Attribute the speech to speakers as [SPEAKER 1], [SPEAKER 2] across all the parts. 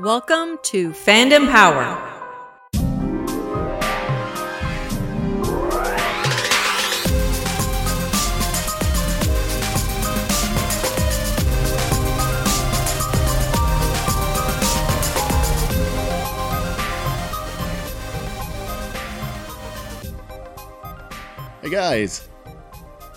[SPEAKER 1] Welcome to Fandom Power.
[SPEAKER 2] Hey guys,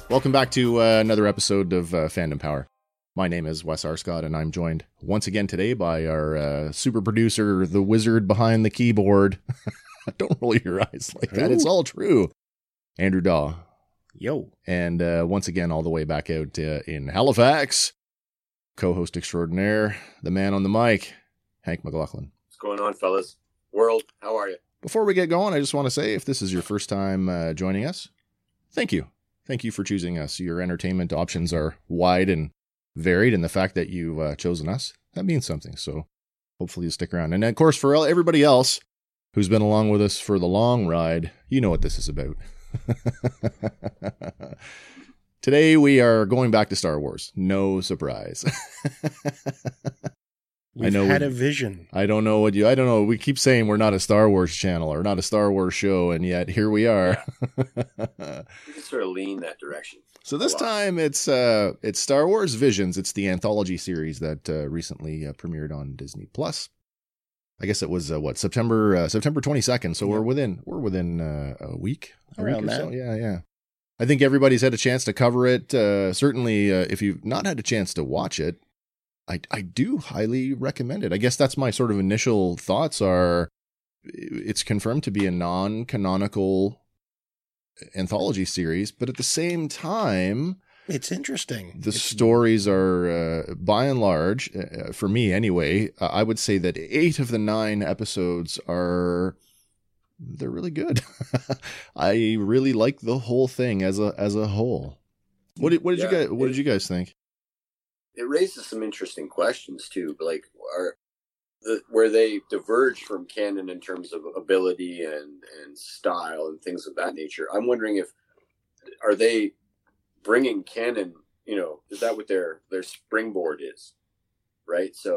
[SPEAKER 2] welcome back to uh, another episode of uh, Fandom Power. My name is Wes R. Scott, and I'm joined once again today by our uh, super producer, the wizard behind the keyboard. Don't roll your eyes like that; it's all true. Andrew Daw,
[SPEAKER 3] Yo.
[SPEAKER 2] and uh, once again, all the way back out uh, in Halifax, co-host extraordinaire, the man on the mic, Hank McLaughlin.
[SPEAKER 4] What's going on, fellas? World, how are you?
[SPEAKER 2] Before we get going, I just want to say if this is your first time uh, joining us, thank you. Thank you for choosing us. Your entertainment options are wide and varied, and the fact that you've uh, chosen us, that means something. So hopefully you stick around. And of course, for el- everybody else who's been along with us for the long ride, you know what this is about. Today we are going back to Star Wars. No surprise.
[SPEAKER 3] We've
[SPEAKER 2] know
[SPEAKER 3] had
[SPEAKER 2] we-
[SPEAKER 3] a vision.
[SPEAKER 2] I don't know what you. I don't know. We keep saying we're not a Star Wars channel or not a Star Wars show, and yet here we are.
[SPEAKER 4] We can sort of lean that direction.
[SPEAKER 2] so this
[SPEAKER 4] Wow.
[SPEAKER 2] time it's uh it's Star Wars Visions. It's the anthology series that uh, recently uh, premiered on Disney Plus. I guess it was uh, what September uh, September twenty second. So we're within we're within uh, a week a week
[SPEAKER 3] Around
[SPEAKER 2] or
[SPEAKER 3] that.
[SPEAKER 2] so. Yeah, yeah. I think everybody's had a chance to cover it. Uh, certainly, uh, if you've not had a chance to watch it, I I do highly recommend it. I guess that's my sort of initial thoughts are it's confirmed to be a non-canonical uh, anthology series, but at the same time,
[SPEAKER 3] It's interesting.
[SPEAKER 2] the
[SPEAKER 3] It's-
[SPEAKER 2] stories are uh, by and large uh, uh, for me anyway uh, i would say that eight of the nine episodes are they're really good i really like the whole thing as a as a whole what did, what did you
[SPEAKER 4] Yeah,
[SPEAKER 2] guys what did
[SPEAKER 4] it-
[SPEAKER 2] you guys think
[SPEAKER 4] It raises some interesting questions too, but like are the, where they diverge from canon in terms of ability and and style and things of that nature. I'm wondering if are they bringing canon? You know, is that what their their springboard is? Right. So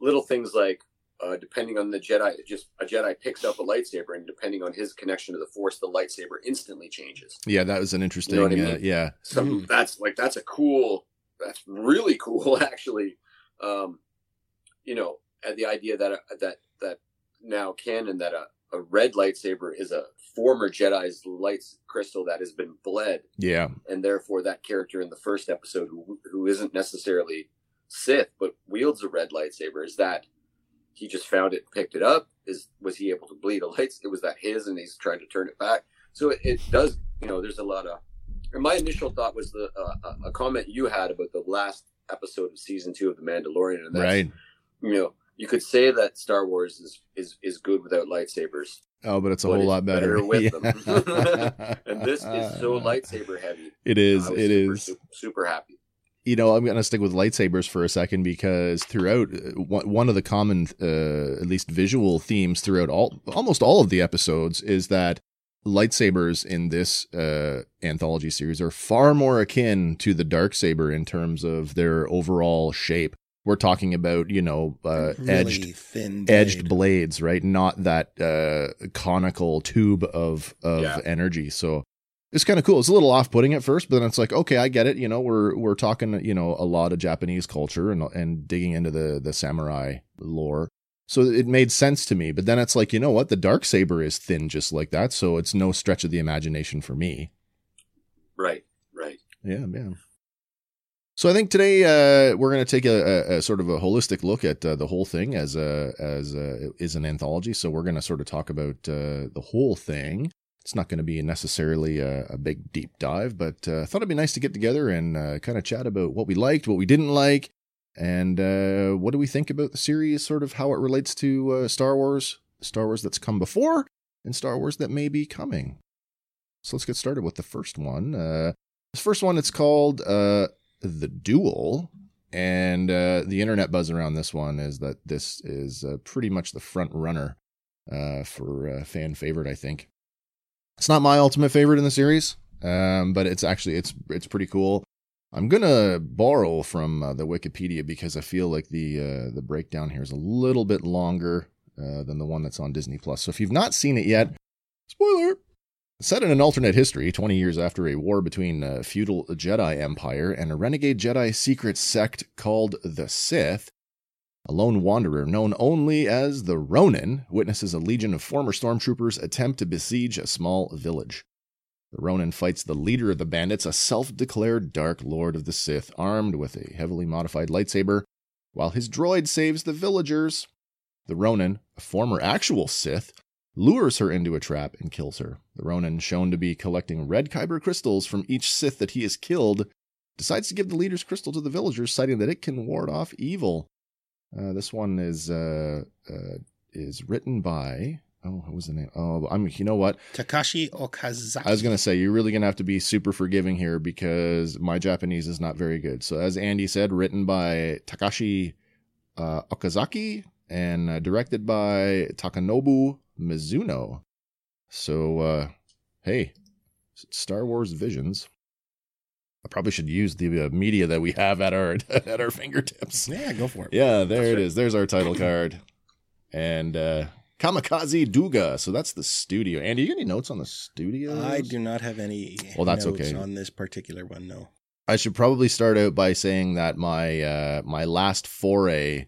[SPEAKER 4] little things like. Uh, depending on the Jedi, just a Jedi picks up a lightsaber, and depending on his connection to the Force, the lightsaber instantly changes.
[SPEAKER 2] yeah that was an interesting
[SPEAKER 4] what I
[SPEAKER 2] uh,
[SPEAKER 4] mean?
[SPEAKER 2] yeah
[SPEAKER 4] some that's like that's a cool that's really cool actually um you know and the idea that uh, that that now canon that a, a red lightsaber is a former jedi's light crystal that has been bled
[SPEAKER 2] yeah
[SPEAKER 4] and therefore that character in the first episode who, who isn't necessarily sith but wields a red lightsaber is that he just found it picked it up is was he able to bleed a lights it was that his and he's trying to turn it back so it, it does you know there's a lot of and my initial thought was the uh, a- a comment you had about the last episode of season two of the mandalorian and that's,
[SPEAKER 2] right
[SPEAKER 4] you know you could say that star wars is is is good without lightsabers
[SPEAKER 2] oh but it's a
[SPEAKER 4] But
[SPEAKER 2] whole
[SPEAKER 4] it's
[SPEAKER 2] lot better,
[SPEAKER 4] better with
[SPEAKER 2] Yeah.
[SPEAKER 4] them. and this is so lightsaber heavy
[SPEAKER 2] it Uh, is
[SPEAKER 4] I was
[SPEAKER 2] it
[SPEAKER 4] super,
[SPEAKER 2] is
[SPEAKER 4] super, super happy
[SPEAKER 2] you know, I'm going to stick with lightsabers for a second because throughout uh, one one of the common, uh, at least visual themes throughout all almost all of the episodes is that lightsabers in this uh, anthology series are far more akin to the dark saber in terms of their overall shape. We're talking about you know uh,
[SPEAKER 3] really
[SPEAKER 2] edged
[SPEAKER 3] thin
[SPEAKER 2] edged blades, right? Not that uh, conical tube of of
[SPEAKER 4] Yeah.
[SPEAKER 2] energy. So it's kind of cool. It's a little off putting at first, but then it's like, okay, I get it. You know, we're we're talking, you know, a lot of Japanese culture and and digging into the the samurai lore. So it made sense to me. But then it's like, you know what? The dark saber is thin just like that, so it's no stretch of the imagination for me.
[SPEAKER 4] Right, right.
[SPEAKER 2] Yeah, man. So I think today uh, we're going to take a, a, a sort of a holistic look at uh, the whole thing as a as a, it is an anthology. So we're going to sort of talk about uh, the whole thing. It's not going to be necessarily a, a big deep dive, but uh, I thought it'd be nice to get together and uh, kind of chat about what we liked, what we didn't like, and uh, what do we think about the series, sort of how it relates to uh, Star Wars, Star Wars that's come before, and Star Wars that may be coming. So let's get started with the first one. Uh, this first one, it's called uh, the duel and uh, the internet buzz around this one is that this is uh, pretty much the front runner uh, for uh, fan favorite i think it's not my ultimate favorite in the series um, but it's actually it's it's pretty cool i'm gonna borrow from uh, the wikipedia because i feel like the uh, the breakdown here is a little bit longer uh, than the one that's on disney plus so if you've not seen it yet spoiler Set in an alternate history, 20 years after a war between a feudal Jedi Empire and a renegade Jedi secret sect called the Sith, a lone wanderer known only as the Ronin witnesses a legion of former stormtroopers attempt to besiege a small village. The Ronin fights the leader of the bandits, a self declared Dark Lord of the Sith, armed with a heavily modified lightsaber, while his droid saves the villagers. The Ronin, a former actual Sith, lures her into a trap and kills her. The Ronin, shown to be collecting red kyber crystals from each Sith that he has killed, decides to give the leader's crystal to the villagers, citing that it can ward off evil. Uh, this one is uh, uh, is written by oh, what was the name? Oh, I'm you know what?
[SPEAKER 3] Takashi Okazaki.
[SPEAKER 2] I was gonna say you're really gonna have to be super forgiving here because my Japanese is not very good. So as Andy said, written by Takashi uh, Okazaki and uh, directed by Takanobu Mizuno. So, uh, hey, S- Star Wars Visions. I probably should use the uh, media that we have at our at our fingertips.
[SPEAKER 3] Yeah, go for it.
[SPEAKER 2] Yeah, there it is. There's our title card, and uh, Kamikaze Duga. So that's the studio. Andy, you got any notes on the studio?
[SPEAKER 3] I do not have any
[SPEAKER 2] Well, that's
[SPEAKER 3] notes
[SPEAKER 2] okay.
[SPEAKER 3] on this particular one, no.
[SPEAKER 2] I should probably start out by saying that my uh, my last foray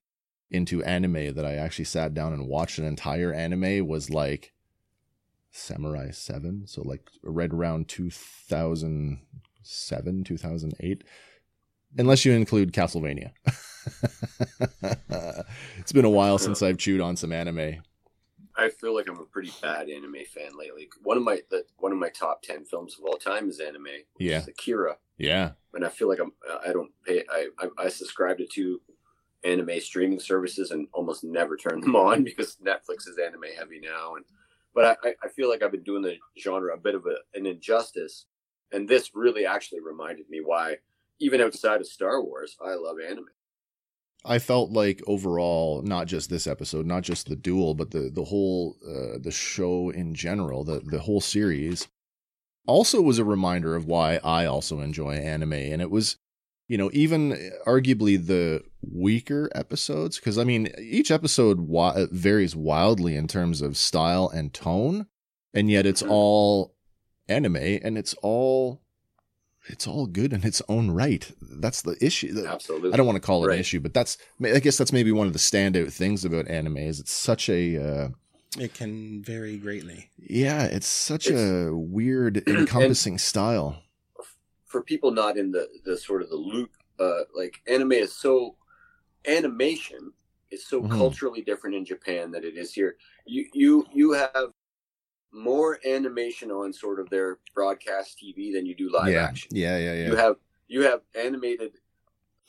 [SPEAKER 2] into anime that I actually sat down and watched an entire anime was like Samurai Seven, so like right around two thousand seven, two thousand eight. Unless you include Castlevania, it's been a while since I've chewed on some anime.
[SPEAKER 4] I feel like I'm a pretty bad anime fan lately. One of my the, one of my top ten films of all time is anime. Which
[SPEAKER 2] Yeah.
[SPEAKER 4] is Akira,
[SPEAKER 2] Yeah,
[SPEAKER 4] and I feel like I'm I don't pay I I, I subscribe to two anime streaming services and almost never turn them on because Netflix is anime heavy now. And but I- I I feel like I've been doing the genre a bit of a, an injustice, and this really actually reminded me why even outside of Star Wars I love anime.
[SPEAKER 2] I felt like overall, not just this episode, not just the duel, but the the whole uh, the show in general, the the whole series, also was a reminder of why I also enjoy anime, and it was, you know, even arguably the weaker episodes, because I mean, each episode wi- uh, varies wildly in terms of style and tone, and yet it's all anime, and it's all it's all good in its own right. That's the issue. that-
[SPEAKER 4] Absolutely,
[SPEAKER 2] I don't want to call it an
[SPEAKER 4] Right.
[SPEAKER 2] issue, but that's I guess that's maybe one of the standout things about anime is it's such a uh,
[SPEAKER 3] It can vary greatly.
[SPEAKER 2] yeah, it's such
[SPEAKER 4] It's-
[SPEAKER 2] a weird encompassing style.
[SPEAKER 4] for people not in the the sort of the loop uh like anime is so animation is so
[SPEAKER 2] Mhm.
[SPEAKER 4] culturally different in japan that it is here you you you have more animation on sort of their broadcast tv than you do live
[SPEAKER 2] yeah.
[SPEAKER 4] action
[SPEAKER 2] yeah, yeah, yeah,
[SPEAKER 4] you have you have animated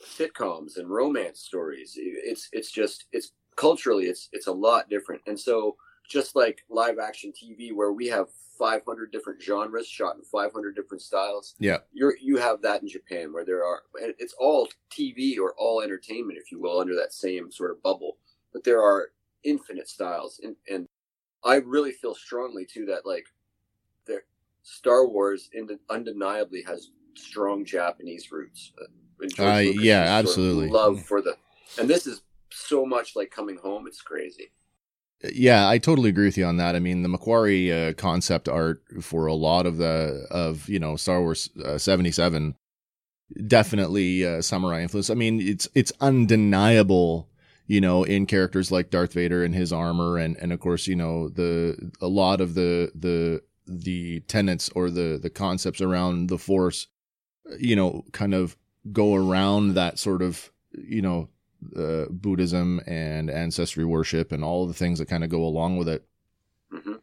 [SPEAKER 4] sitcoms and romance stories it's it's just it's culturally it's it's a lot different and so just like live action tv where we have 500 different genres shot in 500 different styles
[SPEAKER 2] Yeah.
[SPEAKER 4] you're you have that in japan where there are and it's all tv or all entertainment if you will under that same sort of bubble but there are infinite styles and and i really feel strongly too that like there star wars ind- undeniably has strong japanese roots Uh, in George
[SPEAKER 2] Uh,
[SPEAKER 4] Lucas's
[SPEAKER 2] yeah,
[SPEAKER 4] sort of
[SPEAKER 2] absolutely.
[SPEAKER 4] love for the and this is so much like coming home it's crazy
[SPEAKER 2] yeah. I totally agree with you on that. I mean, the Macquarie uh, concept art for a lot of the of you know Star Wars uh, seventy seven definitely uh, samurai influence. I mean, it's it's undeniable. you know, in characters like Darth Vader and his armor, and and of course, you know, the a lot of the the the tenets or the the concepts around the Force, uh, you know, kind of go around that sort of you know uh, Buddhism and ancestry worship and all the things that kind of go along with it.
[SPEAKER 4] Mhm.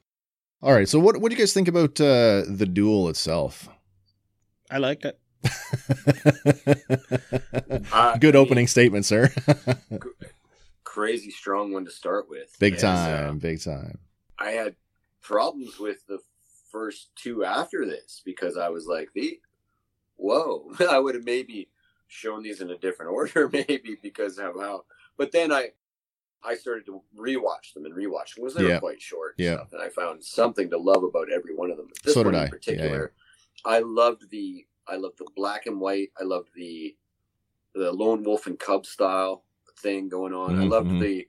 [SPEAKER 2] All right, so what what do you guys think about uh, the duel itself?
[SPEAKER 3] I liked it.
[SPEAKER 4] Uh,
[SPEAKER 2] Good
[SPEAKER 4] I mean,
[SPEAKER 2] opening statement, sir.
[SPEAKER 4] crazy strong one to start with.
[SPEAKER 2] big
[SPEAKER 4] Yes, uh,
[SPEAKER 2] time, big time.
[SPEAKER 4] I had problems with the first two after this because I was like, the whoa, I would have maybe shown these in a different order, maybe because of how. But then I, I started to rewatch them and rewatch them because they
[SPEAKER 2] Yeah.
[SPEAKER 4] were quite short. and
[SPEAKER 2] Yeah.
[SPEAKER 4] stuff, and I found something to love about every one of them. But This
[SPEAKER 2] So did
[SPEAKER 4] one
[SPEAKER 2] I. Yeah,
[SPEAKER 4] in particular, I loved the, I loved the black and white. I loved the, the lone wolf and cub style thing going on. I
[SPEAKER 2] Mhm,
[SPEAKER 4] loved
[SPEAKER 2] mhm.
[SPEAKER 4] the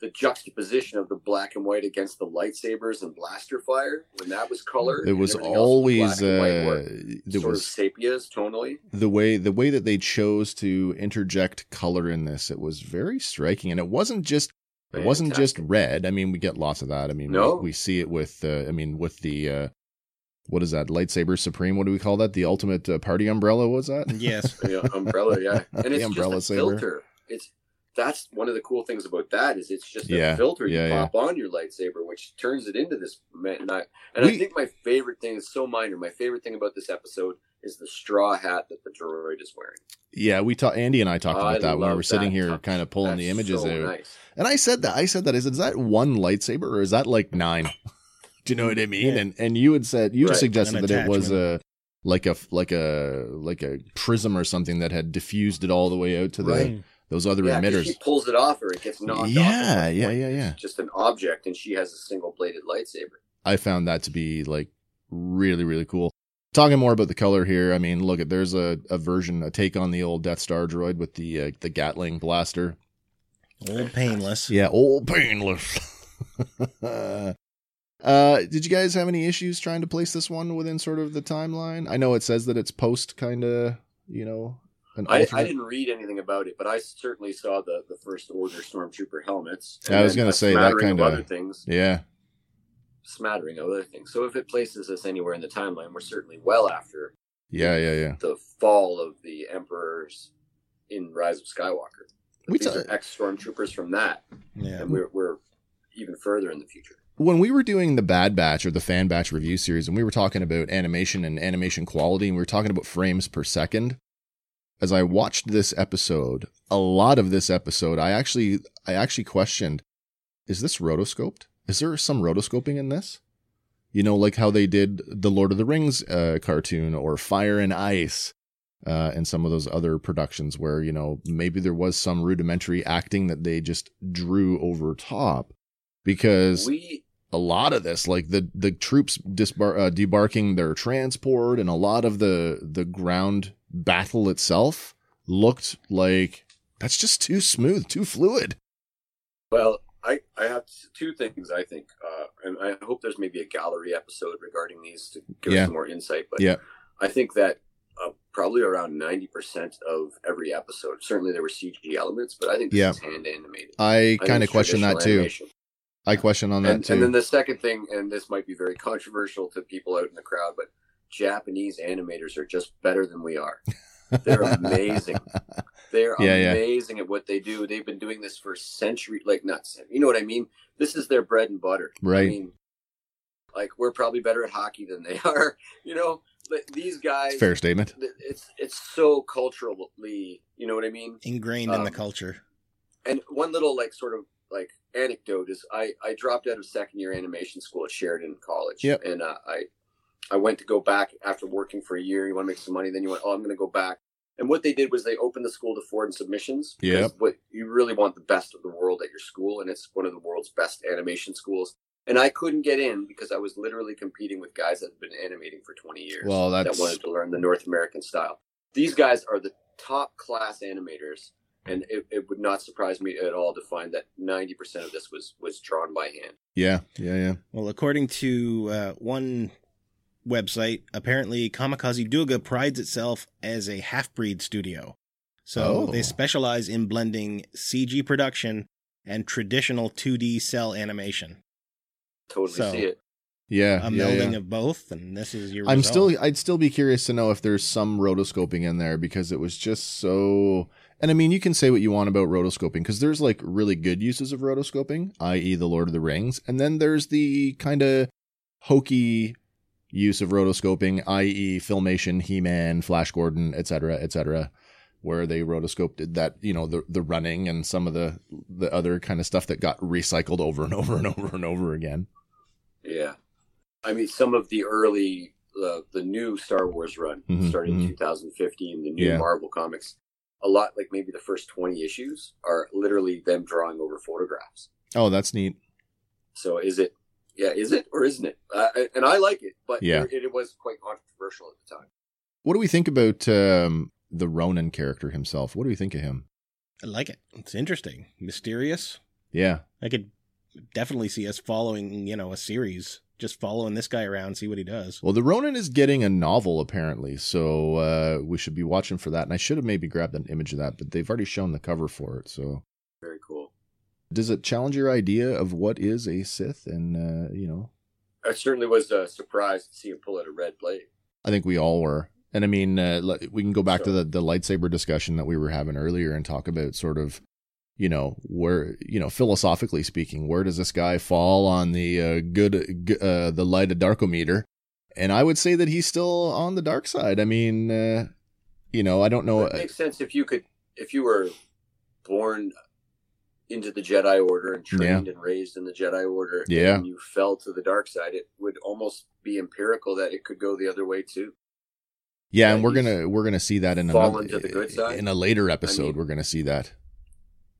[SPEAKER 4] the juxtaposition of the black and white against the lightsabers and blaster fire when that was color.
[SPEAKER 2] It
[SPEAKER 4] and
[SPEAKER 2] was
[SPEAKER 4] everything else was
[SPEAKER 2] always
[SPEAKER 4] black and white
[SPEAKER 2] uh,
[SPEAKER 4] were
[SPEAKER 2] there
[SPEAKER 4] sort
[SPEAKER 2] was
[SPEAKER 4] of sepias tonally.
[SPEAKER 2] the way the way that they chose to interject color in this it was very striking and it wasn't just it wasn't just red i mean we get lots of that i mean
[SPEAKER 4] No.
[SPEAKER 2] we, we see it with uh, i mean with the uh what is that lightsaber supreme what do we call that the ultimate uh, party umbrella what was that
[SPEAKER 3] Yes.
[SPEAKER 4] Yeah, umbrella, yeah, and
[SPEAKER 2] The
[SPEAKER 4] it's
[SPEAKER 2] umbrella
[SPEAKER 4] just a
[SPEAKER 2] saber.
[SPEAKER 4] filter. It's that's one of the cool things about that is it's just a
[SPEAKER 2] Yeah,
[SPEAKER 4] filter you
[SPEAKER 2] yeah, yeah.
[SPEAKER 4] pop on your lightsaber, which turns it into this. Man, and I, and
[SPEAKER 2] We-
[SPEAKER 4] I think my favorite thing is so minor. My favorite thing about this episode is the straw hat that the droid is wearing.
[SPEAKER 2] yeah we talked andy and i talked
[SPEAKER 4] Oh, I
[SPEAKER 2] about that when we
[SPEAKER 4] love
[SPEAKER 2] were sitting
[SPEAKER 4] that
[SPEAKER 2] here
[SPEAKER 4] touch.
[SPEAKER 2] kind of pulling the
[SPEAKER 4] That's
[SPEAKER 2] images
[SPEAKER 4] so
[SPEAKER 2] out
[SPEAKER 4] nice.
[SPEAKER 2] And I said that. I said that. I said, is that one lightsaber or is that like nine? Do you know what I mean?
[SPEAKER 3] Yeah.
[SPEAKER 2] And and you had said you had
[SPEAKER 4] Right.
[SPEAKER 2] suggested
[SPEAKER 3] An
[SPEAKER 2] that it was a like a like a like a prism or something that had diffused it all the way out to the
[SPEAKER 4] Right.
[SPEAKER 2] those other
[SPEAKER 4] Yeah, 'cause
[SPEAKER 2] emitters.
[SPEAKER 4] She pulls it off, or it gets knocked off. at
[SPEAKER 2] Yeah,
[SPEAKER 4] one
[SPEAKER 2] yeah,
[SPEAKER 4] point.
[SPEAKER 2] yeah, yeah.
[SPEAKER 4] It's just an object, and she has a single bladed lightsaber.
[SPEAKER 2] I found that to be like really really cool. Talking more about the color here. I mean, look at there's a, a version a take on the old Death Star droid with the uh, the Gatling blaster.
[SPEAKER 3] Old painless.
[SPEAKER 2] Yeah, old painless. uh, did you guys have any issues trying to place this one within sort of the timeline? I know it says that it's post kind of, you know, an
[SPEAKER 4] I,
[SPEAKER 2] alternate.
[SPEAKER 4] I didn't read anything about it, but I certainly saw the, the first order stormtrooper helmets.
[SPEAKER 2] I was
[SPEAKER 4] then
[SPEAKER 2] gonna
[SPEAKER 4] a
[SPEAKER 2] say that
[SPEAKER 4] smattering
[SPEAKER 2] kinda-
[SPEAKER 4] of other things,
[SPEAKER 2] yeah,
[SPEAKER 4] smattering of other things. So if it places us anywhere in the timeline, we're certainly well after
[SPEAKER 2] yeah, yeah, yeah.
[SPEAKER 4] the fall of the emperors in Rise of Skywalker.
[SPEAKER 2] We
[SPEAKER 4] These
[SPEAKER 2] ta-
[SPEAKER 4] are ex stormtroopers from that,
[SPEAKER 3] Yeah.
[SPEAKER 4] and we're, we're even further in the future.
[SPEAKER 2] when we were doing the Bad Batch or the Fan Batch review series, and we were talking about animation and animation quality, and we were talking about frames per second. As I watched this episode, a lot of this episode, I actually, I actually questioned: Is this rotoscoped? Is there some rotoscoping in this? You know, like how they did the Lord of the Rings uh, cartoon or Fire and Ice, uh, and some of those other productions where you know maybe there was some rudimentary acting that they just drew over top, because
[SPEAKER 4] We
[SPEAKER 2] a lot of this like the the troops disbar- uh, debarking their transport and a lot of the the ground battle itself looked like that's just too smooth too fluid
[SPEAKER 4] Well, I, I have s- two things I think, uh, and I hope there's maybe a gallery episode regarding these to give
[SPEAKER 2] Yeah.
[SPEAKER 4] us some more insight. But
[SPEAKER 2] Yeah.
[SPEAKER 4] I think that uh, probably around ninety percent of every episode. Certainly, there were CG elements, but I think this
[SPEAKER 2] Yeah.
[SPEAKER 4] is hand animated.
[SPEAKER 2] i
[SPEAKER 4] I think
[SPEAKER 2] kind of
[SPEAKER 4] it's
[SPEAKER 2] question that
[SPEAKER 4] traditional
[SPEAKER 2] too
[SPEAKER 4] animation.
[SPEAKER 2] i question on that
[SPEAKER 4] And,
[SPEAKER 2] too
[SPEAKER 4] and then the second thing, and this might be very controversial to people out in the crowd, but Japanese animators are just better than we are. They're amazing. They're
[SPEAKER 2] Yeah, yeah.
[SPEAKER 4] amazing at what they do. They've been doing this for century, like not century. You know what I mean? This is their bread and butter.
[SPEAKER 2] Right.
[SPEAKER 4] I mean, like we're probably better at hockey than they are. You know, but these guys.
[SPEAKER 2] It's a fair statement
[SPEAKER 4] th- It's it's so culturally. You know what I mean?
[SPEAKER 3] Ingrained in the
[SPEAKER 4] Um,
[SPEAKER 3] culture.
[SPEAKER 4] And one little like sort of like anecdote is I I dropped out of second year animation school at Sheridan College.
[SPEAKER 2] Yep.
[SPEAKER 4] And uh, I I went to go back after working for a year. You want to make some money, then you went. Oh, I'm going to go back. And what they did was they opened the school to foreign submissions. because
[SPEAKER 2] Yep.
[SPEAKER 4] What you really want the best of the world at your school, and it's one of the world's best animation schools. And I couldn't get in because I was literally competing with guys that had been animating for 20 years
[SPEAKER 2] well
[SPEAKER 4] that
[SPEAKER 2] that's
[SPEAKER 4] wanted to learn the North American style. These guys are the top class animators, and it, it would not surprise me at all to find that ninety percent of this was was drawn by hand.
[SPEAKER 2] yeah yeah yeah
[SPEAKER 3] Well, according to uh, one website, apparently Kamikaze Duga prides itself as a half breed studio. So
[SPEAKER 2] Oh.
[SPEAKER 3] they specialize in blending CG production and traditional 2D cell animation.
[SPEAKER 4] Totally
[SPEAKER 3] So-
[SPEAKER 4] see it.
[SPEAKER 2] Yeah,
[SPEAKER 3] A
[SPEAKER 2] yeah,
[SPEAKER 3] melding
[SPEAKER 2] yeah.
[SPEAKER 3] of both, and this is your.
[SPEAKER 2] I'm
[SPEAKER 3] result.
[SPEAKER 2] still I'd still be curious to know if there's some rotoscoping in there because it was just so and I mean you can say what you want about rotoscoping because there's like really good uses of rotoscoping, i.e. the Lord of the Rings, and then there's the kind of hokey use of rotoscoping, i.e. filmation, He-Man, Flash Gordon, etc., cetera, etc., cetera, where they rotoscoped that, you know, the the running and some of the the other kind of stuff that got recycled over and over and over and over again.
[SPEAKER 4] Yeah, I mean, some of the early, uh, the new Star Wars run
[SPEAKER 2] Mhm,
[SPEAKER 4] starting
[SPEAKER 2] mhm.
[SPEAKER 4] in 2015, the new
[SPEAKER 2] Yeah.
[SPEAKER 4] Marvel comics. A lot, like maybe the first 20 issues, are literally them drawing over photographs.
[SPEAKER 2] Oh, that's neat.
[SPEAKER 4] So is it, yeah, is it or isn't it? Uh, and I like it, but
[SPEAKER 2] Yeah.
[SPEAKER 4] it, it was quite controversial at the time.
[SPEAKER 2] What do we think about um, the Ronan character himself? What do we think of him?
[SPEAKER 3] I like it. It's interesting, mysterious.
[SPEAKER 2] Yeah,
[SPEAKER 3] I could definitely see us following, you know, a series, just following this guy around, see what he does.
[SPEAKER 2] Well, the Ronin is getting a novel apparently, so uh, we should be watching for that. And I should have maybe grabbed an image of that, but they've already shown the cover for it. So,
[SPEAKER 4] Very cool.
[SPEAKER 2] does it challenge your idea of what is a Sith? And uh, you know,
[SPEAKER 4] I certainly was uh, surprised to see him pull out a red blade.
[SPEAKER 2] I think we all were. And I mean, uh, le- we can go back to
[SPEAKER 4] Sure.
[SPEAKER 2] the, the lightsaber discussion that we were having earlier and talk about sort of, you know, where you know philosophically speaking, where does this guy fall on the uh, good g- uh, the light of darkometer? And I would say that he's still on the dark side. I mean, uh, you know, I don't know. uh,
[SPEAKER 4] it makes sense if you could, if you were born into the Jedi Order and trained and raised in the Jedi Order,
[SPEAKER 2] Yeah.
[SPEAKER 4] and you fell to the dark side, it would almost be empirical that it could go the other way too.
[SPEAKER 2] yeah, and
[SPEAKER 4] yeah,
[SPEAKER 2] we're
[SPEAKER 4] he's
[SPEAKER 2] gonna we're gonna see that in
[SPEAKER 4] fallen
[SPEAKER 2] another
[SPEAKER 4] to the good side.
[SPEAKER 2] in a later episode.
[SPEAKER 4] mean-
[SPEAKER 2] we're gonna see that.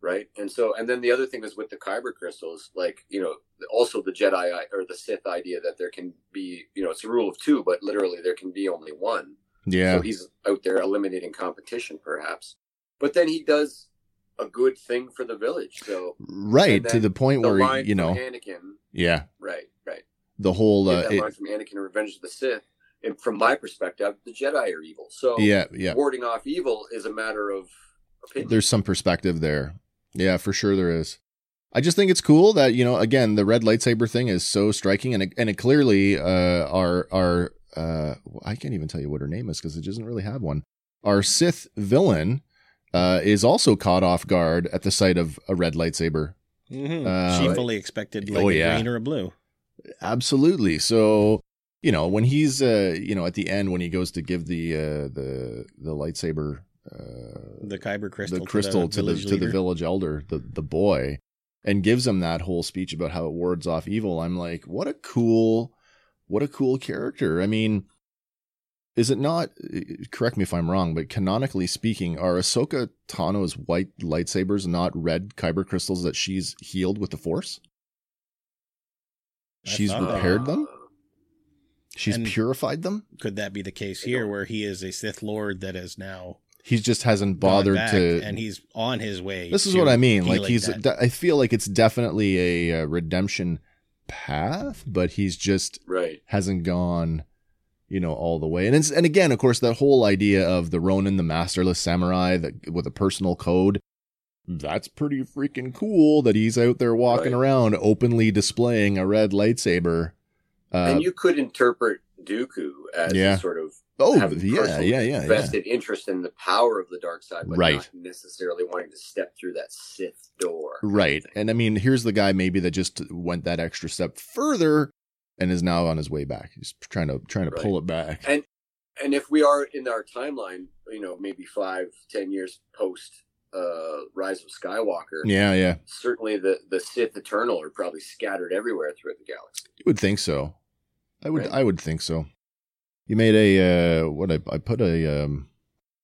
[SPEAKER 4] right? And so, and then the other thing is with the kyber crystals, like you know, also the Jedi i- or the Sith idea that there can be, you know, it's a rule of two, but literally there can be only one.
[SPEAKER 2] Yeah,
[SPEAKER 4] So he's out there eliminating competition, perhaps. But then he does a good thing for the village. So
[SPEAKER 2] right
[SPEAKER 4] and
[SPEAKER 2] to
[SPEAKER 4] then
[SPEAKER 2] the point
[SPEAKER 4] the
[SPEAKER 2] where
[SPEAKER 4] line
[SPEAKER 2] you know,
[SPEAKER 4] from Anakin,
[SPEAKER 2] yeah,
[SPEAKER 4] right, right.
[SPEAKER 2] the whole
[SPEAKER 4] Yeah,
[SPEAKER 2] uh,
[SPEAKER 4] that
[SPEAKER 2] it-
[SPEAKER 4] line from Anakin in Revenge of the Sith, and from my perspective, the Jedi are evil. So
[SPEAKER 2] yeah, yeah.
[SPEAKER 4] warding off evil is a matter of opinion.
[SPEAKER 2] there's some perspective there. Yeah, for sure there is. I just think it's cool that you know again the red lightsaber thing is so striking and it, and it clearly uh our our uh I can't even tell you what her name is because it doesn't really have one. Our Sith villain uh is also caught off guard at the sight of a red lightsaber.
[SPEAKER 3] hmm
[SPEAKER 2] Uh,
[SPEAKER 3] she fully expected like
[SPEAKER 2] oh,
[SPEAKER 3] a
[SPEAKER 2] yeah.
[SPEAKER 3] green or a blue.
[SPEAKER 2] Absolutely. So you know when he's uh you know at the end when he goes to give the uh the the lightsaber uh
[SPEAKER 3] The kyber crystal,
[SPEAKER 2] the crystal to the
[SPEAKER 3] village
[SPEAKER 2] to the
[SPEAKER 3] leader.
[SPEAKER 2] village elder, the the boy, and gives him that whole speech about how it wards off evil. I'm like, what a cool, what a cool character. I mean, is it not? Correct me if I'm wrong, but canonically speaking, are Ahsoka Tano's white lightsabers not red kyber crystals that she's healed with the Force?
[SPEAKER 3] I
[SPEAKER 2] She's
[SPEAKER 3] thought that.
[SPEAKER 2] repaired them.
[SPEAKER 4] Uh,
[SPEAKER 2] She's
[SPEAKER 3] And-
[SPEAKER 2] purified them.
[SPEAKER 3] Could that be the case here, where he is a Sith Lord that is now
[SPEAKER 2] He just hasn't
[SPEAKER 3] gone
[SPEAKER 2] bothered
[SPEAKER 3] back
[SPEAKER 2] to.
[SPEAKER 3] and he's on his way?
[SPEAKER 2] this is
[SPEAKER 3] to
[SPEAKER 2] what I mean. Like
[SPEAKER 3] healing
[SPEAKER 2] he's,
[SPEAKER 3] that.
[SPEAKER 2] de- I feel like it's definitely a, uh redemption path, but he's just
[SPEAKER 4] Right.
[SPEAKER 2] hasn't gone, you know, all the way. And it's, and again, of course, that whole idea of the Ronin, the masterless samurai, that with a personal code, that's pretty freaking cool. That he's out there walking
[SPEAKER 4] Right.
[SPEAKER 2] around openly displaying a red lightsaber. Uh,
[SPEAKER 4] and you could interpret Dooku as
[SPEAKER 2] Yeah.
[SPEAKER 4] a sort of
[SPEAKER 2] oh
[SPEAKER 4] having
[SPEAKER 2] yeah,
[SPEAKER 4] personal
[SPEAKER 2] yeah, yeah, yeah.
[SPEAKER 4] vested interest in the power of the dark side, but
[SPEAKER 2] Right.
[SPEAKER 4] not necessarily wanting to step through that Sith door.
[SPEAKER 2] Right. And I mean, here's the guy maybe that just went that extra step further and is now on his way back. He's trying to trying to
[SPEAKER 4] Right.
[SPEAKER 2] pull it back.
[SPEAKER 4] And and if we are in our timeline, you know, maybe five, ten years post uh, Rise of Skywalker,
[SPEAKER 2] yeah, yeah.
[SPEAKER 4] certainly the the Sith Eternal are probably scattered everywhere throughout the galaxy.
[SPEAKER 2] You would think so. I would
[SPEAKER 4] Right.
[SPEAKER 2] I would think so. You made a uh what I I put a um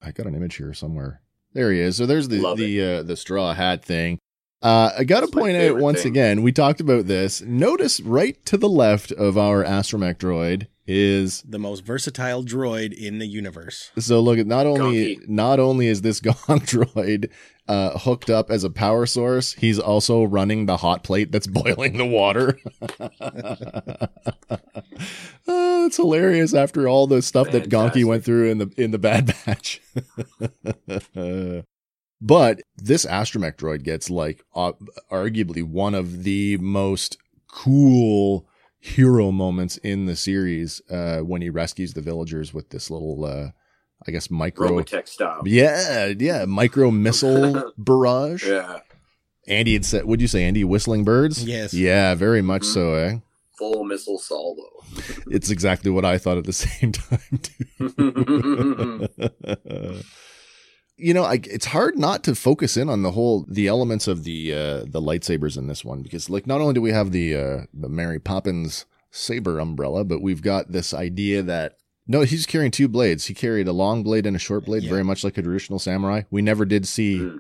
[SPEAKER 2] I got an image here somewhere. There he is. So there's the
[SPEAKER 4] Love
[SPEAKER 2] the uh, the straw hat thing. Uh, I got to
[SPEAKER 4] It's my
[SPEAKER 2] point out
[SPEAKER 4] favorite
[SPEAKER 2] once
[SPEAKER 4] thing.
[SPEAKER 2] again, we talked about this. Notice right to the left of our astromech droid is
[SPEAKER 3] the most versatile droid in the universe.
[SPEAKER 2] So look at not only
[SPEAKER 4] Gonky.
[SPEAKER 2] not only is this Gong droid uh, hooked up as a power source, he's also running the hot plate that's boiling the water. oh, it's hilarious after all the stuff that Gonky
[SPEAKER 4] Fantastic.
[SPEAKER 2] went through in the in the Bad Batch. But this astromech droid gets like uh, arguably one of the most cool hero moments in the series uh, when he rescues the villagers with this little, uh, I guess, micro.
[SPEAKER 4] Robotech style.
[SPEAKER 2] Yeah, yeah, micro missile barrage.
[SPEAKER 4] Yeah.
[SPEAKER 2] Andy had said, "Would you say Andy whistling birds?"
[SPEAKER 3] Yes.
[SPEAKER 2] Yeah, very much
[SPEAKER 4] Mhm.
[SPEAKER 2] so. Eh?
[SPEAKER 4] Full missile salvo.
[SPEAKER 2] It's exactly what I thought at the same time too. you know, I, it's hard not to focus in on the whole the elements of the uh, the lightsabers in this one because, like, not only do we have the uh, the Mary Poppins saber umbrella, but we've got this idea that. No, he's carrying two blades. He carried a long blade and a short blade,
[SPEAKER 3] Yeah.
[SPEAKER 2] very much like a traditional samurai. We never did see
[SPEAKER 4] Mm.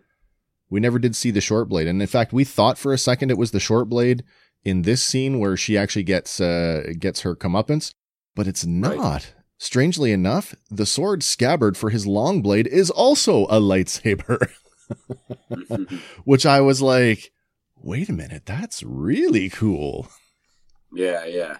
[SPEAKER 2] we never did see the short blade. And in fact, we thought for a second it was the short blade in this scene where she actually gets uh, gets her comeuppance, but it's not.
[SPEAKER 4] Right.
[SPEAKER 2] Strangely enough, the sword scabbard for his long blade is also a lightsaber, which I was like, wait a minute, that's really cool.
[SPEAKER 4] yeah, yeah.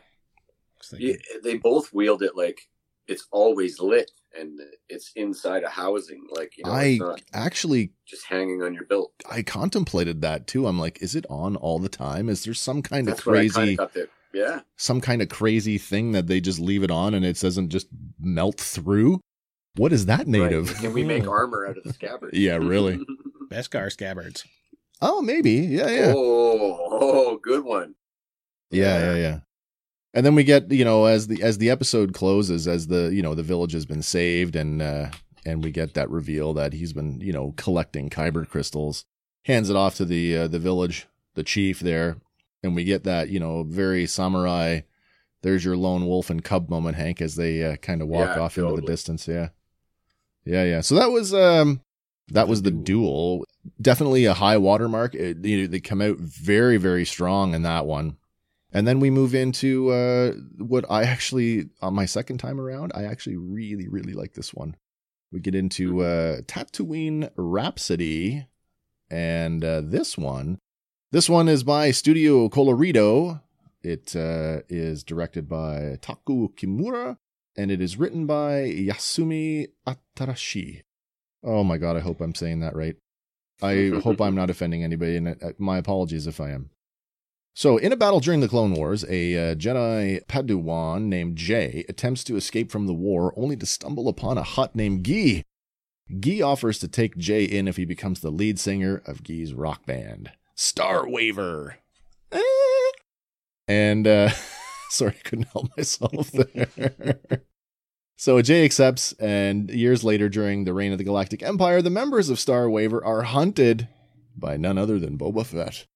[SPEAKER 3] It's like-
[SPEAKER 4] Yeah, they both wield it like it's always lit and it's inside a housing like you know
[SPEAKER 2] I
[SPEAKER 4] it's not
[SPEAKER 2] actually
[SPEAKER 4] just hanging on your belt
[SPEAKER 2] I contemplated that too. I'm like, is it on all the time? Is there some kind of
[SPEAKER 4] that's what i
[SPEAKER 2] crazy
[SPEAKER 4] kind of got there yeah
[SPEAKER 2] some kind of crazy thing that they just leave it on and it doesn't just melt through. What is that made
[SPEAKER 4] right.
[SPEAKER 2] of?
[SPEAKER 4] can we make armor out of the scabbard
[SPEAKER 2] Yeah, really.
[SPEAKER 3] Beskar scabbards.
[SPEAKER 2] Oh, maybe. Yeah, yeah.
[SPEAKER 4] oh, oh good one
[SPEAKER 2] Yeah, yeah, yeah. And then we get, you know, as the as the episode closes, as the you know the village has been saved, and uh, and we get that reveal that he's been, you know, collecting kyber crystals, hands it off to the uh, the village, the chief there, and we get that, you know, very samurai. There's your lone wolf and cub moment, Hank, as they uh, kind of walk
[SPEAKER 4] Yeah,
[SPEAKER 2] off into the
[SPEAKER 4] totally.
[SPEAKER 2] distance. Yeah, yeah, yeah. So that was um, that was the duel. Definitely a high watermark. It, you know, they come out very, very strong in that one. And then we move into uh, what I actually, on my second time around, I actually really, really like this one. We get into uh, Tatooine Rhapsody, and uh, this one, this one is by Studio Colorido. It uh, is directed by Taku Kimura, and it is written by Yasumi Atarashi. Oh my god, I hope I'm saying that right. I hope I'm not offending anybody, and uh, my apologies if I am. So, in a battle during the Clone Wars, a uh, Jedi Padawan named Jay attempts to escape from the war only to stumble upon a hut named Gee. Gee offers to take Jay in if he becomes the lead singer of Gee's rock band, Star Waver. Eh. And, uh, sorry, I couldn't help myself there. so Jay accepts, and years later, during the reign of the Galactic Empire, the members of Star Waver are hunted by none other than Boba Fett.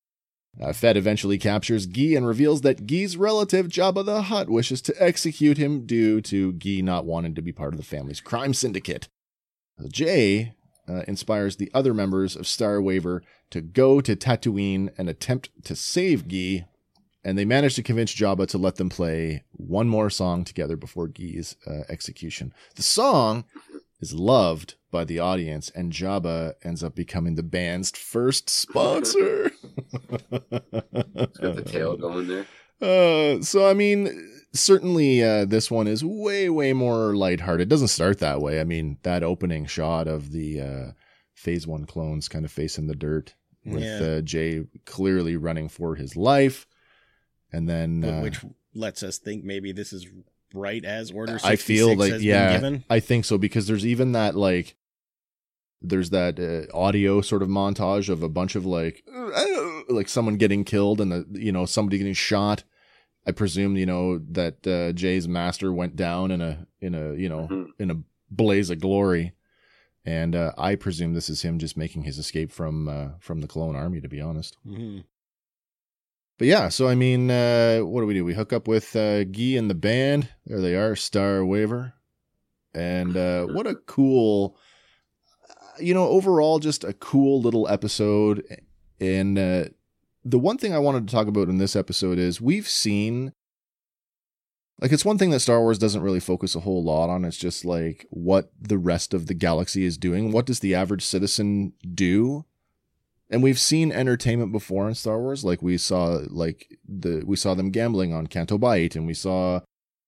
[SPEAKER 2] Uh, Fett eventually captures Gee and reveals that Gee's relative Jabba the Hutt wishes to execute him due to Gee not wanting to be part of the family's crime syndicate. Jay uh, inspires the other members of Star Waver to go to Tatooine and attempt to save Gee, and they manage to convince Jabba to let them play one more song together before Gee's uh, execution. The song is loved by the audience, and Jabba ends up becoming the band's first sponsor.
[SPEAKER 4] it's got the tail going there
[SPEAKER 2] Uh, so I mean, certainly uh, this one is way way more lighthearted. It doesn't start that way. I mean, that opening shot of the uh, Phase One clones kind of facing the dirt with
[SPEAKER 3] Yeah.
[SPEAKER 2] uh, Jay clearly running for his life, and then
[SPEAKER 3] Wh-
[SPEAKER 2] uh,
[SPEAKER 3] which lets us think maybe this is right as Order
[SPEAKER 2] I feel
[SPEAKER 3] 66
[SPEAKER 2] like
[SPEAKER 3] has
[SPEAKER 2] yeah,
[SPEAKER 3] been given.
[SPEAKER 2] I think so because there's even that like there's that uh, audio sort of montage of a bunch of like like someone getting killed and the you know somebody getting shot. I presume you know that uh, Jay's master went down in a in a you know
[SPEAKER 4] Mhm.
[SPEAKER 2] in a blaze of glory, and uh, I presume this is him just making his escape from uh, from the clone army. To be honest.
[SPEAKER 3] Mhm.
[SPEAKER 2] But yeah, so I mean, uh, what do we do? We hook up with uh, Gee and the band. There they are, Star Waver, and uh, what a cool, uh, you know, overall just a cool little episode. And uh, the one thing I wanted to talk about in this episode is we've seen, like, it's one thing that Star Wars doesn't really focus a whole lot on. It's just like what the rest of the galaxy is doing. What does the average citizen do? and we've seen entertainment before in Star Wars. Like we saw, like the we saw them gambling on Canto Bight, and we saw,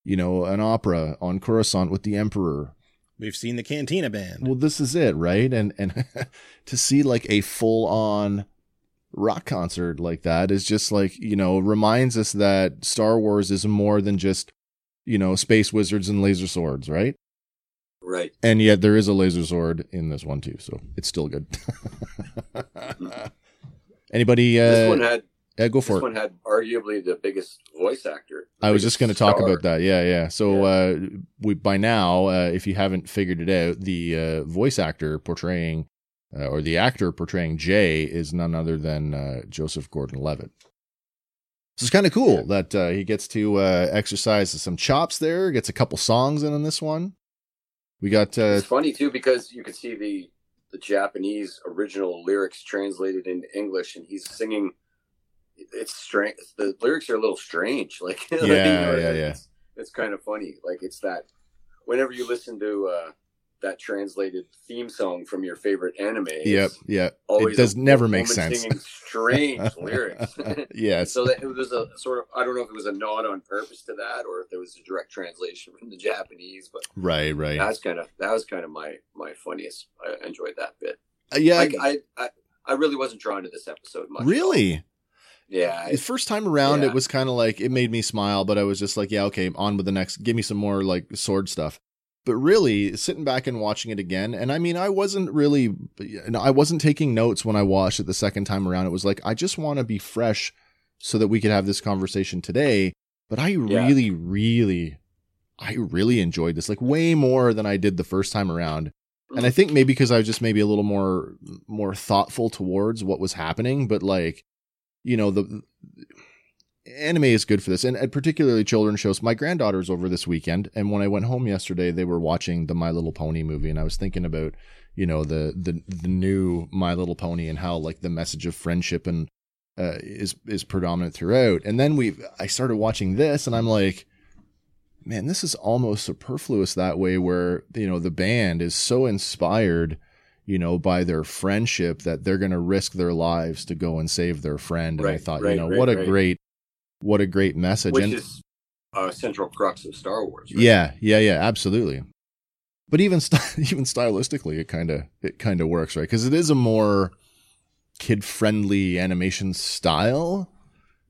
[SPEAKER 2] you know, an opera on Coruscant with the Emperor.
[SPEAKER 3] We've seen the Cantina Band.
[SPEAKER 2] Well, this is it, right? And and to see like a full on rock concert like that is just like you know reminds us that Star Wars is more than just you know space wizards and laser swords, right?
[SPEAKER 4] Right.
[SPEAKER 2] And yet there is a laser sword in this one too, so it's still good. Anybody? Uh,
[SPEAKER 4] this one had
[SPEAKER 2] yeah, go
[SPEAKER 4] this
[SPEAKER 2] for it.
[SPEAKER 4] one had arguably the biggest voice actor. the
[SPEAKER 2] I was just
[SPEAKER 4] biggest
[SPEAKER 2] going to talk
[SPEAKER 4] star.
[SPEAKER 2] about that. Yeah, yeah. So
[SPEAKER 4] Yeah.
[SPEAKER 2] Uh, we by now, uh, if you haven't figured it out, the uh, voice actor portraying uh, or the actor portraying Jay is none other than uh, Joseph Gordon-Levitt. So it's kind of cool that uh, he gets to uh, exercise some chops there. Gets a couple songs in on this one. We got uh,
[SPEAKER 4] It's funny too because you could see the the Japanese original lyrics translated into English, and he's singing. It's strange. The lyrics are a little strange. Like
[SPEAKER 2] Yeah, yeah, yeah.
[SPEAKER 4] It's, it's kind of funny. Like it's that. Whenever you listen to uh, that translated theme song from your favorite anime, it's
[SPEAKER 2] yep, yeah.
[SPEAKER 4] always
[SPEAKER 2] It does
[SPEAKER 4] a
[SPEAKER 2] never make
[SPEAKER 4] woman
[SPEAKER 2] sense.
[SPEAKER 4] Singing strange lyrics.
[SPEAKER 2] yes.
[SPEAKER 4] so that it was a sort of I don't know if it was a nod on purpose to that or if there was a direct translation from the Japanese, but
[SPEAKER 2] Right. Right.
[SPEAKER 4] that's kind of that was kind of my my funniest. I enjoyed that bit.
[SPEAKER 2] Uh, yeah.
[SPEAKER 4] Like I I, I really wasn't drawn to this episode much. at all.
[SPEAKER 2] really.
[SPEAKER 4] Yeah.
[SPEAKER 2] the
[SPEAKER 4] I-
[SPEAKER 2] first time around
[SPEAKER 4] yeah.
[SPEAKER 2] it was kind of like it made me smile but i was just like yeah okay on with the next give me some more like sword stuff but really sitting back and watching it again and i mean i wasn't really you know, i wasn't taking notes when i watched it the second time around it was like i just want to be fresh so that we could have this conversation today but i really really i really enjoyed this like way more than i did the first time around and
[SPEAKER 4] Mhm.
[SPEAKER 2] i think maybe because i was just maybe a little more more thoughtful towards what was happening but like you know the anime is good for this and, and particularly children's shows my granddaughter's over this weekend and when i went home yesterday they were watching the my little pony movie and i was thinking about you know the the, the new my little pony and how like the message of friendship and uh, is is predominant throughout and then we i started watching this and i'm like man this is almost superfluous that way where you know the band is so inspired you know, by their friendship that they're going to risk their lives to go and save their friend. And I
[SPEAKER 4] Right,
[SPEAKER 2] thought, you
[SPEAKER 4] right,
[SPEAKER 2] know,
[SPEAKER 4] right,
[SPEAKER 2] what a
[SPEAKER 4] right.
[SPEAKER 2] great, what a great message.
[SPEAKER 4] which
[SPEAKER 2] and
[SPEAKER 4] is a central crux of Star Wars. right?
[SPEAKER 2] yeah, yeah, yeah, absolutely. But even st- even stylistically, it kind of it kind of works, right? Because it is a more kid friendly animation style.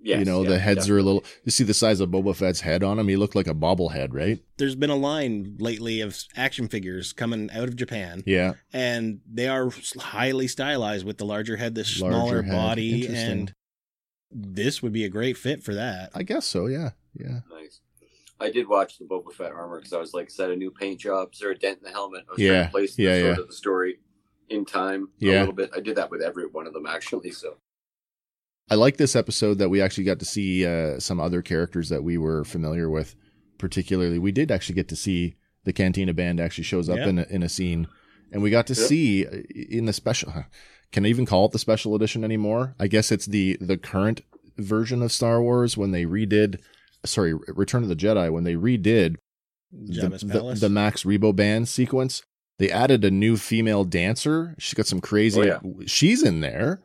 [SPEAKER 4] Yes,
[SPEAKER 2] you know,
[SPEAKER 4] yeah,
[SPEAKER 2] the heads
[SPEAKER 4] definitely.
[SPEAKER 2] are a little. You see the size of Boba Fett's head on him. He looked like a bobblehead, right?
[SPEAKER 3] There's been a line lately of action figures coming out of Japan,
[SPEAKER 2] Yeah,
[SPEAKER 3] and they are highly stylized with the larger head, the
[SPEAKER 2] Larger
[SPEAKER 3] smaller
[SPEAKER 2] head.
[SPEAKER 3] body,
[SPEAKER 2] Interesting.
[SPEAKER 3] and this would be a great fit for that.
[SPEAKER 2] I guess so. Yeah, yeah.
[SPEAKER 4] Nice. I did watch the Boba Fett armor because I was like, is that a new paint job? Is there a dent in the helmet? I was trying
[SPEAKER 2] Yeah,
[SPEAKER 4] to place the
[SPEAKER 2] yeah,
[SPEAKER 4] sort
[SPEAKER 2] yeah.
[SPEAKER 4] of the story in time
[SPEAKER 2] Yeah.
[SPEAKER 4] a little bit. I did that with every one of them actually. So
[SPEAKER 2] I like this episode that we actually got to see uh, some other characters that we were familiar with. Particularly, we did actually get to see the Cantina Band actually shows up
[SPEAKER 3] Yeah.
[SPEAKER 2] in a, in a scene, and we got to
[SPEAKER 4] Yeah.
[SPEAKER 2] see uh, in the special. Can I even call it the special edition anymore? I guess it's the the current version of Star Wars when they redid, sorry, Return of the Jedi when they redid the,
[SPEAKER 3] Jabba's
[SPEAKER 2] the-
[SPEAKER 3] Palace.
[SPEAKER 2] the Max Rebo Band sequence. They added a new female dancer. She's got some crazy.
[SPEAKER 4] Oh, yeah.
[SPEAKER 2] She's in there.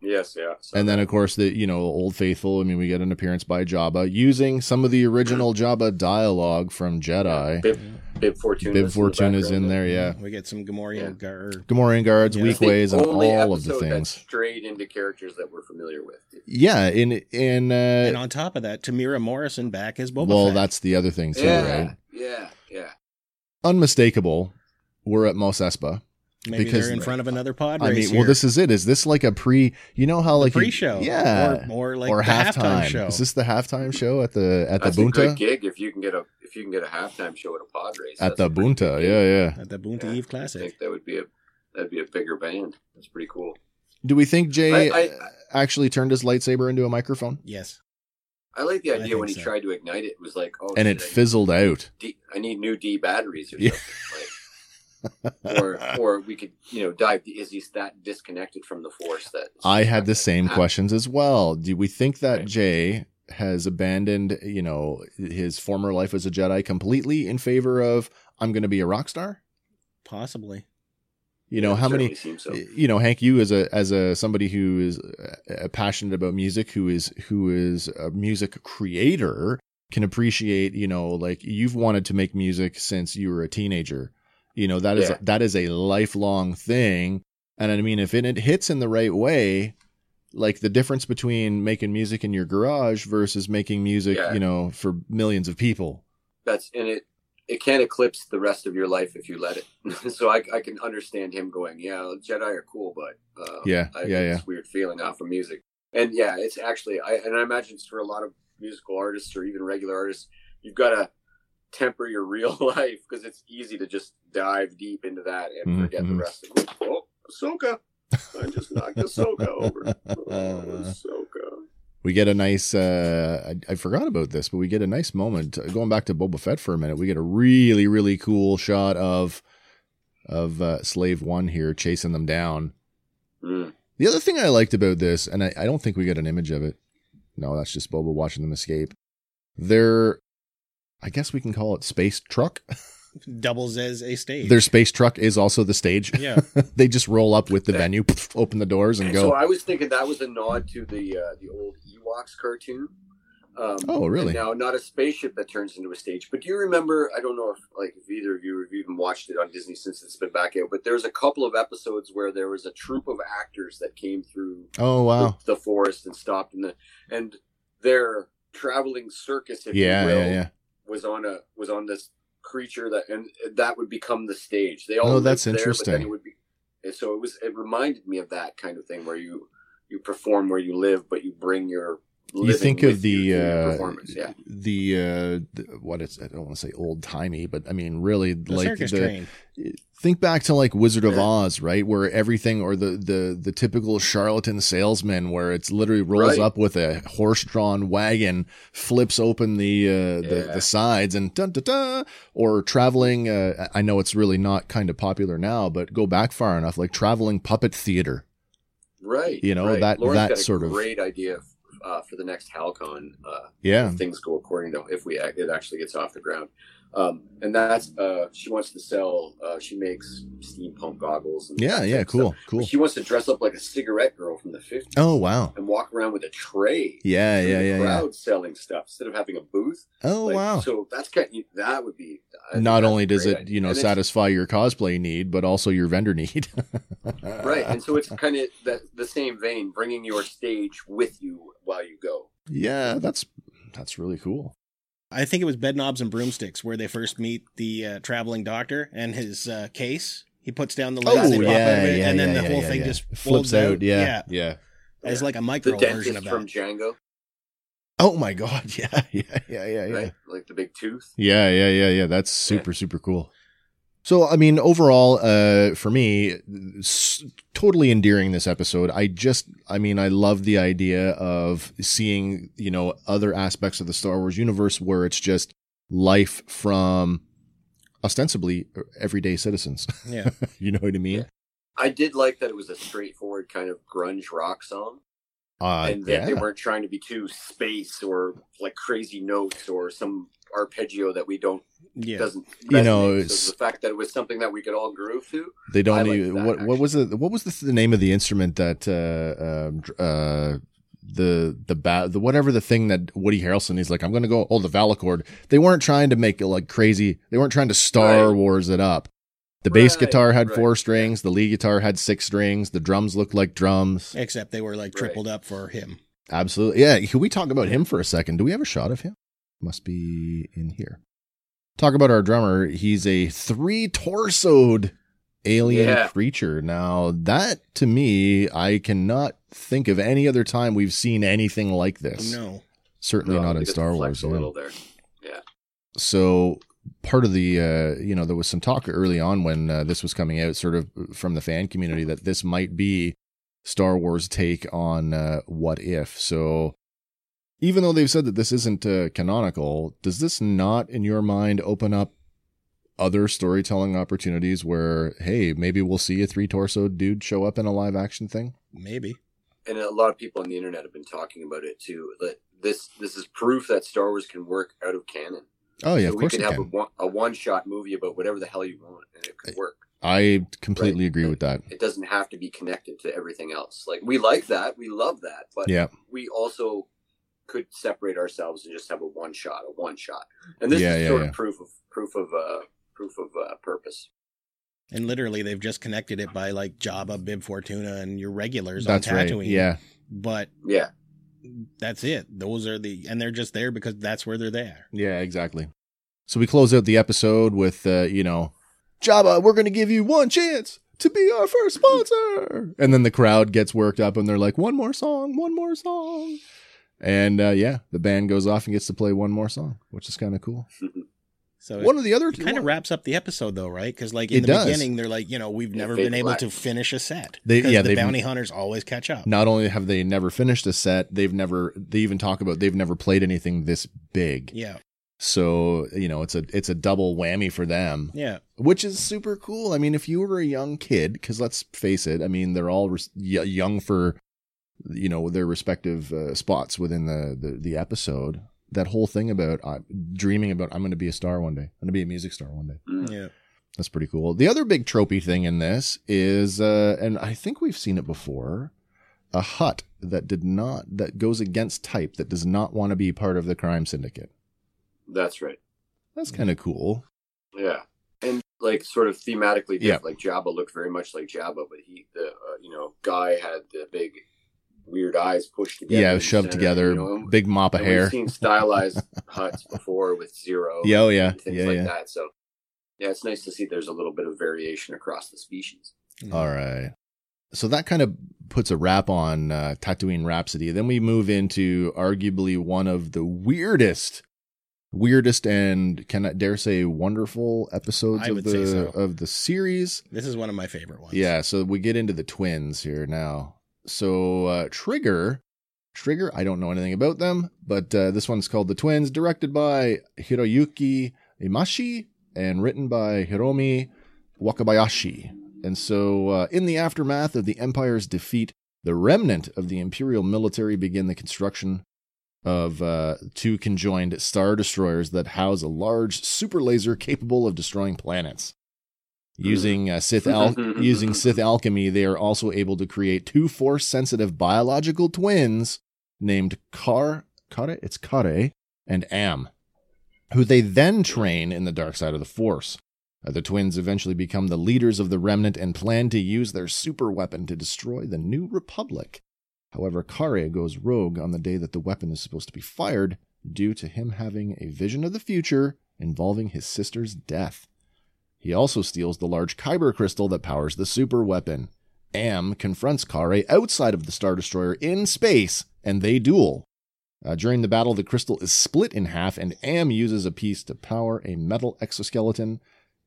[SPEAKER 4] yes, yeah. So
[SPEAKER 2] And then, of course, the you know Old Faithful. I mean, we get an appearance by Jabba using some of the original Jabba dialogue from Jedi.
[SPEAKER 4] Bib, Bib Fortuna.
[SPEAKER 2] Bib Fortune is in there, yeah.
[SPEAKER 3] Mm, we get some Gamorrean
[SPEAKER 4] Yeah.
[SPEAKER 3] gar- or
[SPEAKER 2] Gamorrean guards,
[SPEAKER 3] Yeah.
[SPEAKER 2] weak
[SPEAKER 4] It's the
[SPEAKER 2] ways, and
[SPEAKER 4] only
[SPEAKER 2] all of the
[SPEAKER 4] episode that
[SPEAKER 2] things.
[SPEAKER 4] strayed into characters that we're familiar with.
[SPEAKER 2] Yeah, in in
[SPEAKER 3] and
[SPEAKER 2] uh,
[SPEAKER 3] on top of that, Tamira Morrison back as Boba
[SPEAKER 2] well,
[SPEAKER 3] Fett.
[SPEAKER 2] that's the other thing too,
[SPEAKER 4] yeah,
[SPEAKER 2] right?
[SPEAKER 4] yeah, yeah.
[SPEAKER 2] Unmistakable. We're at Mos Espa.
[SPEAKER 3] Maybe
[SPEAKER 2] because-
[SPEAKER 3] they're in front of another pod
[SPEAKER 2] I
[SPEAKER 3] race
[SPEAKER 2] mean, well,
[SPEAKER 3] here.
[SPEAKER 2] this is it. Is this like a pre? You know how like you-
[SPEAKER 3] pre-show,
[SPEAKER 2] yeah,
[SPEAKER 3] or, or like
[SPEAKER 2] or
[SPEAKER 3] the halftime, show.
[SPEAKER 2] Is this the halftime show at the at
[SPEAKER 4] That's
[SPEAKER 2] the
[SPEAKER 4] a great
[SPEAKER 2] Bunta?
[SPEAKER 4] gig if you can get a if you can get a halftime show at a pod race.
[SPEAKER 2] At
[SPEAKER 4] That's
[SPEAKER 2] the
[SPEAKER 4] a pretty
[SPEAKER 2] Bunta,
[SPEAKER 4] good
[SPEAKER 2] yeah,
[SPEAKER 4] gig.
[SPEAKER 2] yeah.
[SPEAKER 3] at the Boonta
[SPEAKER 4] Yeah,
[SPEAKER 3] Eve
[SPEAKER 4] I
[SPEAKER 3] Classic.
[SPEAKER 4] think that would be a that'd be a bigger band. That's pretty cool.
[SPEAKER 2] Do we think Jay
[SPEAKER 4] I- I-
[SPEAKER 2] uh, actually turned his lightsaber into a microphone?
[SPEAKER 3] Yes,
[SPEAKER 4] I like the
[SPEAKER 3] I
[SPEAKER 4] idea when he
[SPEAKER 3] think so.
[SPEAKER 4] tried to ignite it. It was like, oh,
[SPEAKER 2] and
[SPEAKER 4] shit,
[SPEAKER 2] it
[SPEAKER 4] I-
[SPEAKER 2] fizzled out.
[SPEAKER 4] D, I need new D batteries or
[SPEAKER 2] Yeah.
[SPEAKER 4] something. Like, or or we could you know dive. Is he that disconnected from the force that
[SPEAKER 2] I had the same
[SPEAKER 4] Ah,
[SPEAKER 2] questions as well. Do we think that
[SPEAKER 4] Right.
[SPEAKER 2] Jay has abandoned, you know, his former life as a Jedi completely in favor of I'm going to be a rock star?
[SPEAKER 3] possibly.
[SPEAKER 2] You know,
[SPEAKER 4] it
[SPEAKER 2] how many
[SPEAKER 4] certainly seems so.
[SPEAKER 2] you know, Hank, you as a as a somebody who is uh, passionate about music, who is who is a music creator, can appreciate. You know, like you've wanted to make music since you were a teenager, You know, that is
[SPEAKER 4] Yeah.
[SPEAKER 2] that is a lifelong thing. And I mean, if it, it hits in the right way, like the difference between making music in your garage versus making music,
[SPEAKER 4] Yeah.
[SPEAKER 2] you know, for millions of people.
[SPEAKER 4] that's and it it can't eclipse the rest of your life if you let it so I, I can understand him going yeah jedi are cool but uh,
[SPEAKER 2] Yeah,
[SPEAKER 4] I get
[SPEAKER 2] yeah,
[SPEAKER 4] this weird feeling off of music and yeah it's actually i and i imagine it's for a lot of musical artists or even regular artists you've got to temper your real life because it's easy to just dive deep into that and
[SPEAKER 2] Mhm,
[SPEAKER 4] forget
[SPEAKER 2] mhm.
[SPEAKER 4] the rest of it oh ahsoka i just knocked ahsoka over oh, ahsoka
[SPEAKER 2] We get a nice, uh, I, I forgot about this, but we get a nice moment. Uh, Going back to Boba Fett for a minute, we get a really, really cool shot of of uh, Slave One here chasing them down.
[SPEAKER 4] Mm.
[SPEAKER 2] The other thing I liked about this, and I, I don't think we got an image of it. No, that's just Boba watching them escape. Their, I guess we can call it space truck.
[SPEAKER 3] Doubles as a stage.
[SPEAKER 2] Their space truck is also the stage.
[SPEAKER 3] yeah.
[SPEAKER 2] they just roll up with the venue, open the doors, and
[SPEAKER 4] So
[SPEAKER 2] go.
[SPEAKER 4] I was thinking that was a nod to the uh, the old Ewoks cartoon. Um,
[SPEAKER 2] Oh, really?
[SPEAKER 4] and Now, not a spaceship that turns into a stage, but do you remember? I don't know if like if either of you have even watched it on Disney since it's been back out, but there's a couple of episodes where there was a troupe of actors that came through
[SPEAKER 2] Oh wow!
[SPEAKER 4] the forest and stopped in the and their traveling circus, if
[SPEAKER 2] Yeah,
[SPEAKER 4] you will,
[SPEAKER 2] yeah, yeah.
[SPEAKER 4] was on a was on this creature that and that would become the stage. They all
[SPEAKER 2] Oh,
[SPEAKER 4] lived
[SPEAKER 2] that's
[SPEAKER 4] there, but then
[SPEAKER 2] interesting.
[SPEAKER 4] it would be, and so it was. It reminded me of that kind of thing where you you perform where you live, but you bring your
[SPEAKER 2] you
[SPEAKER 4] living
[SPEAKER 2] think of
[SPEAKER 4] with you
[SPEAKER 2] the
[SPEAKER 4] to your
[SPEAKER 2] uh,
[SPEAKER 4] performance. Yeah,
[SPEAKER 2] the uh the, what is I don't want to say old timey, but I mean really
[SPEAKER 3] The
[SPEAKER 2] like
[SPEAKER 3] circus
[SPEAKER 2] the
[SPEAKER 3] train.
[SPEAKER 2] think back to like Wizard of
[SPEAKER 4] Yeah.
[SPEAKER 2] Oz, right, where everything or the the the typical charlatan salesman, where it's literally rolls
[SPEAKER 4] Right.
[SPEAKER 2] up with a horse drawn wagon, flips open the uh the,
[SPEAKER 4] Yeah.
[SPEAKER 2] the sides and dun dun dun, or traveling. Uh, I know it's really not kind of popular now, but go back far enough, like traveling puppet theater.
[SPEAKER 4] right.
[SPEAKER 2] you know,
[SPEAKER 4] right.
[SPEAKER 2] that-
[SPEAKER 4] Lauren's
[SPEAKER 2] that
[SPEAKER 4] got a
[SPEAKER 2] sort of-
[SPEAKER 4] great idea. Uh, for the next Halcon, uh,
[SPEAKER 2] Yeah,
[SPEAKER 4] if things go according to if we act, it actually gets off the ground, um, and that's uh, she wants to sell. Uh, she makes steampunk goggles. And
[SPEAKER 2] yeah,
[SPEAKER 4] that
[SPEAKER 2] yeah.
[SPEAKER 4] type of stuff.
[SPEAKER 2] Cool, cool.
[SPEAKER 4] She wants to dress up like a cigarette girl from the 50s
[SPEAKER 2] Oh wow.
[SPEAKER 4] and walk around with a tray.
[SPEAKER 2] Yeah,
[SPEAKER 4] through
[SPEAKER 2] yeah,
[SPEAKER 4] the
[SPEAKER 2] yeah, yeah.
[SPEAKER 4] crowd selling stuff instead of having a booth.
[SPEAKER 2] Oh
[SPEAKER 4] Like,
[SPEAKER 2] wow.
[SPEAKER 4] So that's kind of, that would be I think
[SPEAKER 2] not
[SPEAKER 4] that's
[SPEAKER 2] only
[SPEAKER 4] a
[SPEAKER 2] does
[SPEAKER 4] great
[SPEAKER 2] it
[SPEAKER 4] idea.
[SPEAKER 2] you know
[SPEAKER 4] And it's-
[SPEAKER 2] satisfy your cosplay need but also your vendor need
[SPEAKER 4] right, and so it's kind of that the same vein, bringing your stage with you while you go.
[SPEAKER 2] yeah that's that's really cool
[SPEAKER 3] I think it was Bed Knobs and Broomsticks where they first meet the uh, traveling doctor and his uh, case. He puts down the lid,
[SPEAKER 4] Oh,
[SPEAKER 3] they pop
[SPEAKER 4] yeah,
[SPEAKER 3] out of it, and then
[SPEAKER 2] yeah,
[SPEAKER 3] the
[SPEAKER 2] yeah,
[SPEAKER 3] whole
[SPEAKER 2] yeah,
[SPEAKER 3] thing
[SPEAKER 2] yeah.
[SPEAKER 3] just
[SPEAKER 2] It
[SPEAKER 3] folds
[SPEAKER 2] flips out yeah, yeah
[SPEAKER 3] as like a
[SPEAKER 4] The
[SPEAKER 3] micro version
[SPEAKER 4] dentist
[SPEAKER 3] of that.
[SPEAKER 4] from Django,
[SPEAKER 2] oh my god yeah yeah yeah yeah yeah
[SPEAKER 4] right? Like the big tooth.
[SPEAKER 2] yeah yeah yeah yeah that's super super cool so i mean overall uh for me s- totally endearing this episode i just i mean i love the idea of seeing you know other aspects of the star wars universe where it's just life from ostensibly everyday citizens
[SPEAKER 3] yeah,
[SPEAKER 2] you know what i mean
[SPEAKER 4] I did like that it was a straightforward kind of grunge rock song,
[SPEAKER 2] uh
[SPEAKER 4] and that they weren't trying to be too space or like crazy notes or some arpeggio that we don't
[SPEAKER 3] yeah.
[SPEAKER 4] doesn't
[SPEAKER 2] You know,
[SPEAKER 4] resonate. So
[SPEAKER 2] it's-
[SPEAKER 4] the fact that it was something that we could all groove to
[SPEAKER 2] They
[SPEAKER 4] I
[SPEAKER 2] don't
[SPEAKER 4] like
[SPEAKER 2] even.
[SPEAKER 4] that,
[SPEAKER 2] what what was the what was the, the name of the instrument that uh um, dr- uh the the ba- the whatever the thing that Woody Harrelson he's like I'm gonna go oh the Valacord they weren't trying to make it like crazy they weren't trying to Star
[SPEAKER 4] Right.
[SPEAKER 2] Wars it up the bass
[SPEAKER 4] Right,
[SPEAKER 2] guitar had
[SPEAKER 4] right,
[SPEAKER 2] four
[SPEAKER 4] yeah.
[SPEAKER 2] strings the lead guitar had six strings the drums looked like drums
[SPEAKER 3] Except they were like
[SPEAKER 4] Right.
[SPEAKER 3] tripled up for him.
[SPEAKER 2] absolutely yeah can we talk about him for a second do we have a shot of him must be in here talk about our drummer he's a three torsoed alien
[SPEAKER 4] Yeah.
[SPEAKER 2] creature now that to me i cannot think of any other time we've seen anything like this
[SPEAKER 3] No,
[SPEAKER 2] certainly
[SPEAKER 4] Oh, No,
[SPEAKER 2] not
[SPEAKER 4] I
[SPEAKER 2] in
[SPEAKER 4] think it
[SPEAKER 2] star
[SPEAKER 4] flex
[SPEAKER 2] wars
[SPEAKER 4] a
[SPEAKER 2] yeah.
[SPEAKER 4] little there.
[SPEAKER 2] so part of the uh, you know there was some talk early on when uh, this was coming out sort of uh, from the fan community that this might be star wars take on uh, what if so even though they've said that this isn't uh, canonical does this not in your mind open up other storytelling opportunities where hey maybe we'll see a three torso dude show up in a live action thing
[SPEAKER 3] maybe.
[SPEAKER 4] and a lot of people on the internet have been talking about it too. That this this is proof that Star Wars can work out of canon.
[SPEAKER 2] oh yeah
[SPEAKER 4] so
[SPEAKER 2] of
[SPEAKER 4] we
[SPEAKER 2] course
[SPEAKER 4] could
[SPEAKER 2] it
[SPEAKER 4] have
[SPEAKER 2] can.
[SPEAKER 4] a one shot movie about whatever the hell you want, and it could work.
[SPEAKER 2] I completely agree with that
[SPEAKER 4] It doesn't have to be connected to everything else. Like we like that, we love that, but
[SPEAKER 2] yeah
[SPEAKER 4] we also could separate ourselves and just have a one shot, a one shot. And this
[SPEAKER 2] Yeah,
[SPEAKER 4] is
[SPEAKER 2] yeah,
[SPEAKER 4] sort
[SPEAKER 2] yeah.
[SPEAKER 4] of proof of proof of uh, proof of uh, purpose.
[SPEAKER 3] And literally, they've just connected it by like Jabba, Bib Fortuna, and your regulars
[SPEAKER 2] That's
[SPEAKER 3] on
[SPEAKER 2] right.
[SPEAKER 3] Tatooine.
[SPEAKER 2] Yeah.
[SPEAKER 3] But
[SPEAKER 4] Yeah.
[SPEAKER 3] that's it. Those are the, and they're just there because that's where they're there.
[SPEAKER 2] Yeah, exactly. So we close out the episode with, uh, you know, Jabba, we're going to give you one chance to be our first sponsor. And then the crowd gets worked up and they're like, one more song, one more song. And uh, yeah, the band goes off and gets to play one more song, which is kind of cool.
[SPEAKER 3] So
[SPEAKER 2] One of the other
[SPEAKER 3] it kind of wraps up the episode though, right? Because like in
[SPEAKER 2] It
[SPEAKER 3] the
[SPEAKER 2] does.
[SPEAKER 3] beginning, they're like, you know, we've never
[SPEAKER 4] fade
[SPEAKER 3] been
[SPEAKER 4] to
[SPEAKER 3] able
[SPEAKER 4] black.
[SPEAKER 3] to finish a set.
[SPEAKER 2] They-
[SPEAKER 3] 'Cause
[SPEAKER 2] yeah,
[SPEAKER 3] the
[SPEAKER 2] they've-
[SPEAKER 3] bounty hunters always catch up.
[SPEAKER 2] Not only have they never finished a set, they've never they even talk about they've never played anything this big.
[SPEAKER 3] Yeah,
[SPEAKER 2] So, you know, it's a it's a double whammy for them.
[SPEAKER 3] yeah,
[SPEAKER 2] which is super cool. I mean, if you were a young kid, because let's face it, I mean, they're all res- y- young for you know their respective uh, spots within the, the the episode. That whole thing about uh, dreaming about I'm going to be a star one day. I'm going to be a music star one day.
[SPEAKER 4] Mm.
[SPEAKER 3] yeah.
[SPEAKER 2] That's pretty cool. The other big tropey thing in this is, uh, and I think we've seen it before, a hut that did not that goes against type that does not want to be part of the crime syndicate.
[SPEAKER 4] That's right.
[SPEAKER 2] That's
[SPEAKER 4] Mm.
[SPEAKER 2] kind of cool.
[SPEAKER 4] Yeah, and like sort of thematically,
[SPEAKER 2] Yeah.
[SPEAKER 4] yeah. Like Jabba looked very much like Jabba, but he, the uh, you know, guy had the big weird eyes pushed
[SPEAKER 2] Yeah,
[SPEAKER 4] together, in the
[SPEAKER 2] shoved
[SPEAKER 4] center,
[SPEAKER 2] together,
[SPEAKER 4] you know?
[SPEAKER 2] big mop of
[SPEAKER 4] And
[SPEAKER 2] hair.
[SPEAKER 4] We've seen stylized huts before with zero.
[SPEAKER 2] Yeah, oh, yeah.
[SPEAKER 4] and things
[SPEAKER 2] Yeah,
[SPEAKER 4] like
[SPEAKER 2] yeah.
[SPEAKER 4] that. So yeah, it's nice to see there's a little bit of variation across the species.
[SPEAKER 3] Mm-hmm.
[SPEAKER 2] All right. So that kind of puts a wrap on uh, Tatooine Rhapsody. Then we move into arguably one of the weirdest, weirdest, and can I dare say wonderful episodes
[SPEAKER 3] I
[SPEAKER 2] of
[SPEAKER 3] would say
[SPEAKER 2] the
[SPEAKER 3] so.
[SPEAKER 2] of the series.
[SPEAKER 3] This is one of my favorite ones.
[SPEAKER 2] Yeah. So we get into the twins here now. So uh, Trigger, Trigger. I don't know anything about them, but uh, this one's called the Twins, directed by Hiroyuki Imashi and written by Hiromi Wakabayashi. And so, uh, in the aftermath of the Empire's defeat, the remnant of the Imperial military begin the construction of uh, two conjoined star destroyers that house a large super laser capable of destroying planets. Using uh, Sith al- using Sith alchemy, they are also able to create two force sensitive biological twins named Kar Kare it's Kare and Am, who they then train in the dark side of the Force. Uh, the twins eventually become the leaders of the remnant and plan to use their super weapon to destroy the New Republic. However, Kare goes rogue on the day that the weapon is supposed to be fired due to him having a vision of the future involving his sister's death. He also steals the large Kyber crystal that powers the super weapon. Am confronts Kare outside of the Star Destroyer in space, and they duel. Uh, during the battle, the crystal is split in half, and Am uses a piece to power a metal exoskeleton.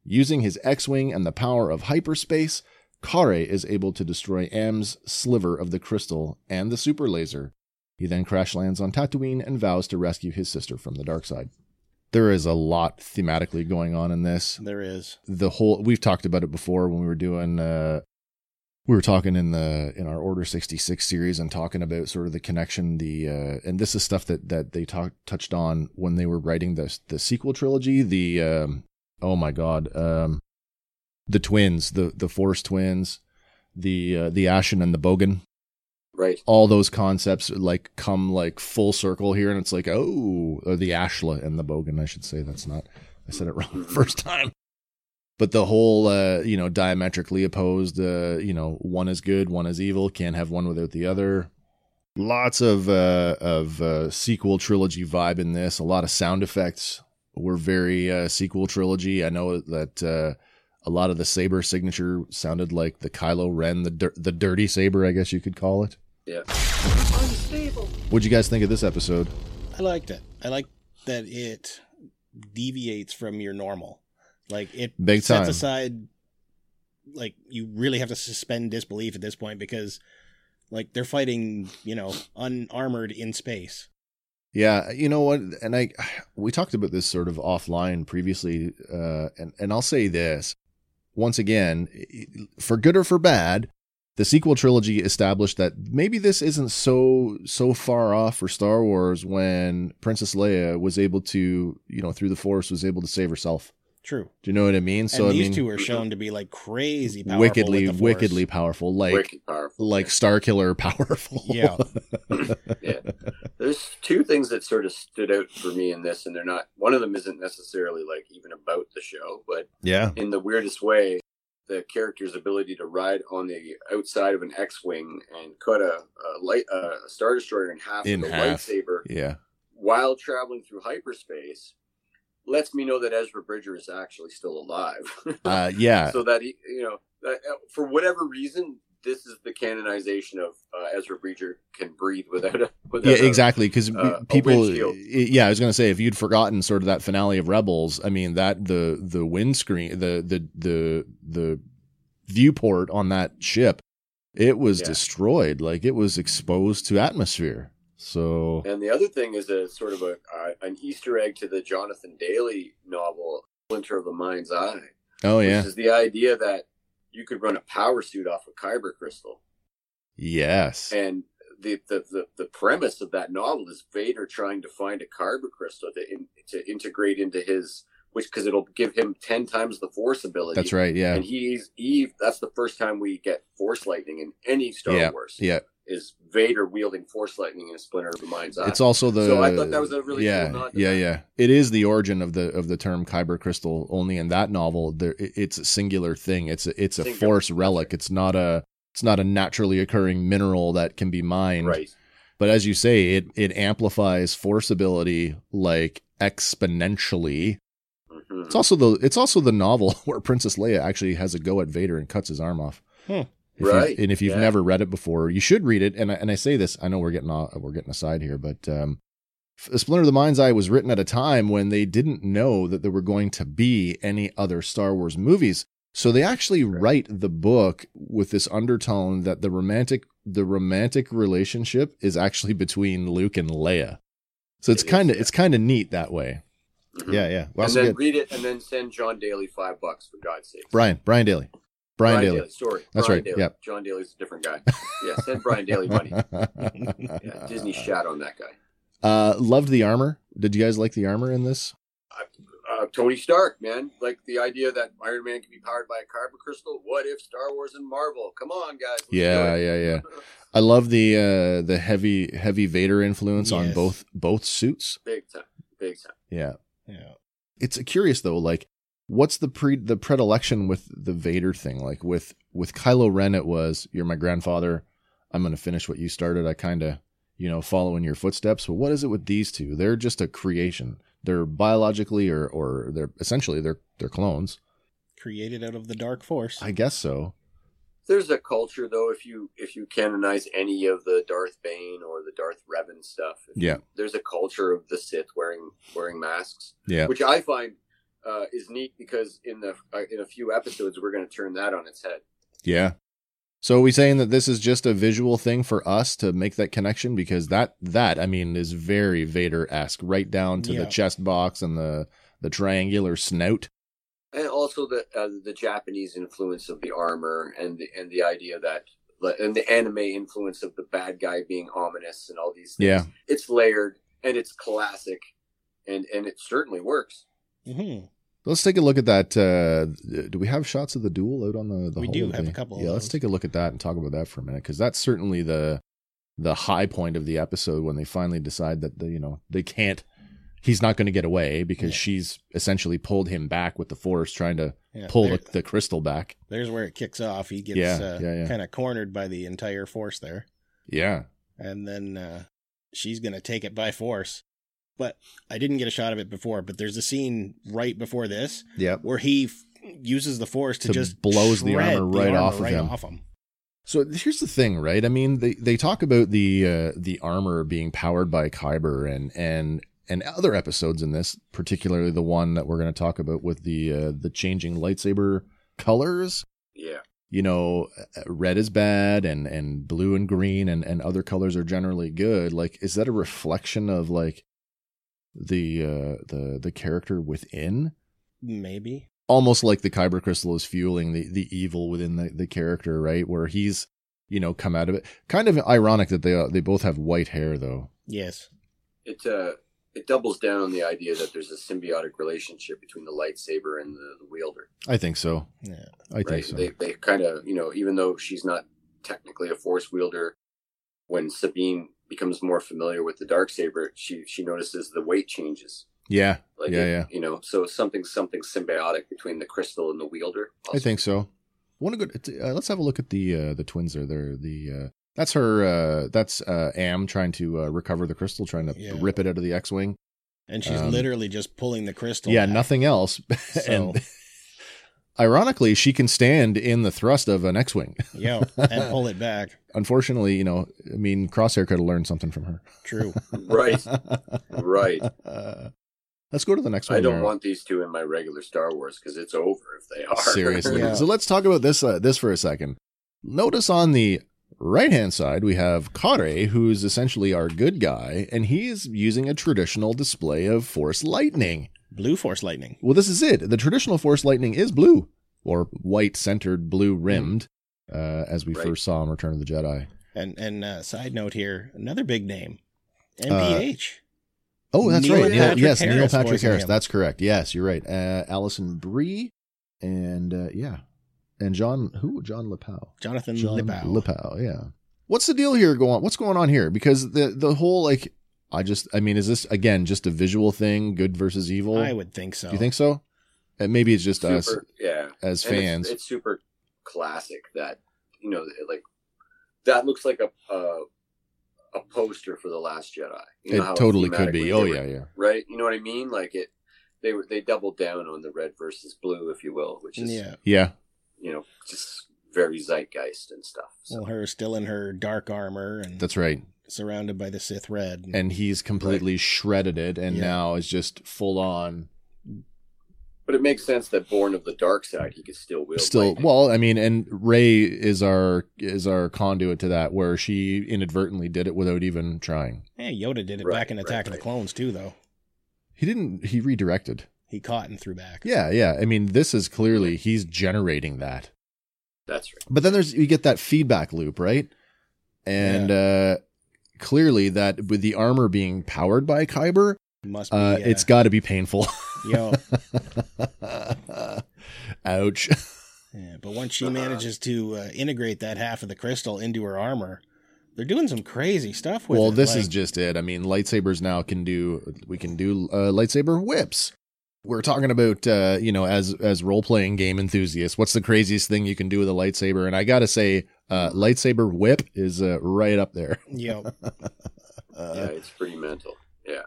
[SPEAKER 2] Using his X Wing and the power of hyperspace, Kare is able to destroy Am's sliver of the crystal and the super laser. He then crash lands on Tatooine and vows to rescue his sister from the dark side. There is a lot thematically going on in this
[SPEAKER 3] there is.
[SPEAKER 2] the whole we've talked about it before when we were doing uh we were talking in the in our order 66 series and talking about sort of the connection the uh and this is stuff that that they talked touched on when they were writing the the sequel trilogy the um oh my god um the twins the the force twins the uh, the ashen and the bogan
[SPEAKER 4] Right.
[SPEAKER 2] all those concepts like come like full circle here and it's like oh or the ashla and the bogan i should say that's not i said it wrong the first time but the whole uh you know diametrically opposed uh you know one is good one is evil can't have one without the other lots of uh of uh sequel trilogy vibe in this a lot of sound effects were very uh sequel trilogy i know that uh a lot of the saber signature sounded like the Kylo Ren, the dir- the dirty saber, I guess you could call it.
[SPEAKER 4] Yeah.
[SPEAKER 2] What'd you guys think of this episode?
[SPEAKER 3] I liked it. I like that it deviates from your normal. Like it
[SPEAKER 2] Big
[SPEAKER 3] sets
[SPEAKER 2] time.
[SPEAKER 3] aside. Like you really have to suspend disbelief at this point because, like, they're fighting you know unarmored in space.
[SPEAKER 2] Yeah, you know what? And I we talked about this sort of offline previously, uh, and and I'll say this once again, for good or for bad, the sequel trilogy established that maybe this isn't so so far off for Star Wars when Princess Leia was able to, you know, through the Force was able to save herself.
[SPEAKER 3] True.
[SPEAKER 2] Do you know what I mean?
[SPEAKER 3] and
[SPEAKER 2] I
[SPEAKER 3] these
[SPEAKER 2] mean,
[SPEAKER 3] two are shown to be like crazy, powerful with
[SPEAKER 2] wickedly
[SPEAKER 3] the Force.
[SPEAKER 2] wickedly powerful, like
[SPEAKER 4] Wicked powerful.
[SPEAKER 2] like Star Killer powerful.
[SPEAKER 3] Yeah.
[SPEAKER 4] yeah. There's two things that sort of stood out for me in this, and they're not. One of them isn't necessarily like even about the show, but
[SPEAKER 2] yeah.
[SPEAKER 4] in the weirdest way, the character's ability to ride on the outside of an X-wing and cut a, a light a star destroyer in half
[SPEAKER 2] In
[SPEAKER 4] with a
[SPEAKER 2] half.
[SPEAKER 4] lightsaber
[SPEAKER 2] Yeah.
[SPEAKER 4] while traveling through hyperspace lets me know that Ezra Bridger is actually still alive.
[SPEAKER 2] Uh, yeah.
[SPEAKER 4] so that he, you know, that, uh, for whatever reason, this is the canonization of uh, Ezra Bridger can breathe without a without
[SPEAKER 2] yeah,
[SPEAKER 4] a-
[SPEAKER 2] exactly. Because
[SPEAKER 4] uh, a
[SPEAKER 2] people,
[SPEAKER 4] windshield.
[SPEAKER 2] yeah, I was gonna say if you'd forgotten sort of that finale of Rebels, I mean that the the windscreen, the the the the viewport on that ship, it was
[SPEAKER 4] Yeah.
[SPEAKER 2] destroyed. Like it was exposed to atmosphere. So
[SPEAKER 4] And the other thing is a sort of a uh, an Easter egg to the Jonathan Daly novel Splinter of the Mind's Eye,
[SPEAKER 2] oh yeah,
[SPEAKER 4] which is the idea that you could run a power suit off a kyber crystal.
[SPEAKER 2] yes,
[SPEAKER 4] And the, the, the, the premise of that novel is Vader trying to find a kyber crystal to in, to integrate into his which because it'll give him ten times the force ability.
[SPEAKER 2] that's right. Yeah,
[SPEAKER 4] And he's Eve. That's the first time we get force lightning in any Star Wars.
[SPEAKER 2] yeah.
[SPEAKER 4] Is Vader wielding force lightning in a Splinter of the Mind's Eye?
[SPEAKER 2] It's also the.
[SPEAKER 4] So I thought that was a really cool
[SPEAKER 2] yeah,
[SPEAKER 4] nod to
[SPEAKER 2] yeah,
[SPEAKER 4] that.
[SPEAKER 2] yeah. It is the origin of the of the term kyber crystal. Only in that novel, there it- it's a singular thing. It's a, it's a
[SPEAKER 4] Singular.
[SPEAKER 2] force relic. It's not a it's not a naturally occurring mineral that can be mined.
[SPEAKER 4] right.
[SPEAKER 2] But as you say, it it amplifies force ability like exponentially.
[SPEAKER 4] Mhm.
[SPEAKER 2] It's also the it's also the novel where Princess Leia actually has a go at Vader and cuts his arm off.
[SPEAKER 3] Hmm.
[SPEAKER 2] If you-
[SPEAKER 4] Right,
[SPEAKER 2] and if you've
[SPEAKER 4] yeah.
[SPEAKER 2] never read it before, you should read it. And I, and I say this, I know we're getting off, we're getting aside here, but um, F- Splinter of the Mind's Eye was written at a time when they didn't know that there were going to be any other Star Wars movies. So they actually write the book with this undertone that the romantic the romantic relationship is actually between Luke and Leia. So it's
[SPEAKER 4] It is,
[SPEAKER 2] kind of
[SPEAKER 4] yeah.
[SPEAKER 2] it's kind of neat that way.
[SPEAKER 4] Mhm.
[SPEAKER 2] Yeah, yeah. Well, that's
[SPEAKER 4] and then
[SPEAKER 2] good.
[SPEAKER 4] read it, and then send John Daly five bucks for God's sake.
[SPEAKER 2] Brian, Brian Daly. Brian, Daly.
[SPEAKER 4] Sorry,
[SPEAKER 2] That's
[SPEAKER 4] Brian
[SPEAKER 2] right,
[SPEAKER 4] Daly.
[SPEAKER 2] yep.
[SPEAKER 4] John Daly's a different guy. yeah, send Brian Daly money. Yeah, Disney shat on that guy.
[SPEAKER 2] Uh, loved the armor. Did you guys like the armor in this?
[SPEAKER 4] Uh, Tony Stark, man, like the idea that Iron Man can be powered by a carbon crystal. What if Star Wars and Marvel? Come on, guys. let's
[SPEAKER 2] Yeah,
[SPEAKER 4] do it.
[SPEAKER 2] yeah, yeah. I love the uh, the heavy heavy Vader influence on
[SPEAKER 3] Yes.
[SPEAKER 2] both both suits.
[SPEAKER 4] Big time, big time.
[SPEAKER 2] Yeah,
[SPEAKER 3] Yeah.
[SPEAKER 2] it's uh, curious though. Like, what's the pre the predilection with the Vader thing? Like with with Kylo Ren, it was you're my grandfather. I'm gonna finish what you started. I kind of you know follow in your footsteps. But what is it with these two? They're just a creation. They're biologically or or they're essentially they're they're clones.
[SPEAKER 3] Created out of the dark force.
[SPEAKER 2] I guess so.
[SPEAKER 4] There's a culture though. If you if you canonize any of the Darth Bane or the Darth Revan stuff, if
[SPEAKER 2] Yeah.
[SPEAKER 4] you- there's a culture of the Sith wearing wearing masks.
[SPEAKER 2] Yeah.
[SPEAKER 4] which I find uh, is neat because in the uh, in a few episodes we're going to turn that on its head.
[SPEAKER 2] Yeah. So are we saying that this is just a visual thing for us to make that connection because that that I mean is very Vader esque, right down to the
[SPEAKER 3] Yeah.
[SPEAKER 2] chest box and the the triangular snout.
[SPEAKER 4] and also the uh, the Japanese influence of the armor and the and the idea that and the anime influence of the bad guy being ominous and all these things.
[SPEAKER 2] Yeah.
[SPEAKER 4] It's layered and it's classic, and and it certainly works.
[SPEAKER 3] hmm
[SPEAKER 2] Let's take a look at that. Uh, do we have shots of the duel out on the? the
[SPEAKER 3] We do
[SPEAKER 2] hallway?
[SPEAKER 3] have a couple of
[SPEAKER 2] Yeah, let's
[SPEAKER 3] those.
[SPEAKER 2] take a look at that and talk about that for a minute because that's certainly the the high point of the episode when they finally decide that the, you know they can't. He's not going to get away because
[SPEAKER 3] Yeah.
[SPEAKER 2] she's essentially pulled him back with the force, trying to
[SPEAKER 3] Yeah,
[SPEAKER 2] pull
[SPEAKER 3] there-
[SPEAKER 2] the, the crystal back.
[SPEAKER 3] There's where it kicks off. He gets
[SPEAKER 2] Yeah,
[SPEAKER 3] uh,
[SPEAKER 2] yeah, yeah.
[SPEAKER 3] kind of cornered by the entire force there.
[SPEAKER 2] Yeah.
[SPEAKER 3] and then uh, she's gonna take it by force. But I didn't get a shot of it before. But there's a scene right before this
[SPEAKER 2] Yep.
[SPEAKER 3] where he f- uses the force to,
[SPEAKER 2] To
[SPEAKER 3] just
[SPEAKER 2] blows the
[SPEAKER 3] shred
[SPEAKER 2] armor right off of
[SPEAKER 3] right
[SPEAKER 2] him.
[SPEAKER 3] off him.
[SPEAKER 2] So here's the thing, right? I mean, they, they talk about the uh, the armor being powered by Kyber and and and other episodes in this, particularly the one that we're going to talk about with the uh, the changing lightsaber colors.
[SPEAKER 4] Yeah,
[SPEAKER 2] You know, uh, red is bad, and and blue and green and and other colors are generally good. Like, is that a reflection of like the uh, the the character within?
[SPEAKER 3] Maybe.
[SPEAKER 2] almost like the kyber crystal is fueling the the evil within the, the character right where he's you know come out of it kind of ironic that they uh, they both have white hair though
[SPEAKER 3] Yes.
[SPEAKER 4] it uh it doubles down on the idea that there's a symbiotic relationship between the lightsaber and the, the wielder.
[SPEAKER 2] i think so
[SPEAKER 3] Yeah.
[SPEAKER 2] i think
[SPEAKER 4] right?
[SPEAKER 2] so
[SPEAKER 4] They they kind of you know even though she's not technically a force wielder, when Sabine becomes more familiar with the dark saber, she she notices the weight changes.
[SPEAKER 2] yeah
[SPEAKER 4] Like
[SPEAKER 2] Yeah,
[SPEAKER 4] it-
[SPEAKER 2] yeah.
[SPEAKER 4] You know, so something something symbiotic between the crystal and the wielder.
[SPEAKER 2] i think so want to go. To, uh, let's have a look at the uh, the twins. There, they're the uh, that's her. Uh, that's uh, Am trying to uh, recover the crystal, trying to
[SPEAKER 3] Yeah.
[SPEAKER 2] rip it out of the X-wing.
[SPEAKER 3] and she's
[SPEAKER 2] Um,
[SPEAKER 3] literally just pulling the crystal.
[SPEAKER 2] yeah,
[SPEAKER 3] back.
[SPEAKER 2] nothing else.
[SPEAKER 3] So,
[SPEAKER 2] and ironically, she can stand in the thrust of an X-wing.
[SPEAKER 3] yo, and pull it back.
[SPEAKER 2] Unfortunately, you know, I mean, Crosshair could have learned something from her.
[SPEAKER 3] True.
[SPEAKER 4] Right. Right.
[SPEAKER 2] Let's go to the next one.
[SPEAKER 4] I don't
[SPEAKER 2] Meryl.
[SPEAKER 4] want these two in my regular Star Wars because it's over if they are.
[SPEAKER 2] Seriously.
[SPEAKER 3] Yeah.
[SPEAKER 2] So let's talk about this uh, this for a second. Notice on the right hand side we have Kare, who's essentially our good guy, and he's using a traditional display of force lightning.
[SPEAKER 3] Blue force lightning.
[SPEAKER 2] Well, this is it. The traditional force lightning is blue, or white centered, blue rimmed, uh, as we
[SPEAKER 4] Mm. Right.
[SPEAKER 2] first saw in Return of the Jedi.
[SPEAKER 3] And and uh, side note here, another big name,
[SPEAKER 2] Uh,
[SPEAKER 3] MPH.
[SPEAKER 2] Oh, that's
[SPEAKER 3] Neil
[SPEAKER 2] right. Neil,
[SPEAKER 3] Patrick
[SPEAKER 2] yes, Neil
[SPEAKER 3] Harris
[SPEAKER 2] Patrick
[SPEAKER 3] voicing
[SPEAKER 2] Harris.
[SPEAKER 3] him.
[SPEAKER 2] That's correct. Yes, you're right. Uh, Allison Brie, and uh, yeah, and John who John Lapau.
[SPEAKER 3] Jonathan
[SPEAKER 2] John
[SPEAKER 3] Lippow.
[SPEAKER 2] Lippow, yeah. What's the deal here going What's going on here? Because the the whole like I just I mean, is this again just a visual thing, good versus evil?
[SPEAKER 3] I would think so.
[SPEAKER 2] Do you think so? And maybe it's just us
[SPEAKER 4] Super, yeah.
[SPEAKER 2] as
[SPEAKER 4] And it's-
[SPEAKER 2] fans.
[SPEAKER 4] It's, super classic that you know, like that looks like a a, a poster for the Last Jedi. You know
[SPEAKER 2] it
[SPEAKER 4] how
[SPEAKER 2] totally could be.
[SPEAKER 4] thematically
[SPEAKER 2] Oh
[SPEAKER 4] they were-
[SPEAKER 2] yeah, yeah.
[SPEAKER 4] right. You know what I mean? Like it, they were they doubled down on the red versus blue, if you will, which is
[SPEAKER 3] Yeah.
[SPEAKER 2] Yeah.
[SPEAKER 4] you know just very zeitgeist and stuff. So
[SPEAKER 3] Well, her still in her dark armor and
[SPEAKER 2] That's right.
[SPEAKER 3] surrounded by the Sith red.
[SPEAKER 2] And he's completely shredded it and
[SPEAKER 3] Yeah.
[SPEAKER 2] now is just full on
[SPEAKER 4] But it makes sense that born of the dark side, he could still wield.
[SPEAKER 2] still
[SPEAKER 4] lightning.
[SPEAKER 2] well, I mean, and Ray is our is our conduit to that where she inadvertently did it without even trying.
[SPEAKER 3] Eh, Yoda did it
[SPEAKER 4] Right,
[SPEAKER 3] back in Attack
[SPEAKER 4] right,
[SPEAKER 3] of the
[SPEAKER 4] right.
[SPEAKER 3] Clones too, though.
[SPEAKER 2] He didn't he redirected.
[SPEAKER 3] He caught and threw back.
[SPEAKER 2] Yeah, yeah. I mean, this is clearly he's generating that.
[SPEAKER 4] that's right.
[SPEAKER 2] But then there's you get that feedback loop, right? And uh clearly that with the armor being powered by Kyber,
[SPEAKER 3] Must be.
[SPEAKER 2] uh
[SPEAKER 3] yeah.
[SPEAKER 2] it's got to be painful.
[SPEAKER 3] yo.
[SPEAKER 2] Ouch.
[SPEAKER 3] Yeah, but once she manages to uh, integrate that half of the crystal into her armor, they're doing some crazy stuff with
[SPEAKER 2] Well,
[SPEAKER 3] it,
[SPEAKER 2] this
[SPEAKER 3] like-
[SPEAKER 2] is just it. I mean, lightsabers now can do we can do uh, lightsaber whips. We're talking about uh, you know as as role playing game enthusiasts, what's the craziest thing you can do with a lightsaber? And I got to say, uh, lightsaber whip is uh, right up there.
[SPEAKER 3] yo.
[SPEAKER 4] yeah,
[SPEAKER 2] Uh,
[SPEAKER 4] it's pretty mental. Yeah,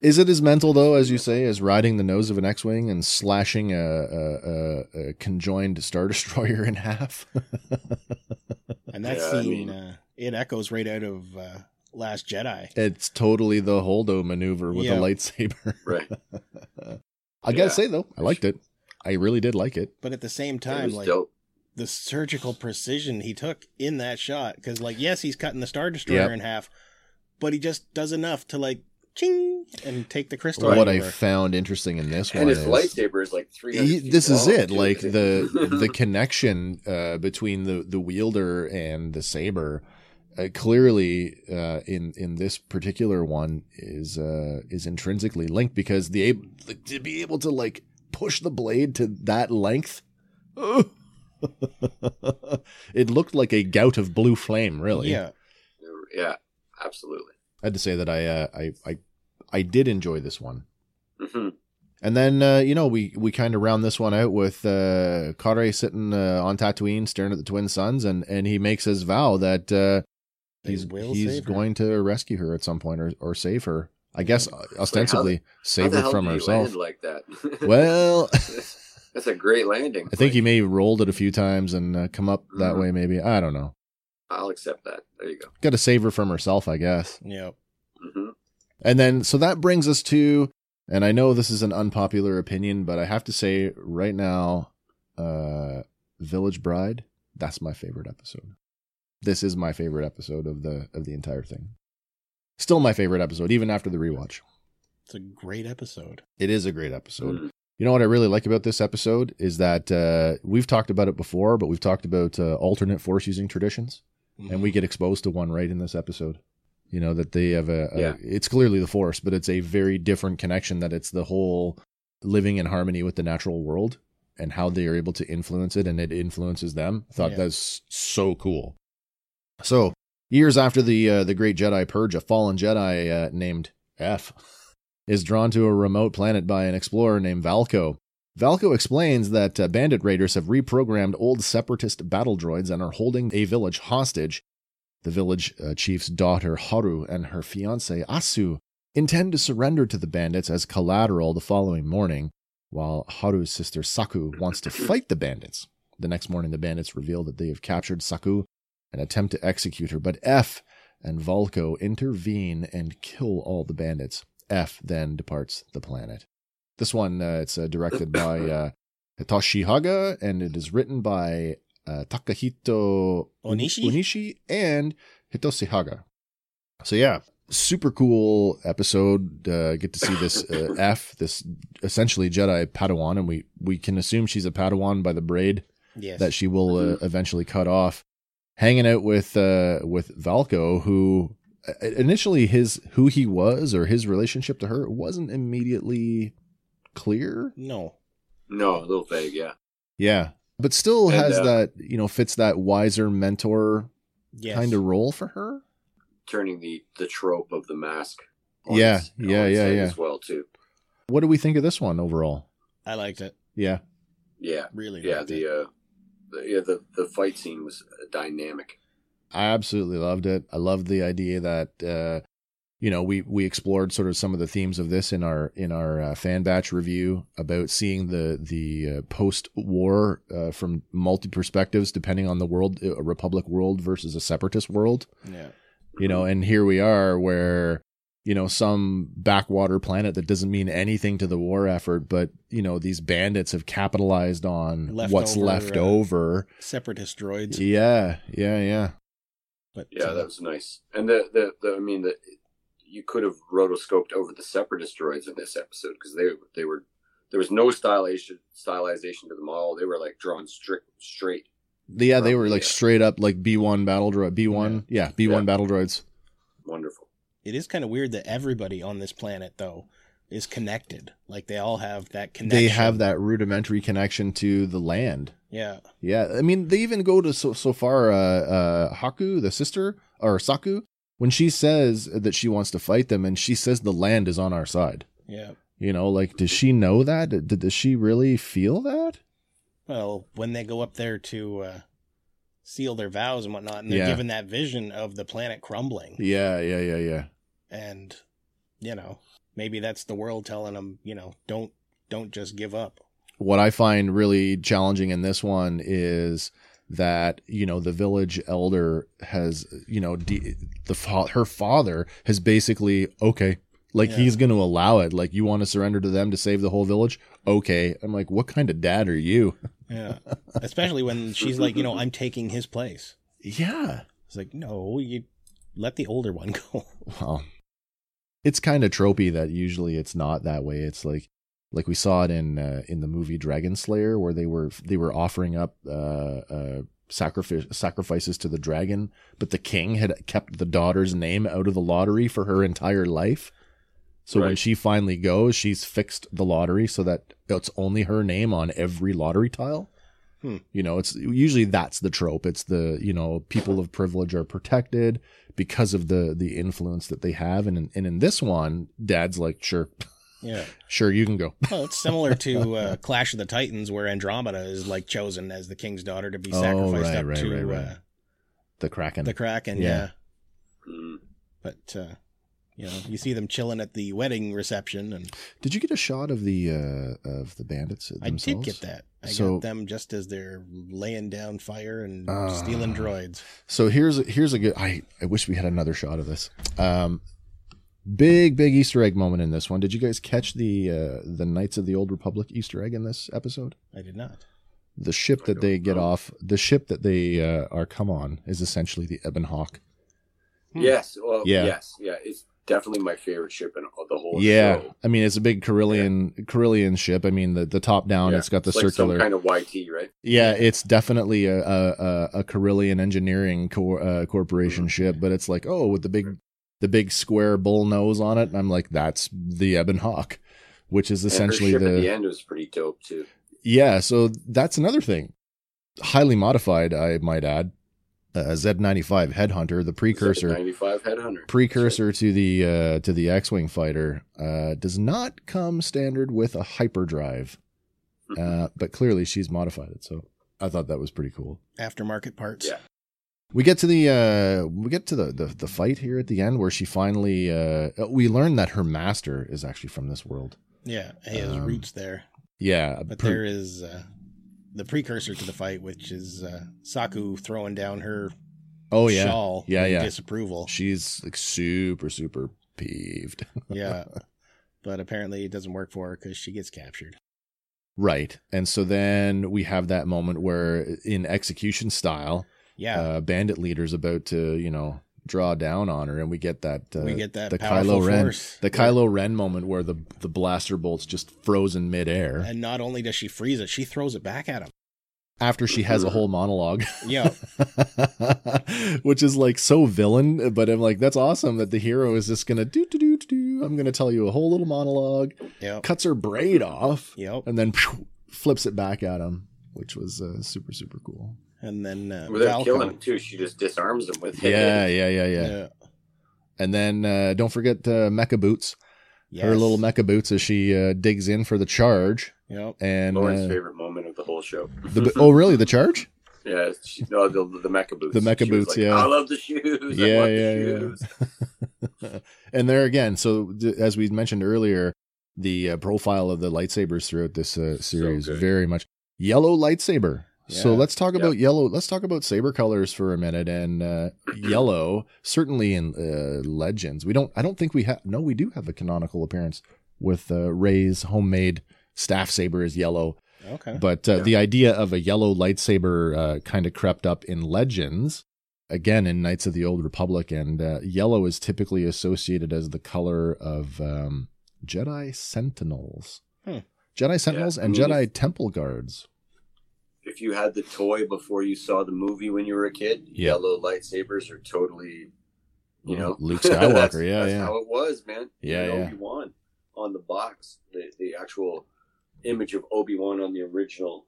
[SPEAKER 2] Is it as mental though, as you say, as riding the nose of an X-wing and slashing a, a, a, a conjoined star destroyer in half?
[SPEAKER 3] And that
[SPEAKER 4] Yeah, I
[SPEAKER 3] scene,
[SPEAKER 4] mean-
[SPEAKER 3] uh, it echoes right out of uh, Last Jedi.
[SPEAKER 2] it's totally the Holdo maneuver with
[SPEAKER 3] Yeah.
[SPEAKER 2] a lightsaber.
[SPEAKER 4] right.
[SPEAKER 2] I gotta
[SPEAKER 4] Yeah.
[SPEAKER 2] say though, I liked it. I really did like it.
[SPEAKER 3] But at the same
[SPEAKER 4] it
[SPEAKER 3] time,
[SPEAKER 4] was
[SPEAKER 3] like
[SPEAKER 4] dope.
[SPEAKER 3] the surgical precision he took in that shot, because like yes, he's cutting the Star Destroyer
[SPEAKER 2] Yep.
[SPEAKER 3] in half, but he just does enough to like ching and take the crystal.
[SPEAKER 2] what
[SPEAKER 3] out
[SPEAKER 2] I
[SPEAKER 3] of her.
[SPEAKER 2] found interesting in this
[SPEAKER 4] And
[SPEAKER 2] one
[SPEAKER 4] his
[SPEAKER 2] is
[SPEAKER 4] lightsaber is like three.
[SPEAKER 2] he- this is it. Like the the connection uh, between the the wielder and the saber. Uh, clearly, uh, in in this particular one is uh, is intrinsically linked because the ab- to be able to like push the blade to that length, it looked like a gout of blue flame. Really,
[SPEAKER 3] yeah,
[SPEAKER 4] yeah, absolutely.
[SPEAKER 2] I had to say that I uh, I, I I did enjoy this one.
[SPEAKER 4] hmm
[SPEAKER 2] And then uh, you know we we kind of round this one out with uh, Kare sitting uh, on Tatooine staring at the twin sons, and and he makes his vow that uh,
[SPEAKER 3] They
[SPEAKER 2] he's
[SPEAKER 3] will
[SPEAKER 2] he's
[SPEAKER 3] save her.
[SPEAKER 2] going to rescue her at some point or or save her. I guess uh, ostensibly
[SPEAKER 4] How
[SPEAKER 2] save
[SPEAKER 4] the
[SPEAKER 2] her
[SPEAKER 4] hell
[SPEAKER 2] from
[SPEAKER 4] did he
[SPEAKER 2] herself.
[SPEAKER 4] land Like that.
[SPEAKER 2] well,
[SPEAKER 4] that's a great landing.
[SPEAKER 2] I think he
[SPEAKER 4] Like,
[SPEAKER 2] may have rolled it a few times and uh, come up that
[SPEAKER 4] Mhm.
[SPEAKER 2] way. Maybe I don't know.
[SPEAKER 4] I'll accept that. There you go.
[SPEAKER 2] Got to save her from herself, I guess.
[SPEAKER 3] yeah.
[SPEAKER 4] hmm
[SPEAKER 2] And then so that brings us to, and I know this is an unpopular opinion, but I have to say right now, uh, Village Bride, that's my favorite episode. This is my favorite episode of the of the entire thing. Still my favorite episode, even after the rewatch.
[SPEAKER 3] It's a great episode.
[SPEAKER 2] It is a great episode.
[SPEAKER 4] Mm. Mm-hmm.
[SPEAKER 2] You know what I really like about this episode is that uh, we've talked about it before, but we've talked about uh, alternate force using traditions
[SPEAKER 3] Mm.
[SPEAKER 2] and we get exposed to one right in this episode. You know that they have a, a-
[SPEAKER 4] Yeah.
[SPEAKER 2] it's clearly the force, but it's a very different connection that it's the whole living in harmony with the natural world and how they are able to influence it and it influences them. I thought
[SPEAKER 3] Yeah.
[SPEAKER 2] that's so cool. So, years after the uh, the great Jedi purge, a fallen Jedi uh, named F is drawn to a remote planet by an explorer named Valco Valco explains that uh, bandit raiders have reprogrammed old separatist battle droids and are holding a village hostage. The village uh, chief's daughter, Haru, and her fiance, Asu, intend to surrender to the bandits as collateral the following morning, while Haru's sister, Saku, wants to fight the bandits. The next morning, the bandits reveal that they have captured Saku and attempt to execute her, but F and Volko intervene and kill all the bandits. F then departs the planet. This one uh, it's uh, directed by uh, Hitoshi Haga and it is written by uh, Takahito
[SPEAKER 3] Onishi?
[SPEAKER 2] Onishi and Hitoshi Haga. So yeah, super cool episode. Uh, get to see this uh, F, this essentially Jedi Padawan, and we we can assume she's a Padawan by the braid
[SPEAKER 3] Yes.
[SPEAKER 2] that she will uh, eventually cut off hanging out with uh with Valco who uh, initially his who he was or his relationship to her wasn't immediately clear
[SPEAKER 3] no.
[SPEAKER 4] No, a little vague, yeah.
[SPEAKER 2] yeah but still
[SPEAKER 4] And,
[SPEAKER 2] has
[SPEAKER 4] uh,
[SPEAKER 2] that you know fits that wiser mentor
[SPEAKER 3] Yes.
[SPEAKER 2] kind of role for her
[SPEAKER 4] Turning the the trope of the mask. on
[SPEAKER 2] Yeah,
[SPEAKER 4] its-
[SPEAKER 2] yeah,
[SPEAKER 4] on its
[SPEAKER 2] yeah,
[SPEAKER 4] head
[SPEAKER 2] yeah.
[SPEAKER 4] As well too.
[SPEAKER 2] what do we think of this one overall
[SPEAKER 3] I liked it.
[SPEAKER 2] yeah
[SPEAKER 4] Yeah,
[SPEAKER 3] Really.
[SPEAKER 4] yeah.
[SPEAKER 3] liked
[SPEAKER 4] The
[SPEAKER 3] it.
[SPEAKER 4] uh, the, yeah, the the fight scene was uh, dynamic.
[SPEAKER 2] I absolutely loved it. I loved the idea that uh, you know we we explored sort of some of the themes of this in our in our uh, fan batch review about seeing the the uh, post war uh, from multi perspectives, depending on the world, uh, a republic world versus a separatist world.
[SPEAKER 3] yeah.
[SPEAKER 2] You know, and here we are where you know some backwater planet that doesn't mean anything to the war effort, but you know these bandits have capitalized on what's
[SPEAKER 3] Leftover,
[SPEAKER 2] left
[SPEAKER 3] uh,
[SPEAKER 2] over.
[SPEAKER 3] Separatist droids.
[SPEAKER 2] Yeah, yeah, yeah.
[SPEAKER 3] But
[SPEAKER 4] Yeah,
[SPEAKER 3] uh,
[SPEAKER 4] that was nice. And the the, the I mean the you could have rotoscoped over the separatist droids in this episode because they they were there was no stylization stylization to them all. They were like drawn strict straight.
[SPEAKER 2] The- yeah, they were like
[SPEAKER 4] Yeah.
[SPEAKER 2] straight up like B one battle droid. B one, yeah, B one
[SPEAKER 4] Yeah.
[SPEAKER 2] battle droids.
[SPEAKER 4] Wonderful.
[SPEAKER 3] it is kind of weird that everybody on this planet though is connected. Like they all have that connection.
[SPEAKER 2] They have that rudimentary connection to the land.
[SPEAKER 3] Yeah.
[SPEAKER 2] Yeah, I mean, they even go to so, so far. Uh, uh, Haku, the sister, or Saku, when she says that she wants to fight them, and she says the land is on our side.
[SPEAKER 3] Yeah.
[SPEAKER 2] You know, like, does she know that? Did, does she really feel that?
[SPEAKER 3] Well, when they go up there to uh, seal their vows and whatnot, and they're
[SPEAKER 2] Yeah.
[SPEAKER 3] given that vision of the planet crumbling,
[SPEAKER 2] Yeah, yeah, yeah, yeah.
[SPEAKER 3] and you know, maybe that's the world telling them, you know, don't don't just give up.
[SPEAKER 2] what I find really challenging in this one is that you know the village elder has you know de- the fa- her father has basically okay like
[SPEAKER 3] Yeah.
[SPEAKER 2] he's going to allow it like you want to surrender to them to save the whole village okay i'm like what kind of dad are you
[SPEAKER 3] Yeah, especially when she's like, you know, I'm taking his place.
[SPEAKER 2] yeah
[SPEAKER 3] It's like, no, you let the older one go.
[SPEAKER 2] Well, it's kind of tropey that usually it's not that way. It's like like we saw it in uh, in the movie Dragon Slayer where they were they were offering up uh, uh, sacrifice sacrifices to the dragon, but the king had kept the daughter's name out of the lottery for her entire life. So when
[SPEAKER 4] Right.
[SPEAKER 2] she finally goes, she's fixed the lottery so that it's only her name on every lottery tile.
[SPEAKER 3] Hmm.
[SPEAKER 2] You know, it's usually that's the trope. It's the you know people of privilege are protected because of the the influence that they have, and in, and in this one, Dad's like, sure,
[SPEAKER 3] Yeah,
[SPEAKER 2] sure, you can go.
[SPEAKER 3] well, it's similar to uh, Clash of the Titans, where Andromeda is like chosen as the king's daughter to be
[SPEAKER 2] Oh,
[SPEAKER 3] sacrificed
[SPEAKER 2] right,
[SPEAKER 3] up
[SPEAKER 2] right,
[SPEAKER 3] to
[SPEAKER 2] right, right.
[SPEAKER 3] Uh,
[SPEAKER 2] The Kraken.
[SPEAKER 3] the Kraken.
[SPEAKER 2] Yeah.
[SPEAKER 3] yeah.
[SPEAKER 4] Mm.
[SPEAKER 3] but uh, you know, you see them chilling at the wedding reception, and
[SPEAKER 2] did you get a shot of the uh of the bandits themselves?
[SPEAKER 3] I did get that. I
[SPEAKER 2] So-
[SPEAKER 3] got them just as they're laying down fire and
[SPEAKER 2] Ah.
[SPEAKER 3] stealing droids.
[SPEAKER 2] So here's here's a good. I I wish we had another shot of this. Um, big big Easter egg moment in this one. Did you guys catch the uh the Knights of the Old Republic Easter egg in this episode?
[SPEAKER 3] I did not.
[SPEAKER 2] The ship that they get off, the ship that they uh, are come on, is essentially the Ebon Hawk.
[SPEAKER 4] Yes. Well,
[SPEAKER 2] Hmm. Yeah.
[SPEAKER 4] yes. Yeah. It's definitely my favorite ship in all- the whole
[SPEAKER 2] yeah,
[SPEAKER 4] show.
[SPEAKER 2] I mean it's a big Carillion Carillion ship. I mean the, the top down,
[SPEAKER 4] Yeah.
[SPEAKER 2] Oh, it's got the
[SPEAKER 4] like
[SPEAKER 2] circular.
[SPEAKER 4] some kind of YT, right?
[SPEAKER 2] Yeah, it's definitely a a, a, a Carillion engineering cor- uh,
[SPEAKER 4] Mm-hmm.
[SPEAKER 2] corporation ship, but it's like oh, with the big the big square bull nose on it, and I'm like that's the Ebon Hawk, which is essentially
[SPEAKER 4] and her ship
[SPEAKER 2] the,
[SPEAKER 4] at the end was pretty dope too.
[SPEAKER 2] yeah. So that's another thing, highly modified, I might add. Uh, Z95 Headhunter, the precursor
[SPEAKER 4] ninety-five headhunter
[SPEAKER 2] precursor to the uh, to the X-wing fighter, uh, does not come standard with a hyperdrive.
[SPEAKER 4] Hmm.
[SPEAKER 2] uh, but clearly she's modified it. So I thought that was pretty cool.
[SPEAKER 3] Aftermarket parts.
[SPEAKER 4] Yeah.
[SPEAKER 2] We get to the uh, we get to the, the the fight here at the end where she finally uh, we learn that her master is actually from this world.
[SPEAKER 3] Yeah, he has
[SPEAKER 2] Um,
[SPEAKER 3] roots there.
[SPEAKER 2] Yeah,
[SPEAKER 3] But
[SPEAKER 2] per-
[SPEAKER 3] there is uh, the precursor to the fight, which is uh, Saku throwing down her
[SPEAKER 2] oh yeah,
[SPEAKER 3] shawl
[SPEAKER 2] Yeah,
[SPEAKER 3] in
[SPEAKER 2] yeah.
[SPEAKER 3] disapproval.
[SPEAKER 2] she's like super super peeved.
[SPEAKER 3] yeah. But apparently it doesn't work for her because she gets captured.
[SPEAKER 2] Right, and so then we have that moment where in execution style,
[SPEAKER 3] Yeah.
[SPEAKER 2] uh, bandit leader's about to you know draw down on her, and we get that uh,
[SPEAKER 3] we get that
[SPEAKER 2] the
[SPEAKER 3] powerful
[SPEAKER 2] Kylo Ren-
[SPEAKER 3] force.
[SPEAKER 2] the Kylo Ren moment where the the blaster bolt's just frozen midair
[SPEAKER 3] And not only does she freeze it, she throws it back at him.
[SPEAKER 2] after she has a whole monologue.
[SPEAKER 3] Yeah.
[SPEAKER 2] which is like so villain but i'm like that's awesome that the hero is just gonna do do do do i'm gonna tell you a whole little monologue
[SPEAKER 3] yep.
[SPEAKER 2] cuts her braid off
[SPEAKER 3] Yep.
[SPEAKER 2] and then phew, flips it back at him which was uh, super super cool
[SPEAKER 3] And then uh,
[SPEAKER 4] Without
[SPEAKER 3] Valco-
[SPEAKER 4] killing him too, she just disarms him with it.
[SPEAKER 2] yeah yeah yeah yeah,
[SPEAKER 3] Yeah.
[SPEAKER 2] and then uh, don't forget uh, mecha boots her
[SPEAKER 3] Yes.
[SPEAKER 2] little mecha boots as she uh, digs in for the charge
[SPEAKER 3] Yep.
[SPEAKER 2] and
[SPEAKER 4] Lauren's
[SPEAKER 2] uh,
[SPEAKER 4] favorite moment of the whole show.
[SPEAKER 2] the, bo- oh really the charge
[SPEAKER 4] Yeah, she, no, the, the mecha boots.
[SPEAKER 2] The mecha
[SPEAKER 4] She was
[SPEAKER 2] boots,
[SPEAKER 4] like,
[SPEAKER 2] yeah.
[SPEAKER 4] I love the shoes. I
[SPEAKER 2] Yeah,
[SPEAKER 4] want
[SPEAKER 2] yeah,
[SPEAKER 4] the
[SPEAKER 2] yeah.
[SPEAKER 4] shoes.
[SPEAKER 2] and there again, so th- as we mentioned earlier, the uh, profile of the lightsabers throughout this uh, series
[SPEAKER 4] good.
[SPEAKER 2] very much yellow lightsaber. So
[SPEAKER 3] Yeah.
[SPEAKER 2] let's talk
[SPEAKER 4] Yep.
[SPEAKER 2] about yellow. Let's talk about saber colors for a minute. And uh, yellow, certainly in uh, Legends, we don't. I don't think we have. No, we do have a canonical appearance with uh, Ray's homemade staff saber is yellow.
[SPEAKER 3] Okay.
[SPEAKER 2] But uh,
[SPEAKER 4] Yeah.
[SPEAKER 2] the idea of a yellow lightsaber uh, kind of crept up in Legends, again in Knights of the Old Republic, and uh, yellow is typically associated as the color of um, Jedi Sentinels,
[SPEAKER 3] Hmm.
[SPEAKER 2] Jedi Sentinels,
[SPEAKER 4] I
[SPEAKER 2] and
[SPEAKER 4] mean,
[SPEAKER 2] Jedi Temple Guards.
[SPEAKER 4] If you had the toy before you saw the movie when you were a kid,
[SPEAKER 2] Yeah.
[SPEAKER 4] yellow lightsabers are totally, you know,
[SPEAKER 2] Luke
[SPEAKER 4] that's-
[SPEAKER 2] Skywalker. yeah,
[SPEAKER 4] that's
[SPEAKER 2] yeah,
[SPEAKER 4] how it was, man.
[SPEAKER 2] Yeah,
[SPEAKER 4] you know,
[SPEAKER 2] yeah.
[SPEAKER 4] Obi Wan on the box, the, the actual image of Obi Wan on the original,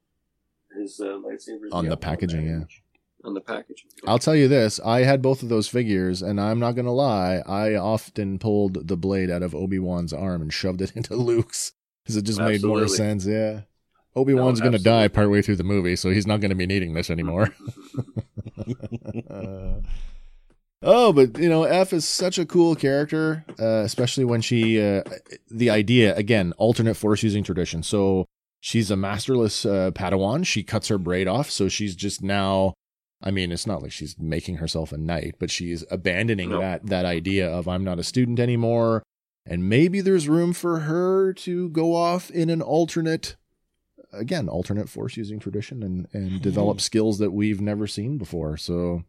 [SPEAKER 4] his uh, lightsabers
[SPEAKER 2] On the
[SPEAKER 4] yellow
[SPEAKER 2] packaging, yeah.
[SPEAKER 4] package. on the packaging.
[SPEAKER 2] I'll tell you this: I had both of those figures, and I'm not gonna lie. I often pulled the blade out of Obi Wan's arm and shoved it into Luke's because it just made more
[SPEAKER 4] Absolutely.
[SPEAKER 2] sense. Yeah, Obi Wan's gonna die
[SPEAKER 4] absolutely.
[SPEAKER 2] partway through the movie, so he's not gonna be needing this anymore. oh, but you know, F is such a cool character, uh, especially when she uh, the idea again alternate force using tradition. So she's a masterless uh, Padawan. She cuts her braid off, so she's just now. I mean, it's not like she's making herself a knight, but she's abandoning
[SPEAKER 4] No.
[SPEAKER 2] that that idea of I'm not a student anymore, and maybe there's room for her to go off in an alternate, again, alternate force using tradition and and develop skills that we've never seen before. So,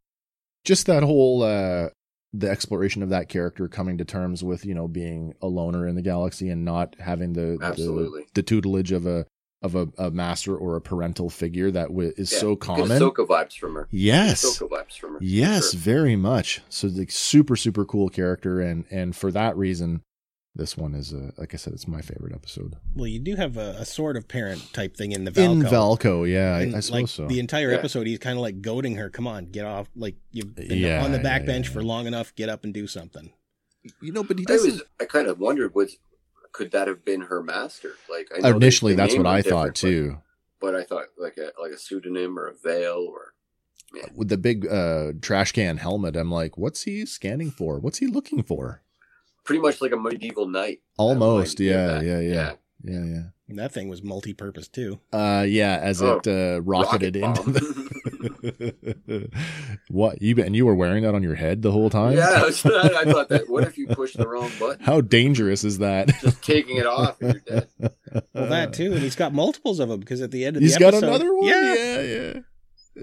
[SPEAKER 2] just that whole uh, the exploration of that character coming to terms with you know being a loner in the galaxy and not having the the,
[SPEAKER 4] Absolutely.
[SPEAKER 2] the tutelage of a of a, a master or a parental figure that w- is
[SPEAKER 4] Yeah,
[SPEAKER 2] so
[SPEAKER 4] you get
[SPEAKER 2] common.
[SPEAKER 4] Ahsoka vibes from her.
[SPEAKER 2] Yes.
[SPEAKER 4] Ahsoka vibes from her. for
[SPEAKER 2] Yes,
[SPEAKER 4] sure.
[SPEAKER 2] very much. So like super super cool character and and for that reason this one is uh like I said it's my favorite episode.
[SPEAKER 3] Well, you do have a, a sort of parent type thing in the Valco.
[SPEAKER 2] In Valco, yeah, I,
[SPEAKER 3] And,
[SPEAKER 2] I suppose
[SPEAKER 3] like
[SPEAKER 2] so.
[SPEAKER 3] the entire
[SPEAKER 4] Yeah.
[SPEAKER 3] episode, he's kind of like goading her. Come on, get off! Like you've been
[SPEAKER 2] Yeah,
[SPEAKER 3] on the
[SPEAKER 2] yeah,
[SPEAKER 3] back bench
[SPEAKER 2] yeah.
[SPEAKER 3] for long enough. Get up and do something.
[SPEAKER 2] you know, but he
[SPEAKER 4] I
[SPEAKER 2] doesn't
[SPEAKER 4] was. I kind of wondered was could that have been her master? Like I know they-
[SPEAKER 2] initially
[SPEAKER 4] they
[SPEAKER 2] that's
[SPEAKER 4] name
[SPEAKER 2] what
[SPEAKER 4] her
[SPEAKER 2] I thought
[SPEAKER 4] different,
[SPEAKER 2] too.
[SPEAKER 4] But, but I thought like a like a pseudonym or a veil or
[SPEAKER 2] With the big uh trash can helmet, I'm like what's he scanning for? What's he looking for?
[SPEAKER 4] pretty much like a medieval knight.
[SPEAKER 2] Almost,
[SPEAKER 4] That reminded me of
[SPEAKER 2] yeah,
[SPEAKER 4] that.
[SPEAKER 2] yeah, yeah. Yeah, yeah.
[SPEAKER 3] And that thing was multi-purpose too.
[SPEAKER 2] Uh yeah, as
[SPEAKER 4] Oh,
[SPEAKER 2] it uh,
[SPEAKER 4] rocket
[SPEAKER 2] rocketed into
[SPEAKER 4] bomb.
[SPEAKER 2] the What you and you were wearing that on your head the whole time?
[SPEAKER 4] Yeah, I, was- I thought that. What if you push the wrong button?
[SPEAKER 2] How dangerous is that?
[SPEAKER 4] Just taking it off, and you're dead.
[SPEAKER 3] Well, that too, and he's got multiples of them because at the end of
[SPEAKER 2] Uh. He's
[SPEAKER 3] the
[SPEAKER 2] got
[SPEAKER 3] episode,
[SPEAKER 2] another one.
[SPEAKER 3] Yeah.
[SPEAKER 2] yeah, yeah.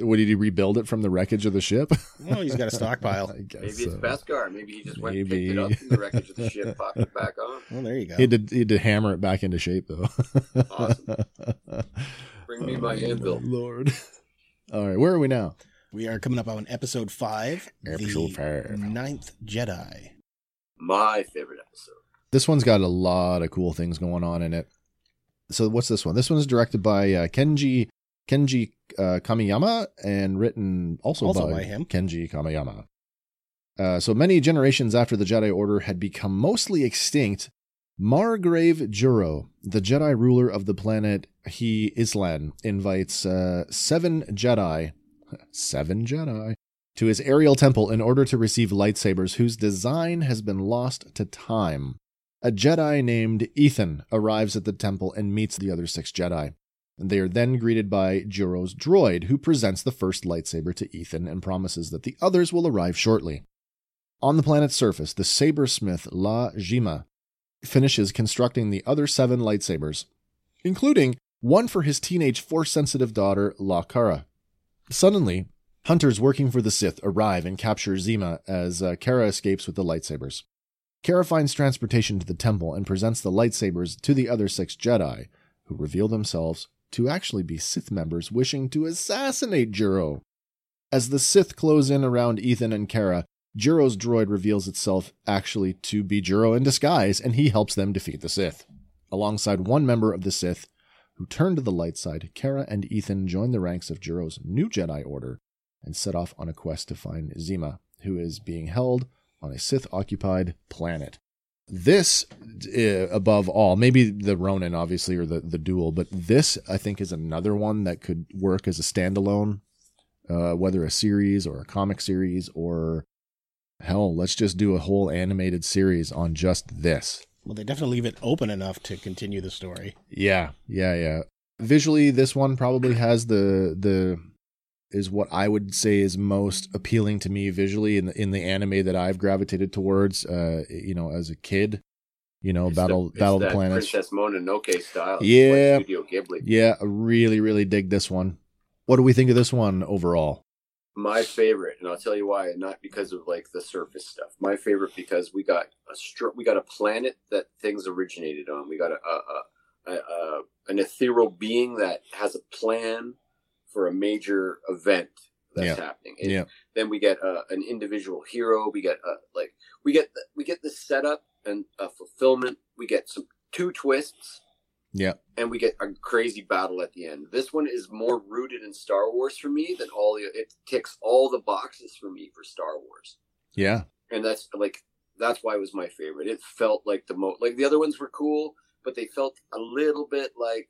[SPEAKER 2] What did he rebuild it from the wreckage of the ship?
[SPEAKER 3] Well, he's got a stockpile.
[SPEAKER 2] I guess
[SPEAKER 4] Maybe it's
[SPEAKER 2] so.
[SPEAKER 4] Beskar. Maybe he just went and picked it
[SPEAKER 2] Maybe.
[SPEAKER 4] up from the wreckage of the ship, popped it back on.
[SPEAKER 3] Well, there you go.
[SPEAKER 2] He had, to, he had to hammer it back into shape, though. Oh,
[SPEAKER 4] Awesome. Bring me my anvil.
[SPEAKER 2] Lord. All right, where are we now?
[SPEAKER 3] We are coming up on episode five,
[SPEAKER 2] Episode
[SPEAKER 3] the
[SPEAKER 2] five.
[SPEAKER 3] ninth Jedi.
[SPEAKER 4] My favorite episode.
[SPEAKER 2] This one's got a lot of cool things going on in it. So what's this one? This one is directed by uh, Kenji Kenji uh, Kamiyama and written also,
[SPEAKER 3] Also by him.
[SPEAKER 2] Kenji Kamiyama. Uh, so many generations after the Jedi Order had become mostly extinct, Margrave Juro, the Jedi ruler of the planet He Islan, invites uh, seven Jedi, seven Jedi, to his aerial temple in order to receive lightsabers whose design has been lost to time. A Jedi named Ethan arrives at the temple and meets the other six Jedi. They are then greeted by Juro's droid, who presents the first lightsaber to Ethan and promises that the others will arrive shortly. On the planet's surface, the sabersmith La Jima finishes constructing the other seven lightsabers, including one for his teenage force sensitive daughter La Kara. Suddenly, hunters working for the Sith arrive and capture Zima as uh, Kara escapes with the lightsabers. Kara finds transportation to the temple and presents the lightsabers to the other six Jedi, who reveal themselves to actually be Sith members wishing to assassinate Juro. As the Sith close in around Ethan and Kara, Juro's droid reveals itself actually to be Juro in disguise, and he helps them defeat the Sith. Alongside one member of the Sith, who turned to the light side, Kara and Ethan join the ranks of Juro's new Jedi Order and set off on a quest to find Zima, who is being held on a Sith occupied planet. This, eh, above all, maybe the Ronin, obviously, or the, the duel, but this, I think, is another one that could work as a standalone, uh, whether a series or a comic series or hell, let's just do a whole animated series on just this.
[SPEAKER 3] Well, they definitely leave it open enough to continue the story.
[SPEAKER 2] Yeah, yeah, yeah. Visually, this one probably has the the is what I would say is most appealing to me visually in the in the anime that I've gravitated towards. Uh, you know, as a kid, you know,
[SPEAKER 4] It's
[SPEAKER 2] battle
[SPEAKER 4] the,
[SPEAKER 2] battle
[SPEAKER 4] it's
[SPEAKER 2] the
[SPEAKER 4] that
[SPEAKER 2] planets.
[SPEAKER 4] Princess Mononoke style. It's like
[SPEAKER 2] Yeah.
[SPEAKER 4] Studio Ghibli.
[SPEAKER 2] Yeah, I really, really dig this one. What do we think of this one overall?
[SPEAKER 4] My favorite, and I'll tell you why, and not because of like the surface stuff. My favorite because we got a str- we got a planet that things originated on. We got a, a, a, a, a an ethereal being that has a plan for a major event that's
[SPEAKER 2] Yeah.
[SPEAKER 4] happening. And
[SPEAKER 2] Yeah,
[SPEAKER 4] Then we get uh, an individual hero. We get uh, like we get the, we get this setup and uh, fulfillment. We get some two twists
[SPEAKER 2] yeah,
[SPEAKER 4] and we get a crazy battle at the end. This one is more rooted in Star Wars for me than all the. It ticks all the boxes for me for Star Wars,
[SPEAKER 2] yeah,
[SPEAKER 4] and that's like that's why it was my favorite. It felt like the most like the other ones were cool, but they felt a little bit like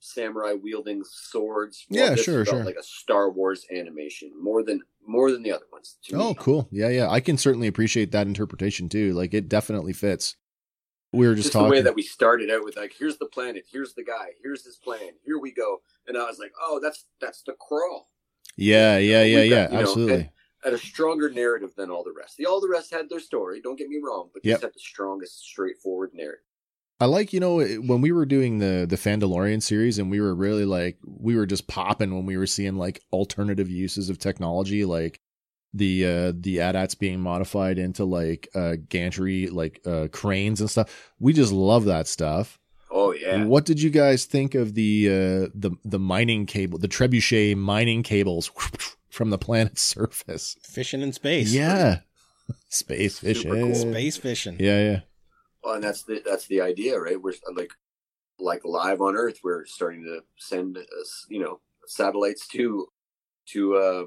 [SPEAKER 4] samurai wielding swords. while
[SPEAKER 2] Yeah,
[SPEAKER 4] this
[SPEAKER 2] sure,
[SPEAKER 4] felt
[SPEAKER 2] sure.
[SPEAKER 4] Like a Star Wars animation more than more than the other ones. To
[SPEAKER 2] Oh,
[SPEAKER 4] me.
[SPEAKER 2] cool. Yeah, yeah. I can certainly appreciate that interpretation too. Like it definitely fits. We were just,
[SPEAKER 4] Just the
[SPEAKER 2] talking.
[SPEAKER 4] way that we started out with like, here's the planet, here's the guy, here's this plan, here we go, and I was like, oh, that's that's the crawl.
[SPEAKER 2] yeah, yeah, yeah,
[SPEAKER 4] we've
[SPEAKER 2] yeah.
[SPEAKER 4] got, you know,
[SPEAKER 2] absolutely.
[SPEAKER 4] and- had a stronger narrative than all the rest. The all the rest had their story. Don't get me wrong, but
[SPEAKER 2] Yep.
[SPEAKER 4] just had the strongest, straightforward narrative.
[SPEAKER 2] I like, you know, it- when we were doing the the Fandalorian series and we were really like we were just popping when we were seeing like alternative uses of technology like the uh the AT-ATs being modified into like uh gantry like uh cranes and stuff. We just love that stuff.
[SPEAKER 4] Oh yeah,
[SPEAKER 2] What did you guys think of the uh the the mining cable, the trebuchet mining cables from the planet's surface?
[SPEAKER 3] Fishing in space.
[SPEAKER 2] Yeah. Space
[SPEAKER 4] Super
[SPEAKER 2] fish.
[SPEAKER 4] cool.
[SPEAKER 2] yeah.
[SPEAKER 3] Space fishing.
[SPEAKER 2] Yeah, yeah.
[SPEAKER 4] Well, and that's the that's the idea, right? We're like like live on Earth. We're starting to send uh, s- you know satellites to to uh,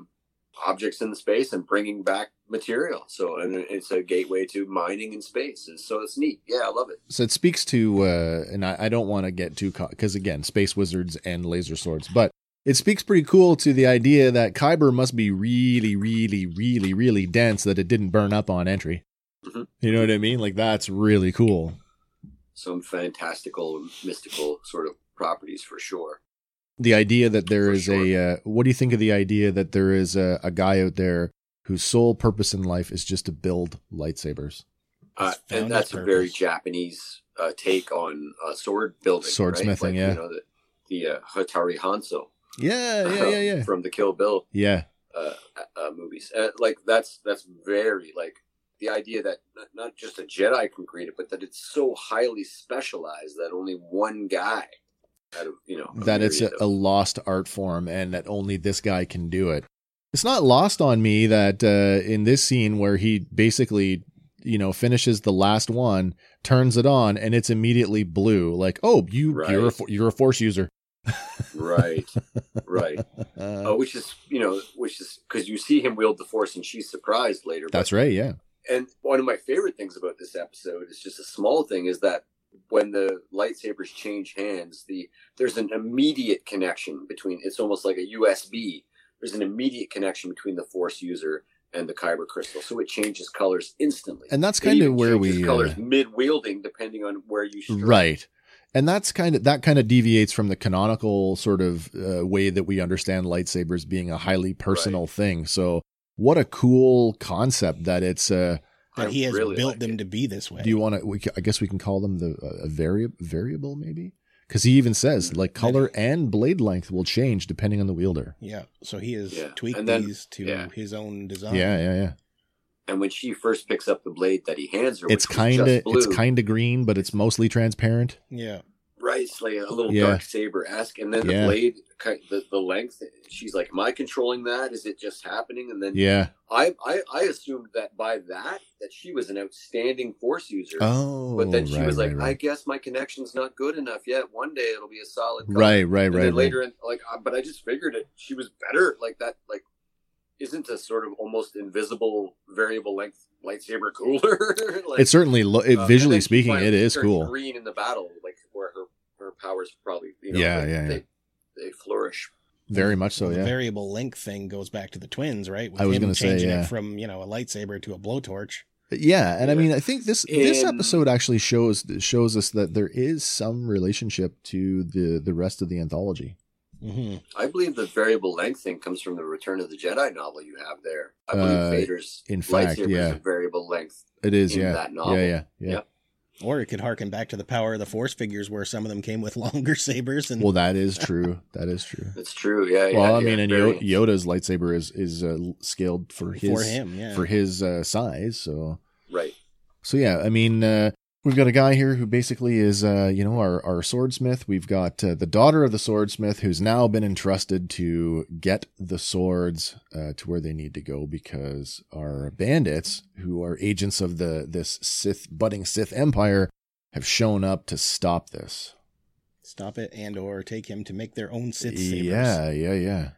[SPEAKER 4] objects in space and bringing back material. So and it's a gateway to mining in space. And so it's neat. Yeah, I love it.
[SPEAKER 2] so it speaks to uh and i, I don't want to get too because again space wizards and laser swords but it speaks pretty cool to the idea that kyber must be really really really really dense that it didn't burn up on entry
[SPEAKER 4] Mhm.
[SPEAKER 2] you know what i mean like that's really cool
[SPEAKER 4] Some fantastical, mystical sort of properties for sure.
[SPEAKER 2] the idea that there
[SPEAKER 4] For
[SPEAKER 2] is a uh, what do you think of the idea that there is a, a guy out there whose sole purpose in life is just to build lightsabers
[SPEAKER 4] Uh,
[SPEAKER 3] It's
[SPEAKER 4] and
[SPEAKER 3] found
[SPEAKER 4] that's
[SPEAKER 3] its
[SPEAKER 4] a very
[SPEAKER 3] purpose.
[SPEAKER 4] Japanese uh, take on uh, sword building,
[SPEAKER 2] Swordsmithing,
[SPEAKER 4] right? Like,
[SPEAKER 2] yeah.
[SPEAKER 4] You know, the, the uh, Hatari Hanzo,
[SPEAKER 2] yeah yeah yeah yeah
[SPEAKER 4] from the Kill Bill
[SPEAKER 2] yeah
[SPEAKER 4] uh, uh, movies. Uh, like that's that's very like the idea that not, not just a Jedi can create it, but that it's so highly specialized that only one guy, out of you know,
[SPEAKER 2] that it's a,
[SPEAKER 4] myriad
[SPEAKER 2] a
[SPEAKER 4] of-
[SPEAKER 2] lost art form and that only this guy can do it. It's not lost on me that uh, in this scene where he basically, you know, finishes the last one, turns it on, and it's immediately blue. Like, oh, you you're a,
[SPEAKER 4] Right.
[SPEAKER 2] fo- you're a force user.
[SPEAKER 4] right, right.
[SPEAKER 2] Uh,
[SPEAKER 4] Oh, Uh, which is you know, which is because you see him wield the Force, and she's surprised later. but
[SPEAKER 2] that's right. Yeah,
[SPEAKER 4] and one of my favorite things about this episode is just a small thing is that when the lightsabers change hands, the there's an immediate connection between. It's almost like a USB. There's an immediate connection between the Force user and the Kyber crystal, so it changes colors instantly.
[SPEAKER 2] And that's
[SPEAKER 4] It
[SPEAKER 2] kind of
[SPEAKER 4] even
[SPEAKER 2] where
[SPEAKER 4] changes
[SPEAKER 2] we
[SPEAKER 4] colors
[SPEAKER 2] uh,
[SPEAKER 4] mid wielding, depending on where you strike.
[SPEAKER 2] right. And that's kind of that kind of deviates from the canonical sort of uh, way that we understand lightsabers being a highly personal thing. So what a cool concept that it's uh
[SPEAKER 4] I
[SPEAKER 3] That he has
[SPEAKER 4] really
[SPEAKER 3] built
[SPEAKER 4] like
[SPEAKER 3] them
[SPEAKER 4] it.
[SPEAKER 3] to be this way.
[SPEAKER 2] do you want to I guess we can call them the uh, a variable variable maybe? Cuz he even says like color and blade length will change depending on the wielder.
[SPEAKER 3] Yeah. So he has
[SPEAKER 4] Yeah.
[SPEAKER 3] tweaked
[SPEAKER 4] And then-
[SPEAKER 3] these to
[SPEAKER 4] yeah.
[SPEAKER 3] his own design.
[SPEAKER 2] Yeah, yeah, yeah.
[SPEAKER 4] And when she first picks up the blade that he hands her,
[SPEAKER 2] It's
[SPEAKER 4] which was just
[SPEAKER 2] kind of it's
[SPEAKER 4] blue,
[SPEAKER 2] kind of green, but it's mostly transparent.
[SPEAKER 3] Yeah.
[SPEAKER 4] right, it's like a little
[SPEAKER 2] Yeah.
[SPEAKER 4] dark saber esque, and then
[SPEAKER 2] Yeah.
[SPEAKER 4] the blade, ki- the, the length. She's like, "Am I controlling that? Is it just happening?" And then
[SPEAKER 2] Yeah.
[SPEAKER 4] I, I I assumed that by that that she was an outstanding force user.
[SPEAKER 2] Oh.
[SPEAKER 4] but then she
[SPEAKER 2] right,
[SPEAKER 4] was like,
[SPEAKER 2] right,
[SPEAKER 4] "I
[SPEAKER 2] right.
[SPEAKER 4] guess my connection's not good enough yet. One day it'll be a solid." color."
[SPEAKER 2] right, right,
[SPEAKER 4] And
[SPEAKER 2] right.
[SPEAKER 4] then
[SPEAKER 2] right.
[SPEAKER 4] later, in, like, uh, but I just figured it. She was better. Like that. Like, isn't a sort of almost invisible variable length lightsaber cooler? like,
[SPEAKER 2] it certainly lo- it,
[SPEAKER 4] uh, and
[SPEAKER 2] visually
[SPEAKER 4] then she
[SPEAKER 2] speaking
[SPEAKER 4] finally
[SPEAKER 2] it is
[SPEAKER 4] turns
[SPEAKER 2] cool
[SPEAKER 4] Green in the battle, like where her her powers probably. You know,
[SPEAKER 2] Yeah,
[SPEAKER 4] they,
[SPEAKER 2] yeah, yeah.
[SPEAKER 4] They, they flourish.
[SPEAKER 2] very much so
[SPEAKER 3] the
[SPEAKER 2] yeah
[SPEAKER 3] variable length thing goes back to the twins, right? With
[SPEAKER 2] I was
[SPEAKER 3] him
[SPEAKER 2] gonna say,
[SPEAKER 3] changing
[SPEAKER 2] yeah.
[SPEAKER 3] it from you know a lightsaber to a blowtorch.
[SPEAKER 2] yeah and i
[SPEAKER 4] Yeah.
[SPEAKER 2] mean i think this this
[SPEAKER 4] In-
[SPEAKER 2] episode actually shows shows us that there is some relationship to the the rest of the anthology
[SPEAKER 3] Mm-hmm.
[SPEAKER 4] I believe the variable length thing comes from the Return of the Jedi novel you have there. I believe
[SPEAKER 2] Uh,
[SPEAKER 4] Vader's
[SPEAKER 2] in fact,
[SPEAKER 4] lightsaber
[SPEAKER 2] yeah.
[SPEAKER 4] is a variable length.
[SPEAKER 2] it is
[SPEAKER 4] In
[SPEAKER 2] yeah
[SPEAKER 4] that
[SPEAKER 2] yeah
[SPEAKER 4] novel.
[SPEAKER 2] yeah yeah
[SPEAKER 4] Yep.
[SPEAKER 3] Or it could harken back to the power of the Force figures, where some of them came with longer sabers and
[SPEAKER 2] well that is true that is true
[SPEAKER 4] That's true. Yeah. yeah,
[SPEAKER 2] well i
[SPEAKER 4] yeah,
[SPEAKER 2] mean and Yo-
[SPEAKER 4] variance.
[SPEAKER 2] yoda's lightsaber is is uh, scaled for his
[SPEAKER 3] for him, yeah.
[SPEAKER 2] for his uh, size so
[SPEAKER 4] Right.
[SPEAKER 2] So yeah, I mean, uh, we've got a guy here who basically is, uh, you know, our our swordsmith. We've got uh, the daughter of the swordsmith who's now been entrusted to get the swords uh, to where they need to go because our bandits, who are agents of the this Sith budding Sith empire, have shown up to stop this.
[SPEAKER 3] Stop it and or take him to make their own Sith sabers.
[SPEAKER 2] yeah, yeah, yeah.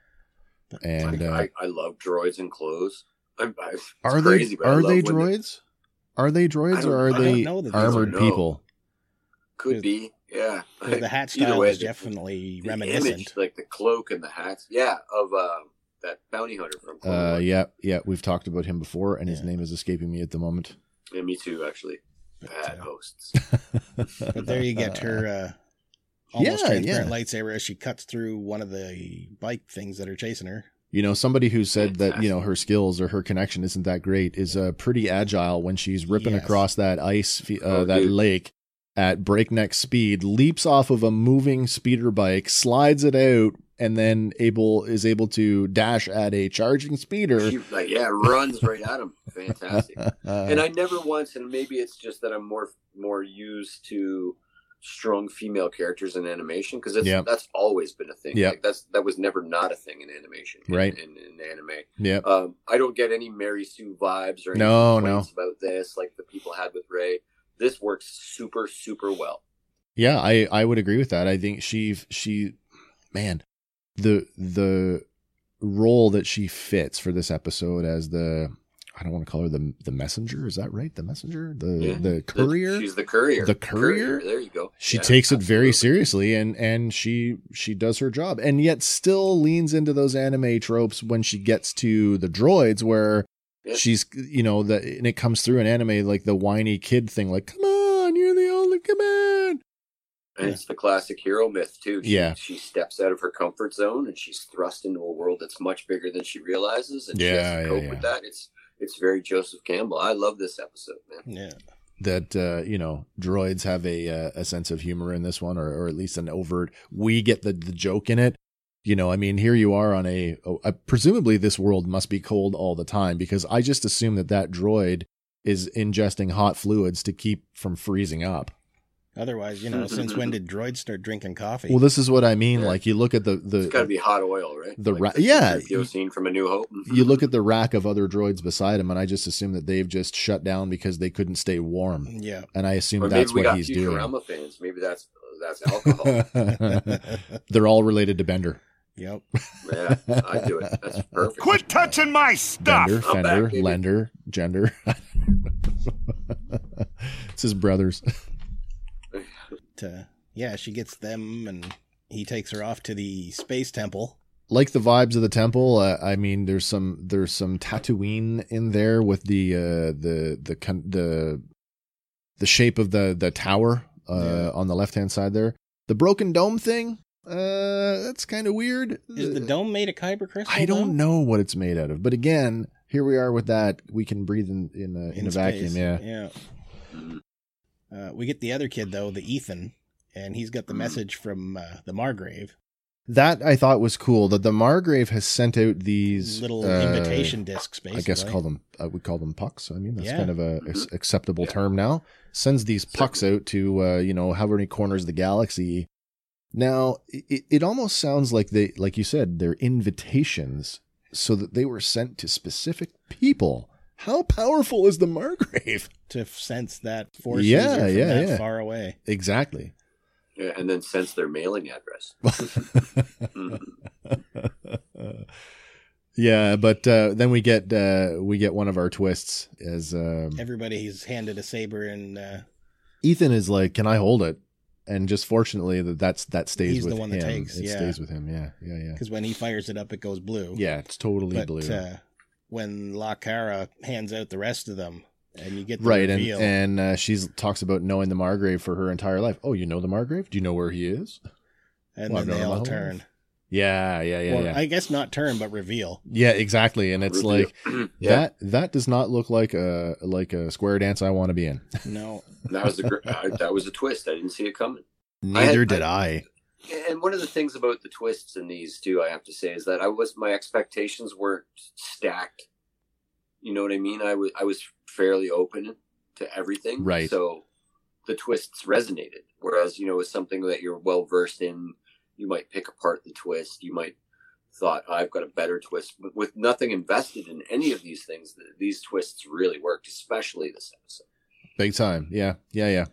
[SPEAKER 3] But-
[SPEAKER 2] And
[SPEAKER 4] Like,
[SPEAKER 2] uh,
[SPEAKER 4] I, I love droids and clothes. I'm, I, it's
[SPEAKER 2] are they
[SPEAKER 4] crazy, but I
[SPEAKER 2] are
[SPEAKER 4] love
[SPEAKER 2] they
[SPEAKER 4] when
[SPEAKER 2] droids? Are they droids
[SPEAKER 4] don't-
[SPEAKER 2] or are
[SPEAKER 4] I don't
[SPEAKER 2] they
[SPEAKER 3] know that these are-
[SPEAKER 2] armored
[SPEAKER 4] No.
[SPEAKER 2] people?
[SPEAKER 4] Could be. Yeah.
[SPEAKER 3] Well, the hat
[SPEAKER 4] Either
[SPEAKER 3] style
[SPEAKER 4] way,
[SPEAKER 3] is
[SPEAKER 4] the-
[SPEAKER 3] definitely
[SPEAKER 4] the
[SPEAKER 3] reminiscent.
[SPEAKER 4] image, like the cloak and the hats. Yeah. Of uh, that bounty hunter from. Clone
[SPEAKER 2] Uh,
[SPEAKER 4] Wars.
[SPEAKER 2] yeah, yeah, we've talked about him before, and his
[SPEAKER 3] Yeah.
[SPEAKER 2] name is escaping me at the moment.
[SPEAKER 4] yeah. Me too, actually.
[SPEAKER 3] But,
[SPEAKER 4] Bad
[SPEAKER 3] uh,
[SPEAKER 4] hosts.
[SPEAKER 3] but there you get her uh, almost
[SPEAKER 2] Yeah,
[SPEAKER 3] transparent
[SPEAKER 2] yeah.
[SPEAKER 3] lightsaber as she cuts through one of the bike things that are chasing her.
[SPEAKER 2] You know, somebody who said that you know her skills or her connection isn't that great is uh, pretty agile when she's ripping
[SPEAKER 3] Yes.
[SPEAKER 2] across that ice, fe- uh,
[SPEAKER 4] Oh,
[SPEAKER 2] that
[SPEAKER 4] dude.
[SPEAKER 2] lake at breakneck speed, leaps off of a moving speeder bike, slides it out, and then able is able to dash at a charging speeder.
[SPEAKER 4] She, like, yeah, runs right at him. Fantastic. and I never once, and maybe it's just that I'm more more used to strong female characters in animation because it's
[SPEAKER 2] Yeah.
[SPEAKER 4] that's always been a thing.
[SPEAKER 2] Yeah.
[SPEAKER 4] Like that's that was never not a thing in animation, in-
[SPEAKER 2] Right.
[SPEAKER 4] In, in anime,
[SPEAKER 2] yep.
[SPEAKER 4] um, I don't get any Mary Sue vibes or any
[SPEAKER 2] No,
[SPEAKER 4] complaints about this, like the people had with Ray. This works super super well.
[SPEAKER 2] Yeah, I I would agree with that. I think she she man, the the role that she fits for this episode as the I don't want to call her the the messenger, is that right? The messenger? The
[SPEAKER 4] Yeah.
[SPEAKER 2] the
[SPEAKER 4] The-
[SPEAKER 2] courier?
[SPEAKER 4] she's the courier.
[SPEAKER 2] The courier?
[SPEAKER 4] There you go.
[SPEAKER 2] she
[SPEAKER 4] Yeah,
[SPEAKER 2] takes it very
[SPEAKER 4] absolutely.
[SPEAKER 2] seriously and and she she does her job and yet still leans into those anime tropes when she gets to the droids where
[SPEAKER 4] Yeah.
[SPEAKER 2] she's you know the and it comes through in anime like the whiny kid thing like come on you're the only come on
[SPEAKER 4] And it's the classic hero myth too. She,
[SPEAKER 2] Yeah.
[SPEAKER 4] she steps out of her comfort zone and she's thrust into a world that's much bigger than she realizes, and she
[SPEAKER 2] Yeah,
[SPEAKER 4] has
[SPEAKER 2] yeah,
[SPEAKER 4] to cope
[SPEAKER 2] yeah.
[SPEAKER 4] with that. It's it's very Joseph Campbell. I love this episode, man.
[SPEAKER 3] Yeah.
[SPEAKER 2] that uh, you know droids have a uh, a sense of humor in this one, or or at least an overt. We get the the joke in it. You know, I mean, here you are on a, a presumably this world must be cold all the time because I just assume that that droid is ingesting hot fluids to keep from freezing up.
[SPEAKER 3] Otherwise, you know, since when did droids start drinking coffee?
[SPEAKER 2] Well, this is what I mean.
[SPEAKER 4] Yeah.
[SPEAKER 2] Like you look at the the
[SPEAKER 4] It's got to be hot oil, right?
[SPEAKER 2] the ra-
[SPEAKER 4] the
[SPEAKER 2] yeah.
[SPEAKER 4] C-3PO scene from A New Hope. Mm-hmm.
[SPEAKER 2] you look at the rack of other droids beside him, and I just assume that they've just shut down because they couldn't stay warm,
[SPEAKER 3] yeah.
[SPEAKER 2] and I assume
[SPEAKER 4] Or maybe
[SPEAKER 2] that's
[SPEAKER 4] we
[SPEAKER 2] what
[SPEAKER 4] got
[SPEAKER 2] he's
[SPEAKER 4] Futurama fans. Maybe that's that's alcohol.
[SPEAKER 2] doing. They're all related to Bender.
[SPEAKER 3] yep.
[SPEAKER 4] yeah, I do it. That's perfect.
[SPEAKER 5] Quit touching my stuff!
[SPEAKER 2] Bender,
[SPEAKER 4] I'm
[SPEAKER 2] Fender,
[SPEAKER 4] back, baby.
[SPEAKER 2] Lender, Gender. It's his brothers.
[SPEAKER 3] To, yeah, she gets them, and he takes her off to the space temple.
[SPEAKER 2] like the vibes of the temple. Uh, I mean, there's some there's some Tatooine in there with the uh, the the con- the the shape of the the tower uh,
[SPEAKER 3] Yeah.
[SPEAKER 2] on the left hand side there. The broken dome thing. Uh, that's kind of weird.
[SPEAKER 3] Is the dome made of kyber
[SPEAKER 2] Uh,
[SPEAKER 3] crystal?
[SPEAKER 2] I
[SPEAKER 3] though?
[SPEAKER 2] don't know what it's made out of, but again, here we are with that. We can breathe in in a, in a vacuum.
[SPEAKER 3] space.
[SPEAKER 2] Yeah.
[SPEAKER 3] Yeah. Uh, we get the other kid though, the Ethan, and he's
[SPEAKER 2] Mm.
[SPEAKER 3] got the message from uh, the Margrave,
[SPEAKER 2] that I thought was cool that the Margrave has sent out these
[SPEAKER 3] little
[SPEAKER 2] uh,
[SPEAKER 3] invitation discs. Basically,
[SPEAKER 2] I guess call them I would call them pucks. I mean that's
[SPEAKER 3] Yeah. Mm-hmm.
[SPEAKER 2] kind of a ex-
[SPEAKER 4] Mhm.
[SPEAKER 2] acceptable
[SPEAKER 4] Yeah.
[SPEAKER 2] term now. Sends these pucks out to uh, you know however many corners of the galaxy. Now it, it almost sounds like they like you said they're invitations so that they were sent to specific people. How powerful is the Margrave?
[SPEAKER 3] to f- sense that force.
[SPEAKER 2] Yeah,
[SPEAKER 3] user from
[SPEAKER 2] yeah,
[SPEAKER 3] that
[SPEAKER 2] yeah.
[SPEAKER 3] Far away.
[SPEAKER 2] Exactly.
[SPEAKER 4] Yeah, and then sense their mailing address. Mhm.
[SPEAKER 2] yeah, but uh, then we get uh, we get one of our twists as um,
[SPEAKER 3] Everybody he's handed a saber, and uh,
[SPEAKER 2] Ethan is like, "Can I hold it?" And just fortunately that that's that stays
[SPEAKER 3] He's the
[SPEAKER 2] with
[SPEAKER 3] one
[SPEAKER 2] him.
[SPEAKER 3] that takes,
[SPEAKER 2] it
[SPEAKER 3] yeah.
[SPEAKER 2] stays with him. Yeah, yeah, yeah.
[SPEAKER 3] because when he fires it up, it goes blue.
[SPEAKER 2] Yeah, it's totally
[SPEAKER 3] but
[SPEAKER 2] blue.
[SPEAKER 3] Uh, when Lakara hands out the rest of them, and you get the
[SPEAKER 2] right, and
[SPEAKER 3] reveal.
[SPEAKER 2] and uh, she talks about knowing the Margrave for her entire life. Oh, you know the Margrave? Do you know where he is?
[SPEAKER 3] and
[SPEAKER 2] Well, I've
[SPEAKER 3] then they
[SPEAKER 2] known
[SPEAKER 3] all
[SPEAKER 2] my whole
[SPEAKER 3] turn.
[SPEAKER 2] life. Yeah, yeah, yeah,
[SPEAKER 3] or
[SPEAKER 2] yeah.
[SPEAKER 3] I guess not turn, but reveal.
[SPEAKER 2] yeah, exactly. And it's
[SPEAKER 4] Reveal.
[SPEAKER 2] like that. That does not look like a like a square dance I want to be in.
[SPEAKER 3] No,
[SPEAKER 4] that was a gr- I, that was a twist. I didn't see it coming.
[SPEAKER 2] Neither
[SPEAKER 4] I-
[SPEAKER 2] did I.
[SPEAKER 4] And one of the things about the twists in these too, I have to say, is that I was my expectations weren't stacked. You know what I mean? I was I was fairly open to everything,
[SPEAKER 2] Right.
[SPEAKER 4] So the twists resonated. Whereas you know, with something that you're well versed in, you might pick apart the twist. You might thought I've got a better twist, but with nothing invested in any of these things, th- these twists really worked, especially this episode.
[SPEAKER 2] Big time. Yeah, yeah, yeah.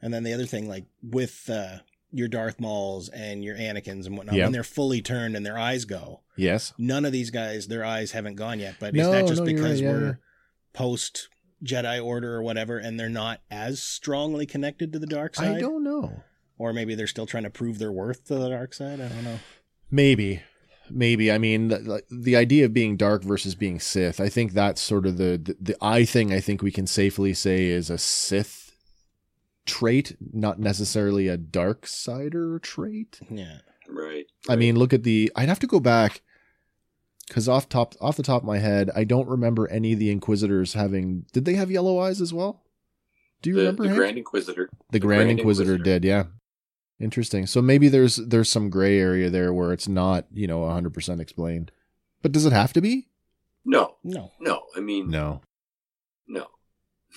[SPEAKER 3] And then the other thing, like with uh, your Darth Mauls and your Anakin's and whatnot,
[SPEAKER 2] Yeah.
[SPEAKER 3] when they're fully turned and their eyes go,
[SPEAKER 2] Yes.
[SPEAKER 3] none of these guys, their eyes haven't gone yet. But
[SPEAKER 2] No,
[SPEAKER 3] is that just
[SPEAKER 2] no, you're
[SPEAKER 3] because
[SPEAKER 2] right, yeah,
[SPEAKER 3] we're
[SPEAKER 2] yeah.
[SPEAKER 3] post Jedi Order or whatever, and they're not as strongly connected to the dark side?
[SPEAKER 2] I don't know.
[SPEAKER 3] Or maybe they're still trying to prove their worth to the dark side. I don't know.
[SPEAKER 2] Maybe, maybe. I mean, th- like, the idea of being dark versus being Sith. I think that's sort of the, the the eye thing. I think we can safely say is a Sith trait, not necessarily a dark sider trait.
[SPEAKER 3] Yeah.
[SPEAKER 4] Right.
[SPEAKER 2] I mean, look at the. I'd have to go back because off top off the top of my head, I don't remember any of the Inquisitors having. Did they have yellow eyes as well? Do you
[SPEAKER 4] the,
[SPEAKER 2] remember
[SPEAKER 4] the
[SPEAKER 2] Hank?
[SPEAKER 4] Grand Inquisitor.
[SPEAKER 2] the Grand Inquisitor, did, yeah. Interesting. So maybe there's there's some gray area there where it's not, you know, 100% explained. But does it have to be?
[SPEAKER 4] No,
[SPEAKER 3] No.
[SPEAKER 4] no. I mean,
[SPEAKER 2] No.
[SPEAKER 4] No.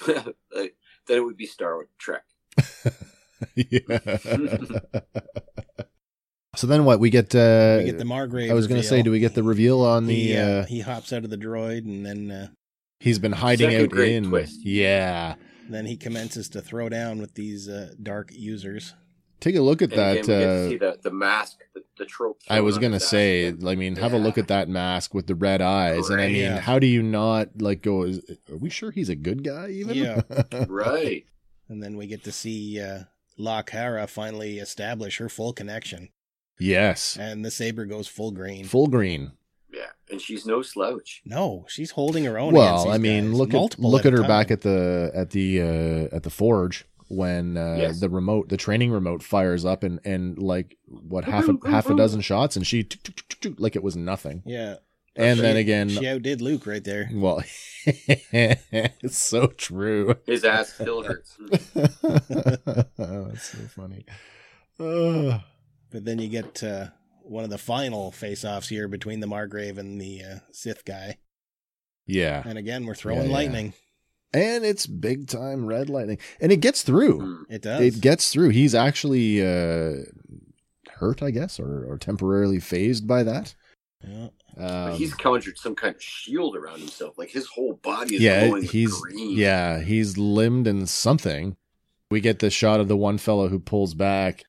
[SPEAKER 4] Like, then it would be Star Trek.
[SPEAKER 2] yeah. so then what? We get uh
[SPEAKER 3] we get the Margrave.
[SPEAKER 2] I was going to say do we get the reveal on the
[SPEAKER 3] He, uh,
[SPEAKER 2] uh,
[SPEAKER 3] he hops out of the droid and then uh,
[SPEAKER 2] he's been hiding
[SPEAKER 4] Second
[SPEAKER 2] out
[SPEAKER 4] grade
[SPEAKER 2] in
[SPEAKER 4] twist.
[SPEAKER 2] Yeah.
[SPEAKER 3] then he commences to throw down with these uh, dark users.
[SPEAKER 2] Take a look at
[SPEAKER 4] And again, we get to
[SPEAKER 2] that
[SPEAKER 4] see
[SPEAKER 2] uh
[SPEAKER 4] the, the mask, the, the trope.
[SPEAKER 2] I was
[SPEAKER 4] thrown
[SPEAKER 2] gonna
[SPEAKER 4] under that.
[SPEAKER 2] say,
[SPEAKER 4] And-
[SPEAKER 2] I mean, have a look
[SPEAKER 4] Yeah.
[SPEAKER 2] at that mask with the red eyes, and I
[SPEAKER 4] Right.
[SPEAKER 2] mean,
[SPEAKER 3] Yeah.
[SPEAKER 2] how do you not like go? Is, are we sure he's a good guy? Even
[SPEAKER 3] Yeah.
[SPEAKER 4] Right.
[SPEAKER 3] And then we get to see uh, La Cara finally establish her full connection.
[SPEAKER 2] Yes.
[SPEAKER 3] And the saber goes full green.
[SPEAKER 2] Full green.
[SPEAKER 4] Yeah. And she's no slouch.
[SPEAKER 3] no, she's holding her own. against
[SPEAKER 2] well,
[SPEAKER 3] these
[SPEAKER 2] I mean,
[SPEAKER 3] guys,
[SPEAKER 2] look at
[SPEAKER 3] multiple
[SPEAKER 2] look
[SPEAKER 3] a
[SPEAKER 2] at her
[SPEAKER 3] time.
[SPEAKER 2] back at the at the uh, at the forge when uh,
[SPEAKER 4] Yes.
[SPEAKER 2] the remote the training remote fires up and and like what half a half a dozen shots and she tuk, tuk, tuk, tuk, tuk, like it was nothing.
[SPEAKER 3] Yeah.
[SPEAKER 2] And
[SPEAKER 3] She-
[SPEAKER 2] then again,
[SPEAKER 3] She outdid Luke right there.
[SPEAKER 2] well, it's so true.
[SPEAKER 4] His ass still hurts. Hmm.
[SPEAKER 2] That's so funny. Ugh.
[SPEAKER 3] But then you get uh, one of the final face offs here between the Margrave and the uh, Sith guy.
[SPEAKER 2] yeah.
[SPEAKER 3] And again, we're throwing
[SPEAKER 2] yeah.
[SPEAKER 3] lightning.
[SPEAKER 2] and it's big time red lightning and it gets through
[SPEAKER 4] Mm.
[SPEAKER 3] It does.
[SPEAKER 2] it gets through he's actually uh hurt i guess or, or temporarily phased by that
[SPEAKER 3] yeah.
[SPEAKER 4] But
[SPEAKER 2] um,
[SPEAKER 4] he's conjured some kind of shield around himself. Like his whole body is
[SPEAKER 2] yeah
[SPEAKER 4] glowing with
[SPEAKER 2] he's
[SPEAKER 4] green.
[SPEAKER 2] yeah he's limbed in something we get the shot of the one fellow who pulls back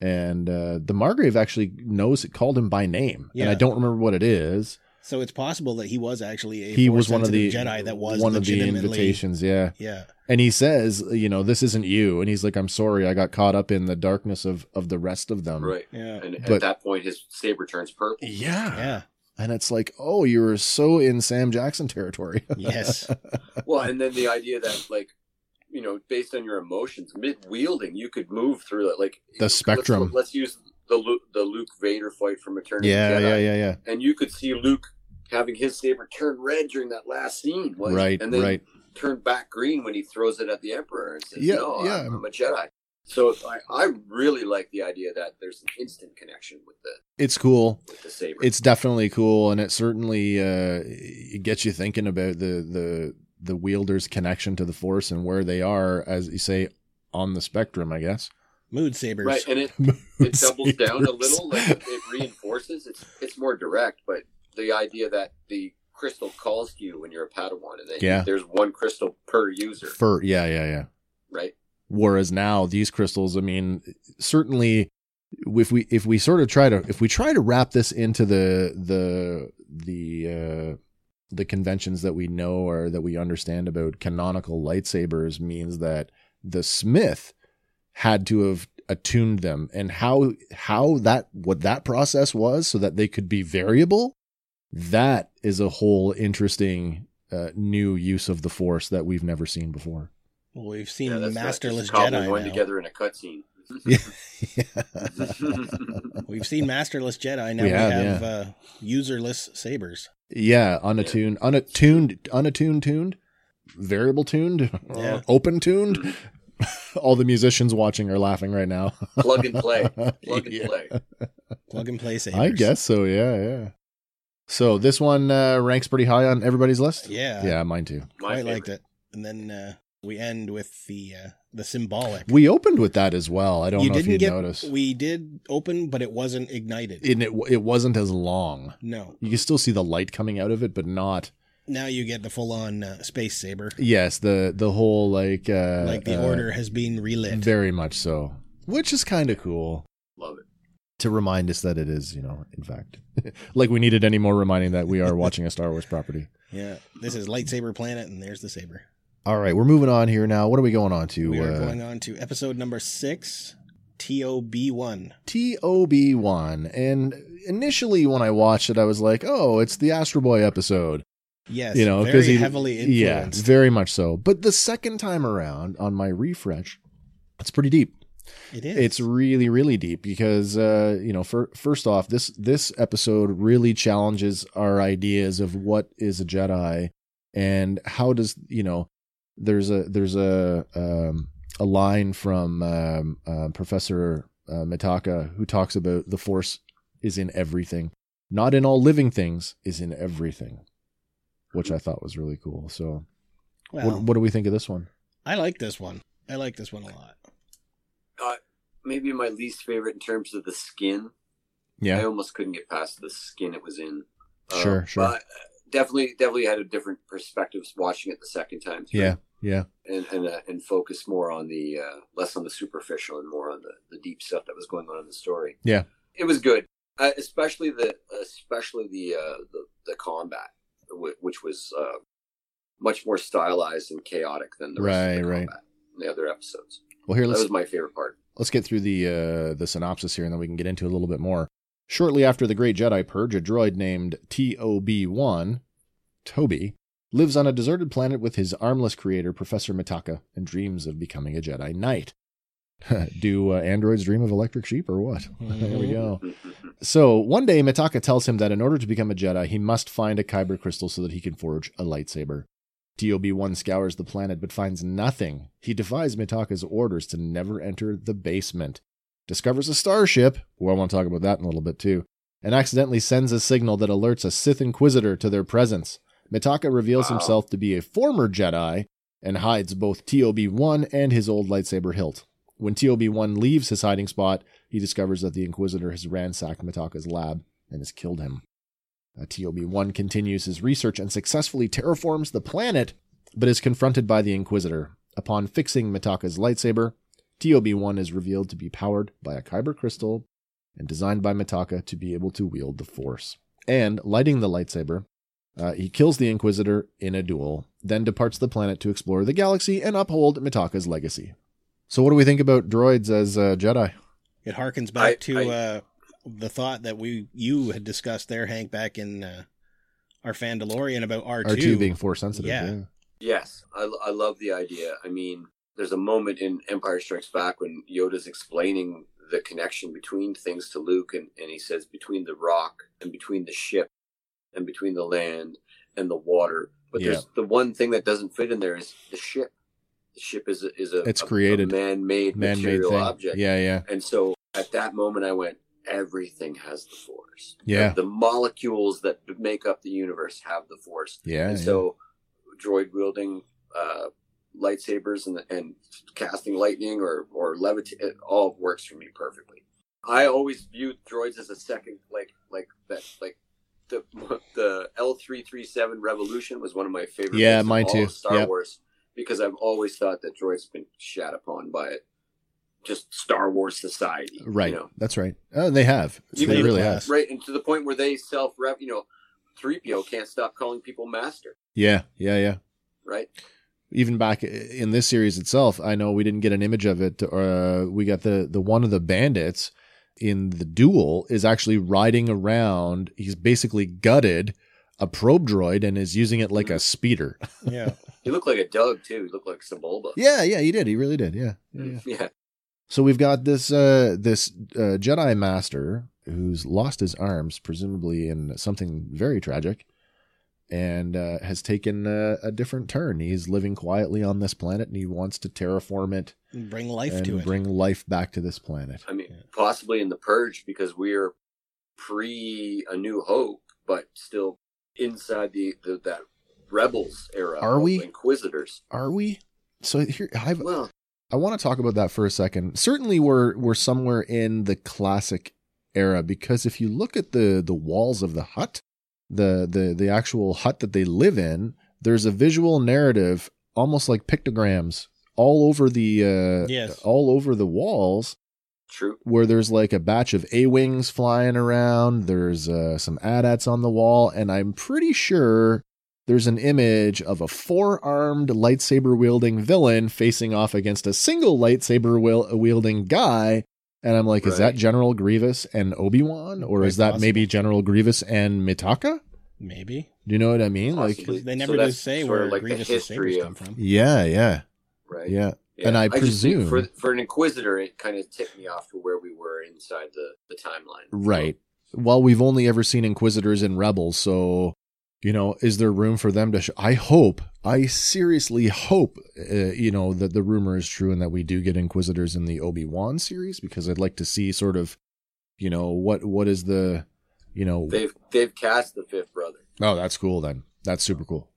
[SPEAKER 2] and uh the margrave actually knows it called him by name and
[SPEAKER 3] Yeah.
[SPEAKER 2] i don't remember what it is
[SPEAKER 3] So it's possible that he was actually a
[SPEAKER 2] he was one of the
[SPEAKER 3] Force-sensitive Jedi that was
[SPEAKER 2] one of the
[SPEAKER 3] legitimately-
[SPEAKER 2] invitations. Yeah,
[SPEAKER 3] Yeah,
[SPEAKER 2] and he says, you know, this isn't you. And he's like, I'm sorry, I got caught up in the darkness of of the rest of them.
[SPEAKER 4] right.
[SPEAKER 3] yeah,
[SPEAKER 4] And
[SPEAKER 2] um, But-
[SPEAKER 4] at that point, his saber turns purple.
[SPEAKER 2] Yeah.
[SPEAKER 3] yeah.
[SPEAKER 2] And it's like, oh, you were so in Sam Jackson territory.
[SPEAKER 3] Yes,
[SPEAKER 4] Well, and then the idea that like you know, based on your emotions, mid wielding, you could move through that like
[SPEAKER 2] The
[SPEAKER 4] let's-
[SPEAKER 2] spectrum.
[SPEAKER 4] Let's, use the Luke, the Luke Vader fight from Return of the
[SPEAKER 2] yeah,
[SPEAKER 4] Jedi.
[SPEAKER 2] yeah, yeah, yeah.
[SPEAKER 4] and you could see Luke having his saber turn red during that last scene, like,
[SPEAKER 2] Right,
[SPEAKER 4] and then
[SPEAKER 2] right.
[SPEAKER 4] turn back green when he throws it at the Emperor and says,
[SPEAKER 2] Yeah,
[SPEAKER 4] "No,
[SPEAKER 2] yeah.
[SPEAKER 4] I'm, I'm a Jedi." So I, I really like the idea that there's an instant connection with the
[SPEAKER 2] It's cool.
[SPEAKER 4] with the saber.
[SPEAKER 2] It's definitely cool, and it certainly uh, it gets you thinking about the the the wielder's connection to the Force and where they are, as you say, on the spectrum. I guess.
[SPEAKER 3] mood sabers.
[SPEAKER 4] right, and it it doubles down a little, like it, it reinforces. It's it's more direct, but the idea that the crystal calls to you when you're a Padawan, and then
[SPEAKER 2] Yeah.
[SPEAKER 4] there's one crystal per user,
[SPEAKER 2] Fur. Yeah, yeah, yeah.
[SPEAKER 4] right?
[SPEAKER 2] whereas now these crystals i mean certainly if we if we sort of try to if we try to wrap this into the the the uh the conventions that we know or that we understand about canonical lightsabers means that the smith had to have attuned them and how how that what that process was so that they could be variable that is a whole interesting uh, new use of the force that we've never seen before
[SPEAKER 3] Well, we've seen
[SPEAKER 4] that's not just
[SPEAKER 3] masterless
[SPEAKER 4] cobbling
[SPEAKER 3] Jedi
[SPEAKER 4] one
[SPEAKER 3] now.
[SPEAKER 4] together in a cutscene.
[SPEAKER 3] We've seen masterless Jedi. Now we,
[SPEAKER 2] have,
[SPEAKER 3] have uh, userless sabers.
[SPEAKER 2] Yeah, unattuned, unattuned, unattuned, tuned, variable tuned,
[SPEAKER 3] Yeah.
[SPEAKER 2] open tuned. All the musicians watching are laughing right now.
[SPEAKER 4] Plug and play. Plug and
[SPEAKER 2] Yeah.
[SPEAKER 4] play.
[SPEAKER 3] Plug and play sabers.
[SPEAKER 2] I guess so. Yeah, yeah. So this one uh, ranks pretty high on everybody's list.
[SPEAKER 3] Yeah.
[SPEAKER 2] yeah, mine too.
[SPEAKER 4] My
[SPEAKER 3] quite liked
[SPEAKER 4] favorite.
[SPEAKER 3] it. And then uh, we end with the uh, the symbolic.
[SPEAKER 2] We opened with that as well. I don't know if you noticed,
[SPEAKER 3] We did open, but it wasn't ignited.
[SPEAKER 2] and it it wasn't as long.
[SPEAKER 3] no.
[SPEAKER 2] You can still see the light coming out of it, but not.
[SPEAKER 3] Now you get the full on uh, space saber.
[SPEAKER 2] Yes, the the whole like uh,
[SPEAKER 3] like the
[SPEAKER 2] uh,
[SPEAKER 3] order has been relit.
[SPEAKER 2] very much so, which is kind of cool.
[SPEAKER 4] Love it.
[SPEAKER 2] to remind us that it is, you know, in fact, like we needed any more reminding that we are watching a Star Wars property.
[SPEAKER 3] yeah. This is lightsaber planet, and there's the saber.
[SPEAKER 2] All right, we're moving on here now. What are we going on to?
[SPEAKER 3] we are
[SPEAKER 2] Uh,
[SPEAKER 3] going on to episode number six, TOB one.
[SPEAKER 2] TOB1. And initially when I watched it, I was like, oh, it's the Astro Boy episode.
[SPEAKER 3] Yes.
[SPEAKER 2] you know,
[SPEAKER 3] very
[SPEAKER 2] because he
[SPEAKER 3] heavily
[SPEAKER 2] Yeah,
[SPEAKER 3] influenced.
[SPEAKER 2] very much so. But the second time around on my refresh, it's pretty deep.
[SPEAKER 3] it is.
[SPEAKER 2] It's really, really deep because uh, you know, fir- first off, this this episode really challenges our ideas of what is a Jedi and how does you know. There's a there's a um, a line from um, uh, Professor uh, Mitaka who talks about the Force is in everything, not in all living things, is in everything, which I thought was really cool. So,
[SPEAKER 3] Well,
[SPEAKER 2] what, what do we think of this one?
[SPEAKER 3] I like this one. I like this one a lot.
[SPEAKER 4] Maybe my least favorite in terms of the skin. I almost couldn't get past the skin it was in.
[SPEAKER 2] Sure, sure.
[SPEAKER 4] But uh, definitely, definitely had a different perspective watching it the second time. Through.
[SPEAKER 2] yeah, yeah.
[SPEAKER 4] and and uh, and focus more on the uh, less on the superficial and more on the, the deep stuff that was going on in the story.
[SPEAKER 2] Yeah.
[SPEAKER 4] it was good, uh, especially the especially the uh, the, the combat, whi- which was uh, much more stylized and chaotic than the rest of the
[SPEAKER 2] Right, right.
[SPEAKER 4] combat in the other episodes.
[SPEAKER 2] Well, here
[SPEAKER 4] That
[SPEAKER 2] let's
[SPEAKER 4] was my favorite part.
[SPEAKER 2] let's get through the uh, the synopsis here, and then we can get into it a little bit more. Shortly after the Great Jedi Purge, a droid named TOB1, Toby, lives on a deserted planet with his armless creator, Professor Mitaka, and dreams of becoming a Jedi Knight. Do uh, androids dream of electric sheep or what? there we go.
[SPEAKER 4] Mm-hmm.
[SPEAKER 2] So one day, Mitaka tells him that in order to become a Jedi, he must find a Kyber crystal so that he can forge a lightsaber. TOB1 scours the planet but finds nothing. He defies Mitaka's orders to never enter the basement, discovers a starship, well, I want to talk about that in a little bit too, and accidentally sends a signal that alerts a Sith Inquisitor to their presence. Mitaka reveals
[SPEAKER 4] Wow.
[SPEAKER 2] himself to be a former Jedi and hides both TOB1 and his old lightsaber hilt. When TOB1 leaves his hiding spot, he discovers that the Inquisitor has ransacked Mitaka's lab and has killed him. Uh, TOB1 continues his research and successfully terraforms the planet, but is confronted by the Inquisitor. Upon fixing Mitaka's lightsaber, TOB1 is revealed to be powered by a kyber crystal and designed by Mitaka to be able to wield the Force. and lighting the lightsaber, uh, he kills the Inquisitor in a duel, then departs the planet to explore the galaxy and uphold Mitaka's legacy. So, what do we think about droids as uh, Jedi?
[SPEAKER 3] It harkens back
[SPEAKER 4] I-
[SPEAKER 3] to
[SPEAKER 4] I-
[SPEAKER 3] uh, the thought that we you had discussed there, Hank, back in uh, our Fandalorian about R2.
[SPEAKER 2] R two being force sensitive.
[SPEAKER 3] Yeah.
[SPEAKER 2] yeah.
[SPEAKER 4] Yes, I, I love the idea. I mean, there's a moment in Empire Strikes Back when Yoda's explaining the connection between things to Luke, and, and he says, between the rock and between the ship and between the land and the water. But there's the one thing that doesn't fit in there is the ship. The ship is a, is a
[SPEAKER 2] It's
[SPEAKER 4] a- a
[SPEAKER 2] created.
[SPEAKER 4] man-made,
[SPEAKER 2] Man-made
[SPEAKER 4] material
[SPEAKER 2] thing.
[SPEAKER 4] object.
[SPEAKER 2] Yeah, yeah,
[SPEAKER 4] And so at that moment, I went, everything has the force.
[SPEAKER 2] Yeah.
[SPEAKER 4] The, the molecules that make up the universe have the force
[SPEAKER 2] yeah.
[SPEAKER 4] and
[SPEAKER 2] yeah.
[SPEAKER 4] so droid wielding uh, lightsabers and, and casting lightning or or levitate it all works for me perfectly. I always viewed droids as a second like like that like the the L three three seven revolution was one of my favorite.
[SPEAKER 2] Yeah,
[SPEAKER 4] movies of
[SPEAKER 2] mine
[SPEAKER 4] all
[SPEAKER 2] too.
[SPEAKER 4] of Star
[SPEAKER 2] Yep.
[SPEAKER 4] Wars because I've always thought that droids have been shat upon by it. Just Star Wars society,
[SPEAKER 2] right,
[SPEAKER 4] You know?
[SPEAKER 2] that's right. Oh, they have.
[SPEAKER 4] You
[SPEAKER 2] they
[SPEAKER 4] mean-
[SPEAKER 2] really
[SPEAKER 3] Class.
[SPEAKER 2] have.
[SPEAKER 4] Right, and to the point where they self rep. You know, three PO can't stop calling people master.
[SPEAKER 2] Yeah, yeah, yeah.
[SPEAKER 4] Right.
[SPEAKER 2] even back in this series itself, I know we didn't get an image of it. Uh, we got the the one of the bandits in the duel is actually riding around. He's basically gutted a probe droid and is using it
[SPEAKER 4] Mm.
[SPEAKER 2] like a speeder.
[SPEAKER 3] Yeah.
[SPEAKER 4] He looked like a dog too. He looked like Sebulba.
[SPEAKER 2] Yeah, yeah, he did. He really did. Yeah, yeah. yeah.
[SPEAKER 4] yeah.
[SPEAKER 2] So we've got this uh, this uh, Jedi master who's lost his arms, presumably in something very tragic, and uh, has taken a, a different turn. He's living quietly on this planet, and he wants to terraform it
[SPEAKER 3] Bring life
[SPEAKER 2] and
[SPEAKER 3] to it.
[SPEAKER 2] bring life back to this planet.
[SPEAKER 4] I mean,
[SPEAKER 3] Yeah.
[SPEAKER 4] possibly in the purge because we're pre A New Hope, but still inside the, the that Rebels era.
[SPEAKER 2] Are
[SPEAKER 4] of
[SPEAKER 2] we?
[SPEAKER 4] Inquisitors?
[SPEAKER 2] Are we? So here, I've,
[SPEAKER 4] Well,
[SPEAKER 2] I want to talk about that for a second. Certainly, we're we're somewhere in the classic era because if you look at the the walls of the hut, the the the actual hut that they live in, there's a visual narrative almost like pictograms all over the uh,
[SPEAKER 3] Yes.
[SPEAKER 2] all over the walls
[SPEAKER 4] true.
[SPEAKER 2] where there's like a batch of A wings flying around. There's uh, some AT-ATs on the wall, and I'm pretty sure there's an image of a four-armed lightsaber wielding villain facing off against a single lightsaber wiel- wielding guy. And I'm like, is that
[SPEAKER 4] Right.
[SPEAKER 2] General Grievous and Obi Wan, or
[SPEAKER 3] Quite
[SPEAKER 2] is that
[SPEAKER 3] possible.
[SPEAKER 2] maybe General Grievous and Mitaka?
[SPEAKER 3] Maybe.
[SPEAKER 2] Do you know what I mean? Like,
[SPEAKER 4] Possibly.
[SPEAKER 3] They
[SPEAKER 4] So
[SPEAKER 3] never did
[SPEAKER 4] that's
[SPEAKER 3] say
[SPEAKER 4] sort of
[SPEAKER 3] where
[SPEAKER 4] like the
[SPEAKER 3] Grievous's sabers
[SPEAKER 4] history of-
[SPEAKER 3] come from.
[SPEAKER 2] yeah, yeah,
[SPEAKER 4] Right.
[SPEAKER 2] yeah. And I
[SPEAKER 4] just think
[SPEAKER 2] presume-
[SPEAKER 4] for for an Inquisitor, it kind of tipped me off to where we were inside the the timeline.
[SPEAKER 2] Right. Well, we've only ever seen Inquisitors and Rebels, so you know, is there room for them to? Sh- I hope. I seriously hope, uh, you know, that the rumor is true and that we do get Inquisitors in the Obi Wan series because I'd like to see sort of, you know, what what is the, you know,
[SPEAKER 4] They've they've cast the fifth brother.
[SPEAKER 2] oh that's cool then that's super cool.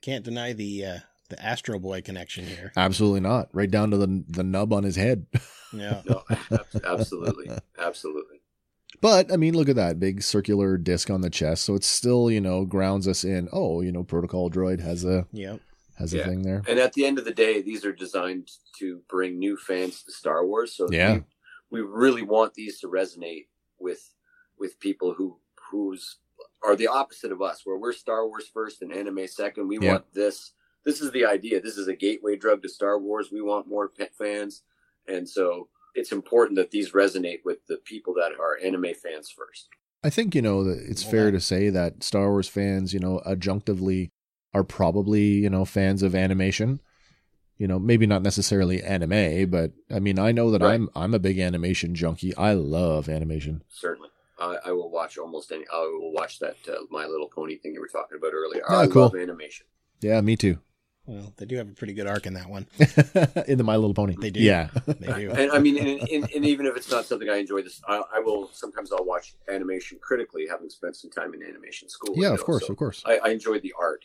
[SPEAKER 3] Can't deny the uh, the Astro Boy connection here.
[SPEAKER 2] Absolutely not. Right down to the the nub on his head.
[SPEAKER 3] Yeah.
[SPEAKER 4] No, ab- absolutely, absolutely.
[SPEAKER 2] But I mean, look at that big circular disc on the chest. So it's still, you know, grounds us in. Oh, you know, Protocol Droid has a
[SPEAKER 3] Yeah.
[SPEAKER 2] has a
[SPEAKER 4] Yeah.
[SPEAKER 2] thing there.
[SPEAKER 4] And at the end of the day, these are designed to bring new fans to Star Wars. So
[SPEAKER 2] Yeah.
[SPEAKER 4] we, we really want these to resonate with with people who who's are the opposite of us, where we're Star Wars first and anime second. We
[SPEAKER 2] Yeah.
[SPEAKER 4] want this. This is the idea. This is a gateway drug to Star Wars. We want more pet fans, and so it's important that these resonate with the people that are anime fans first.
[SPEAKER 2] I think you know that it's
[SPEAKER 3] Well,
[SPEAKER 2] fair
[SPEAKER 3] that-
[SPEAKER 2] to say that Star Wars fans, you know, adjunctively are probably you know fans of animation. You know, maybe not necessarily anime, but I mean, I know that
[SPEAKER 4] Right.
[SPEAKER 2] I'm I'm a big animation junkie. I love animation.
[SPEAKER 4] Certainly, I, I will watch almost any. I will watch that uh, My Little Pony thing you were talking about earlier.
[SPEAKER 2] Oh,
[SPEAKER 4] I love
[SPEAKER 2] cool.
[SPEAKER 4] animation.
[SPEAKER 2] Yeah, me too.
[SPEAKER 3] Well, they do have a pretty good arc in that one.
[SPEAKER 2] In the My Little Pony.
[SPEAKER 3] They do.
[SPEAKER 2] Yeah.
[SPEAKER 3] They do.
[SPEAKER 4] and I mean, and, and, and even if it's not something I enjoy, this I, I will sometimes I'll watch animation critically, having spent some time in animation school.
[SPEAKER 2] Yeah,
[SPEAKER 4] you
[SPEAKER 2] of
[SPEAKER 4] know,
[SPEAKER 2] course,
[SPEAKER 4] so
[SPEAKER 2] of course.
[SPEAKER 4] I, I enjoy the art.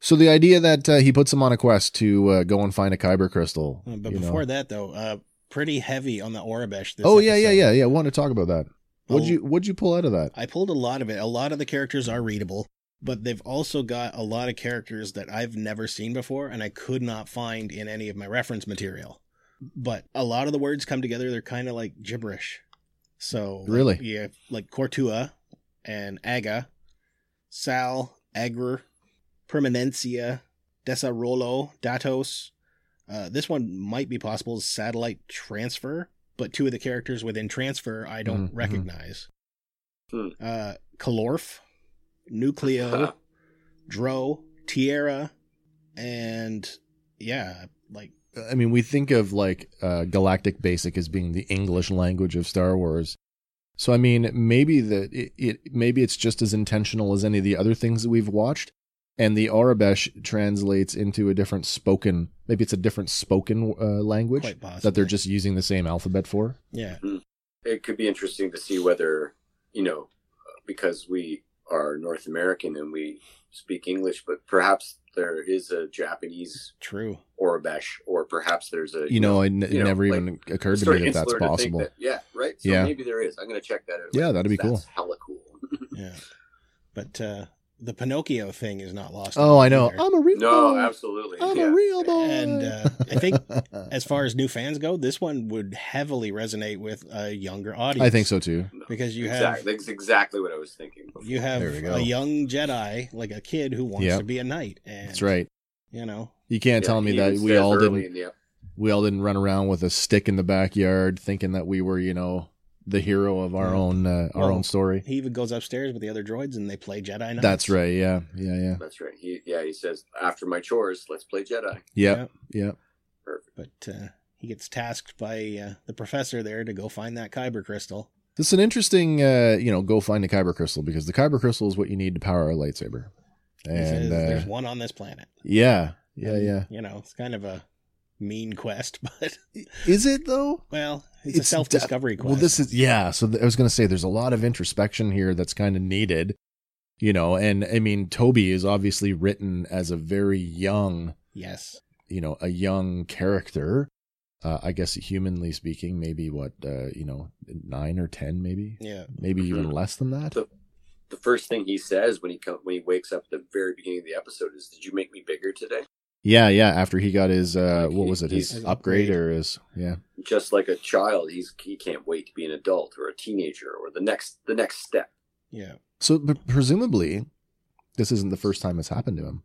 [SPEAKER 2] So the idea that uh, he puts him on a quest to uh, go and find a kyber crystal.
[SPEAKER 3] Uh, But
[SPEAKER 2] you know.
[SPEAKER 3] before that, though, uh, pretty heavy on the Orabesh. This
[SPEAKER 2] oh yeah, yeah,
[SPEAKER 3] episode.
[SPEAKER 2] yeah, yeah. I want to talk about that. What'd
[SPEAKER 3] Oh.
[SPEAKER 2] you What'd you pull out of that?
[SPEAKER 3] I pulled a lot of it. A lot of the characters are readable, but they've also got a lot of characters that I've never seen before and I could not find in any of my reference material. But a lot of the words come together, they're kind of like gibberish. So, like,
[SPEAKER 2] Really?
[SPEAKER 3] yeah, like Cortua and Aga Sal, Agr, Permanencia, Desarrollo, Datos. Uh, this one might be possible as satellite transfer, but two of the characters within transfer I don't
[SPEAKER 2] Mhm, mhm.
[SPEAKER 3] recognize.
[SPEAKER 4] Hmm.
[SPEAKER 3] Uh, Calorf,
[SPEAKER 4] Uh,
[SPEAKER 3] Nucleo, Dro, Tierra, and yeah, like
[SPEAKER 2] I mean, we think of like uh, Galactic Basic as being the English language of Star Wars. So I mean, maybe that it, it maybe it's just as intentional as any of the other things that we've watched, and the Arabesh translates into a different spoken. Maybe it's a different spoken uh, language
[SPEAKER 3] Quite possibly.
[SPEAKER 2] that they're just using the same alphabet for.
[SPEAKER 3] yeah,
[SPEAKER 4] it could be interesting to see whether you know because we are north american and we speak english but perhaps there is a japanese
[SPEAKER 3] true.
[SPEAKER 4] orabesh or perhaps there's a
[SPEAKER 2] You know, it n- it
[SPEAKER 4] you know,
[SPEAKER 2] never
[SPEAKER 4] like,
[SPEAKER 2] even occurred to
[SPEAKER 4] sort
[SPEAKER 2] me
[SPEAKER 4] of
[SPEAKER 2] that that's
[SPEAKER 4] insular to think
[SPEAKER 2] possible.
[SPEAKER 4] that- yeah right so
[SPEAKER 2] Yeah.
[SPEAKER 4] maybe there is i'm gonna check that out
[SPEAKER 2] Yeah, that'd be
[SPEAKER 4] That's
[SPEAKER 2] cool.
[SPEAKER 4] hella cool
[SPEAKER 3] Yeah, but uh, the Pinocchio thing is not lost. on
[SPEAKER 2] oh,
[SPEAKER 3] me
[SPEAKER 2] I know.
[SPEAKER 3] either.
[SPEAKER 2] I'm a real.
[SPEAKER 4] no
[SPEAKER 2] boy.
[SPEAKER 4] absolutely
[SPEAKER 2] I'm
[SPEAKER 4] yeah.
[SPEAKER 2] a real boy.
[SPEAKER 3] And, uh, I think As far as new fans go, this one would heavily resonate with a younger audience.
[SPEAKER 2] I think so too.
[SPEAKER 4] No,
[SPEAKER 3] Because you have-
[SPEAKER 4] exactly, that's exactly what i was thinking before.
[SPEAKER 3] You have
[SPEAKER 2] There we go.
[SPEAKER 3] a young Jedi, like a kid who wants
[SPEAKER 2] Yep.
[SPEAKER 3] to be a knight, and
[SPEAKER 2] That's right.
[SPEAKER 3] You know,
[SPEAKER 2] You can't
[SPEAKER 4] Yeah,
[SPEAKER 2] tell me
[SPEAKER 4] he
[SPEAKER 2] that
[SPEAKER 4] even
[SPEAKER 2] we
[SPEAKER 4] says
[SPEAKER 2] all
[SPEAKER 4] early
[SPEAKER 2] didn't
[SPEAKER 4] in the ep-
[SPEAKER 2] we all didn't run around with a stick in the backyard thinking that we were you know the hero of our
[SPEAKER 3] Yeah.
[SPEAKER 2] own uh, our
[SPEAKER 3] Well,
[SPEAKER 2] own story
[SPEAKER 3] he even goes upstairs with the other droids, and they play Jedi. Knights.
[SPEAKER 2] that's right yeah yeah yeah
[SPEAKER 4] that's right he, yeah he says after my chores let's play jedi
[SPEAKER 2] yeah yeah
[SPEAKER 3] But uh, he gets tasked by uh, the professor there to go find that kyber crystal.
[SPEAKER 2] this is an interesting uh you know go find the kyber crystal because the kyber crystal is what you need to power a lightsaber
[SPEAKER 3] He says,
[SPEAKER 2] and
[SPEAKER 3] "There's Mm-hmm.
[SPEAKER 2] uh,
[SPEAKER 3] one on this planet."
[SPEAKER 2] yeah yeah
[SPEAKER 3] And,
[SPEAKER 2] yeah
[SPEAKER 3] You know, it's kind of a mean quest, but
[SPEAKER 2] is it though
[SPEAKER 3] well, it's, a
[SPEAKER 2] It's
[SPEAKER 3] self-discovery quest.
[SPEAKER 2] well this is yeah so th- i was gonna say there's a lot of introspection here that's kind of needed you know and i mean toby is obviously written as a very young
[SPEAKER 3] yes,
[SPEAKER 2] you know a young character uh, i guess humanly speaking maybe what uh, you know 9 or 10 maybe
[SPEAKER 3] yeah,
[SPEAKER 2] maybe even
[SPEAKER 4] Mhm.
[SPEAKER 2] less than that
[SPEAKER 4] So- the first thing he says when he come, when he wakes up at the very beginning of the episode is did you make me bigger today
[SPEAKER 2] yeah yeah after he got his uh
[SPEAKER 4] Like,
[SPEAKER 2] what
[SPEAKER 4] he-
[SPEAKER 2] was it his
[SPEAKER 3] he's-
[SPEAKER 2] upgrade or his yeah
[SPEAKER 4] just like a child he's he can't wait to be an adult or a teenager or the next the next step
[SPEAKER 3] yeah.
[SPEAKER 2] so but presumably this isn't the first time it's happened to him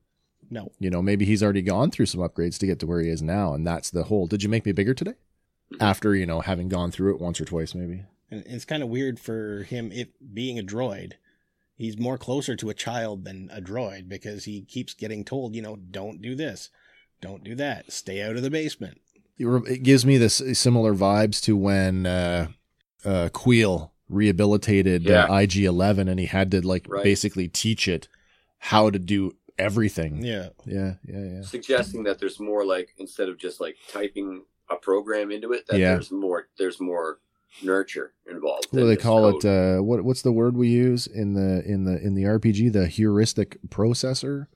[SPEAKER 3] No,
[SPEAKER 2] you know maybe he's already gone through some upgrades to get to where he is now and that's the whole did you make me bigger today after you know having gone through it once or twice maybe
[SPEAKER 3] And it's kind of weird for him, if being a droid, he's more closer to a child than a droid because he keeps getting told, you know, don't do this, don't do that, stay out of the basement.
[SPEAKER 2] it re- it gives me this similar vibes to when uh, uh, Queel rehabilitated uh,
[SPEAKER 4] Yeah.
[SPEAKER 2] IG Eleven, and he had to like
[SPEAKER 4] Right.
[SPEAKER 2] basically teach it how to do everything.
[SPEAKER 3] Yeah,
[SPEAKER 2] yeah, yeah, yeah.
[SPEAKER 4] suggesting that there's more like instead of just like typing a program into it that
[SPEAKER 2] Yeah.
[SPEAKER 4] there's more there's more nurture involved
[SPEAKER 2] What do they call it? Uh, what what's the word we use in the in the in the RPG? The heuristic processor.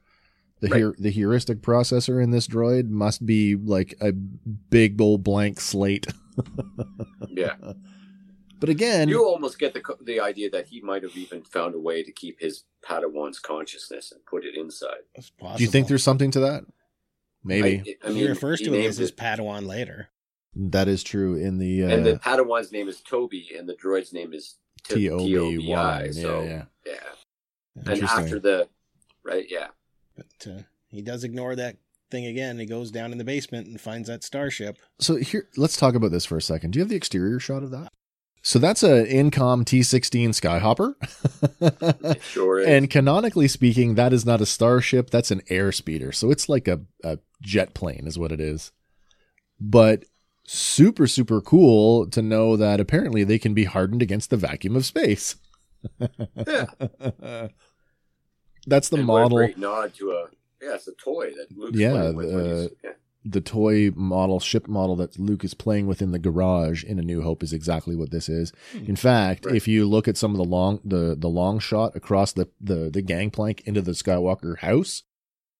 [SPEAKER 2] The,
[SPEAKER 4] Right.
[SPEAKER 2] heur- the heuristic processor in this droid must be like a big old blank slate. uh,
[SPEAKER 4] yeah
[SPEAKER 2] But again,
[SPEAKER 4] you almost get the co- the idea that he might have even found a way to keep his padawan's consciousness and put it inside
[SPEAKER 3] it's possible.
[SPEAKER 2] do you think there's something to that? Maybe
[SPEAKER 4] I, I
[SPEAKER 3] He
[SPEAKER 4] mean
[SPEAKER 3] refers
[SPEAKER 4] he
[SPEAKER 3] to him
[SPEAKER 4] named
[SPEAKER 3] as his Padawan later.
[SPEAKER 2] that is true in the uh,
[SPEAKER 4] and the padawan's name is toby and the droid's name is T-
[SPEAKER 2] T O B
[SPEAKER 4] T-O-B-I,
[SPEAKER 2] Y.
[SPEAKER 4] so
[SPEAKER 2] Yeah, yeah.
[SPEAKER 4] yeah. and
[SPEAKER 2] Interesting.
[SPEAKER 4] after the right yeah
[SPEAKER 3] But uh, he does ignore that thing again. He goes down in the basement and finds that starship.
[SPEAKER 2] So here, let's talk about this for a second. Do you have the exterior shot of that? So that's a Incom T16 Skyhopper.
[SPEAKER 4] it sure is
[SPEAKER 2] and canonically speaking, that is not a starship, that's an airspeeder. So it's like a, a jet plane is what it is. But super super cool to know that apparently they can be hardened against the vacuum of space.
[SPEAKER 4] yeah.
[SPEAKER 2] That's the
[SPEAKER 4] And what a
[SPEAKER 2] model.
[SPEAKER 4] great nod to a yeah, it's a toy that Luke's
[SPEAKER 2] Yeah,
[SPEAKER 4] playing with when he's-
[SPEAKER 2] uh,
[SPEAKER 4] yeah.
[SPEAKER 2] the toy model ship model that Luke is playing with in the garage in A New Hope is exactly what this is. In fact,
[SPEAKER 4] Hmm. Right.
[SPEAKER 2] if you look at some of the long the the long shot across the the, the gangplank into the Skywalker house,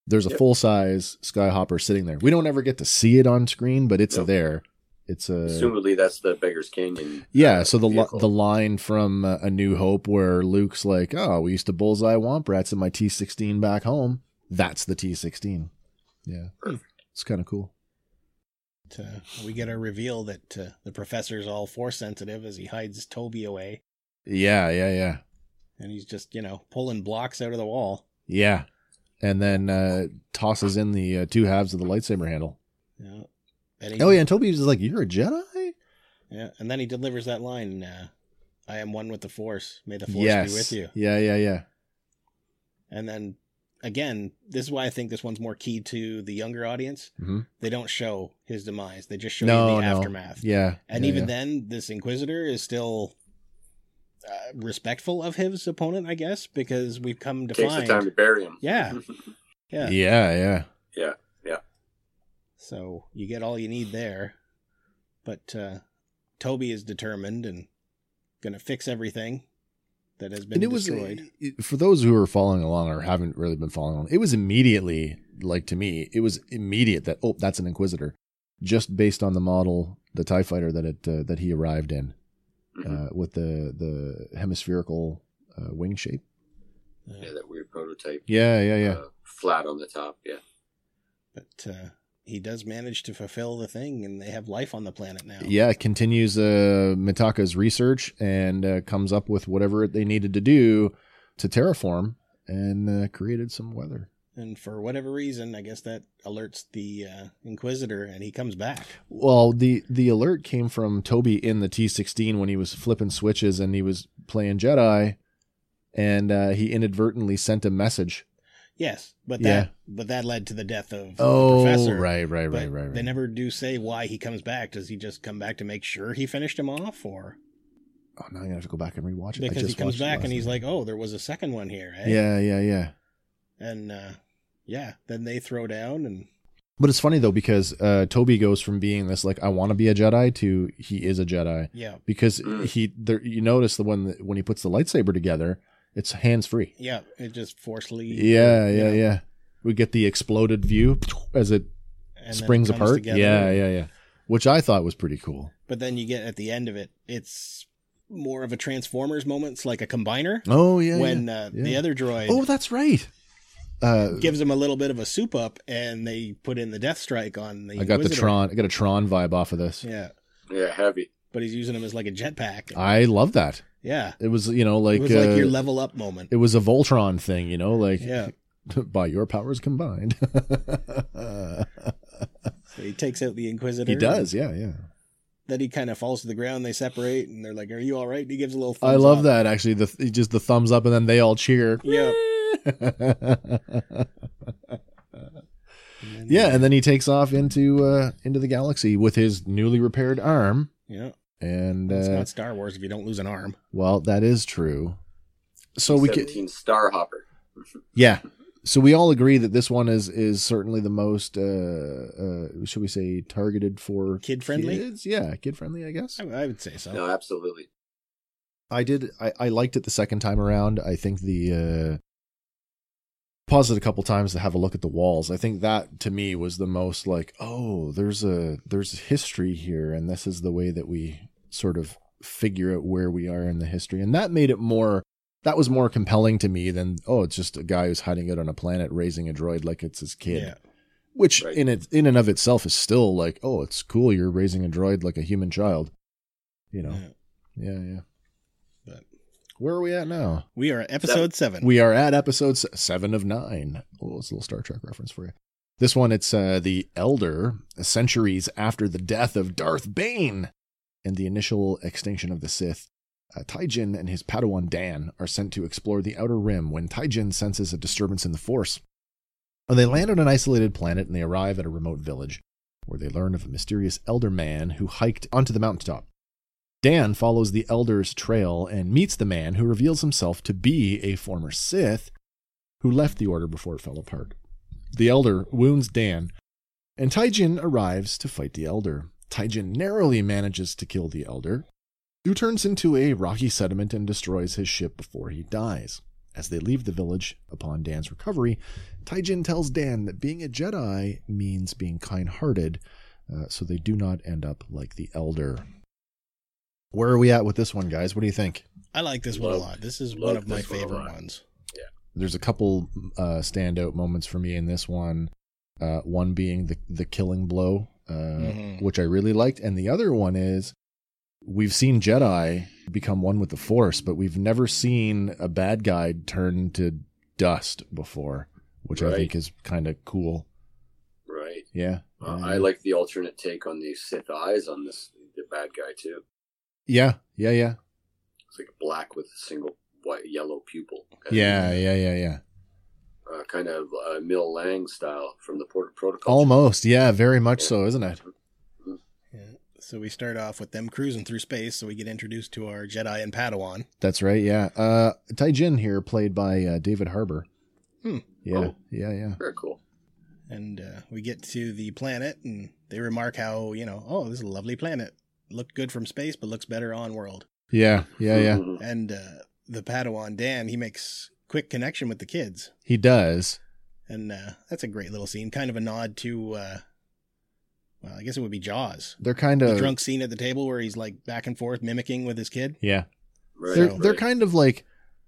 [SPEAKER 2] there's a
[SPEAKER 4] Yep.
[SPEAKER 2] full size Skyhopper sitting there. We don't ever get to see it on screen, but it's
[SPEAKER 4] Nope.
[SPEAKER 2] there. It's a
[SPEAKER 4] Assumably, that's the Beggar's Canyon.
[SPEAKER 2] yeah, so the li-
[SPEAKER 4] vehicle.
[SPEAKER 2] the line from uh, A New Hope where Luke's like, "Oh, we used to bullseye womp rats in my T16 back home." That's the T16. Yeah.
[SPEAKER 4] Perfect.
[SPEAKER 2] It's kind of cool.
[SPEAKER 3] But, uh, we get a reveal that uh, the professor's all force sensitive as he hides Toby away.
[SPEAKER 2] Yeah, yeah, yeah.
[SPEAKER 3] and he's just you know pulling blocks out of the wall.
[SPEAKER 2] Yeah. And then uh, tosses in the uh, two halves of the lightsaber handle.
[SPEAKER 3] Yeah. And he-
[SPEAKER 2] Oh, yeah. And Toby's like, You're a Jedi?
[SPEAKER 3] yeah, and then he delivers that line. Uh, I am one with the force. May the force be with you.
[SPEAKER 2] Yeah, yeah, yeah.
[SPEAKER 3] And then again, this is why I think this one's more key to the younger audience.
[SPEAKER 2] Mhm.
[SPEAKER 3] They don't show his demise; they just show
[SPEAKER 2] No,
[SPEAKER 3] you the
[SPEAKER 2] no.
[SPEAKER 3] aftermath.
[SPEAKER 2] Yeah.
[SPEAKER 3] And
[SPEAKER 2] yeah,
[SPEAKER 3] even
[SPEAKER 2] yeah.
[SPEAKER 3] then, this Inquisitor is still uh, respectful of his opponent, I guess, because we've come to
[SPEAKER 4] Takes
[SPEAKER 3] find.
[SPEAKER 4] the time to Mhm. bury him.
[SPEAKER 3] Yeah. yeah.
[SPEAKER 2] Yeah, yeah.
[SPEAKER 3] So you get all you need there. But uh, Toby is determined and going to fix everything that has been
[SPEAKER 2] and it was
[SPEAKER 3] destroyed.
[SPEAKER 2] it- for those who are following along or haven't really been following along. It was immediately like to me, it was immediate that oh, that's an Inquisitor, just based on the model, the Tie Fighter that it uh, that he arrived in
[SPEAKER 4] Mhm.
[SPEAKER 2] uh, with the the hemispherical uh, wing shape.
[SPEAKER 3] Uh,
[SPEAKER 4] yeah, that weird prototype.
[SPEAKER 2] Yeah, yeah, yeah.
[SPEAKER 4] Uh, flat on the top. Yeah.
[SPEAKER 3] but uh, he does manage to fulfill the thing, and they have life on the planet now.
[SPEAKER 2] Yeah, it continues uh, Mitaka's research and uh, comes up with whatever they needed to do to terraform and uh, created some weather.
[SPEAKER 3] And for whatever reason, I guess that alerts the uh, Inquisitor, and he comes back.
[SPEAKER 2] Well, the the alert came from Toby in the T16 when he was flipping switches and he was playing Jedi, and uh, he inadvertently sent a message.
[SPEAKER 3] Yes, but
[SPEAKER 2] Yeah.
[SPEAKER 3] that but that led to the death of
[SPEAKER 2] Oh,
[SPEAKER 3] the professor.
[SPEAKER 2] right, right,
[SPEAKER 3] But
[SPEAKER 2] right, right, right.
[SPEAKER 3] They never do say why he comes back. Does he just come back to make sure he finished him off, or
[SPEAKER 2] oh, now I'm gonna have to go back and rewatch it. I
[SPEAKER 3] because he
[SPEAKER 2] just
[SPEAKER 3] comes
[SPEAKER 2] watched it
[SPEAKER 3] back
[SPEAKER 2] last
[SPEAKER 3] and he's
[SPEAKER 2] night.
[SPEAKER 3] like, "Oh, there was a second one here." Eh?
[SPEAKER 2] yeah, yeah, yeah.
[SPEAKER 3] and uh, yeah, then they throw down and
[SPEAKER 2] But it's funny though because uh, Toby goes from being this like I want to be a Jedi to he is a Jedi.
[SPEAKER 3] yeah,
[SPEAKER 2] because
[SPEAKER 4] Mm.
[SPEAKER 2] he there you notice the one that when he puts the lightsaber together it's hands free
[SPEAKER 3] yeah, it just forcefully.
[SPEAKER 2] yeah
[SPEAKER 3] you
[SPEAKER 2] yeah
[SPEAKER 3] know,
[SPEAKER 2] yeah we get the exploded view as it
[SPEAKER 3] and then it
[SPEAKER 2] springs
[SPEAKER 3] comes
[SPEAKER 2] apart
[SPEAKER 3] together.
[SPEAKER 2] yeah yeah yeah which i thought was pretty cool
[SPEAKER 3] But then you get at the end of it, it's more of a Transformers moment, it's like a combiner
[SPEAKER 2] oh yeah
[SPEAKER 3] when Uh, the
[SPEAKER 2] yeah.
[SPEAKER 3] other droid
[SPEAKER 2] oh that's right uh
[SPEAKER 3] gives him a little bit of a soup up, and they put in the Death Strike on the.
[SPEAKER 2] i got the
[SPEAKER 3] Inquisitor.
[SPEAKER 2] tron i got a tron vibe off of this
[SPEAKER 3] Yeah,
[SPEAKER 4] Yeah. Heavy.
[SPEAKER 3] but he's using him as like a jetpack.
[SPEAKER 2] i love that
[SPEAKER 3] yeah,
[SPEAKER 2] it was you know like
[SPEAKER 3] it was like
[SPEAKER 2] uh,
[SPEAKER 3] your level up moment.
[SPEAKER 2] it was a voltron thing you know like
[SPEAKER 3] yeah,
[SPEAKER 2] by your powers combined
[SPEAKER 3] so he takes out the Inquisitor.
[SPEAKER 2] he does yeah yeah
[SPEAKER 3] Then he kind of falls to the ground. They separate, and they're like, "Are you all right?" And he gives a little.
[SPEAKER 2] i
[SPEAKER 3] thumbs
[SPEAKER 2] love
[SPEAKER 3] up.
[SPEAKER 2] that actually the just the thumbs up and then they all cheer
[SPEAKER 3] Yeah.
[SPEAKER 2] yeah,
[SPEAKER 3] And then-
[SPEAKER 2] and then he takes off into uh, into the galaxy with his newly repaired arm,
[SPEAKER 3] yeah.
[SPEAKER 2] and
[SPEAKER 3] it's
[SPEAKER 2] uh,
[SPEAKER 3] not Star Wars if you don't lose an arm.
[SPEAKER 2] well, that is true. So we can,
[SPEAKER 4] Seventeen Star Hopper.
[SPEAKER 2] yeah. So we all agree that this one is is certainly the most, uh, uh, should we say, targeted for
[SPEAKER 3] Kid-friendly?
[SPEAKER 2] Kids? Yeah, kid friendly, I guess.
[SPEAKER 3] I, I would say so.
[SPEAKER 4] No, absolutely.
[SPEAKER 2] I did. I, I liked it the second time around. I think the uh, paused it a couple times to have a look at the walls. I think that to me was the most like, oh, there's a there's history here, and this is the way that we sort of figure out where we are in the history, and that made it more. That was more compelling to me than oh, it's just a guy who's hiding out on a planet raising a droid like it's his kid
[SPEAKER 3] Yeah.
[SPEAKER 2] which
[SPEAKER 4] Right.
[SPEAKER 2] in it in and of itself is still like oh it's cool you're raising a droid like a human child you know yeah yeah,
[SPEAKER 3] But-
[SPEAKER 2] where are we at now
[SPEAKER 3] We are at episode seven.
[SPEAKER 2] we are at episode s- seven of nine. Oh, it's a little Star Trek reference for you. This one, it's uh, the Elder, centuries after the death of Darth Bane and the initial extinction of the Sith. Uh, Taijin and his Padawan Dan are sent to explore the Outer Rim when Taijin senses a disturbance in the Force. Uh, They land on an isolated planet and they arrive at a remote village, where they learn of a mysterious elder man who hiked onto the mountaintop. Dan follows the Elder's trail and meets the man who reveals himself to be a former Sith who left the Order before it fell apart. The Elder wounds Dan, and Taijin arrives to fight the Elder. Taijin narrowly manages to kill the Elder, who turns into a rocky sediment and destroys his ship before he dies. As they leave the village upon Dan's recovery, Taijin tells Dan that being a Jedi means being kind hearted, uh, so they do not end up like the Elder. Where are we at with this one, guys? What do you think?
[SPEAKER 3] I like this one a
[SPEAKER 4] Love-
[SPEAKER 3] lot. This is
[SPEAKER 4] love
[SPEAKER 3] one of my
[SPEAKER 4] this one a
[SPEAKER 3] favorite
[SPEAKER 4] lot.
[SPEAKER 3] ones.
[SPEAKER 2] There's a couple uh, standout moments for me in this one. Uh, one being the the killing blow, uh,
[SPEAKER 3] Mhm.
[SPEAKER 4] Mm-hmm.
[SPEAKER 2] which I really liked, and the other one is we've seen Jedi become one with the Force, but we've never seen a bad guy turn to dust before, which I
[SPEAKER 4] Right.
[SPEAKER 2] think is kind of cool.
[SPEAKER 4] right?
[SPEAKER 2] Yeah.
[SPEAKER 4] Uh,
[SPEAKER 2] yeah.
[SPEAKER 4] I like the alternate take on the Sith eyes on this the bad guy too.
[SPEAKER 2] Yeah. Yeah. Yeah.
[SPEAKER 4] It's like black with a single white yellow pupil.
[SPEAKER 2] Yeah. Yeah. Yeah. Yeah.
[SPEAKER 4] uh, kind of uh, Mill Lang style from the Port Protocol.
[SPEAKER 2] Almost. Yeah. Very much so, isn't it?
[SPEAKER 3] Yeah. So we start off with them cruising through space, so we get introduced to our Jedi and Padawan.
[SPEAKER 2] That's right. Yeah. Uh, Tai Jin here, played by uh, David Harbour.
[SPEAKER 3] Hmm.
[SPEAKER 2] Yeah.
[SPEAKER 4] Oh.
[SPEAKER 2] Yeah. Yeah.
[SPEAKER 4] Very cool.
[SPEAKER 3] And uh, we get to the planet, and they remark how, you know, oh, this is a lovely planet. Looked good from space, but looks better on world.
[SPEAKER 2] Yeah. Yeah. Yeah.
[SPEAKER 4] Mhm.
[SPEAKER 3] And uh, the Padawan, Dan, he makes quick connection with the kids.
[SPEAKER 2] He does.
[SPEAKER 3] And uh, that's a great little scene. Kind of a nod to, uh, well, I guess it would be Jaws.
[SPEAKER 2] They're kind
[SPEAKER 3] The
[SPEAKER 2] of
[SPEAKER 3] drunk scene at the table where he's like back and forth mimicking with his kid.
[SPEAKER 2] Yeah.
[SPEAKER 4] Right,
[SPEAKER 2] they're
[SPEAKER 4] right.
[SPEAKER 2] they're kind of like,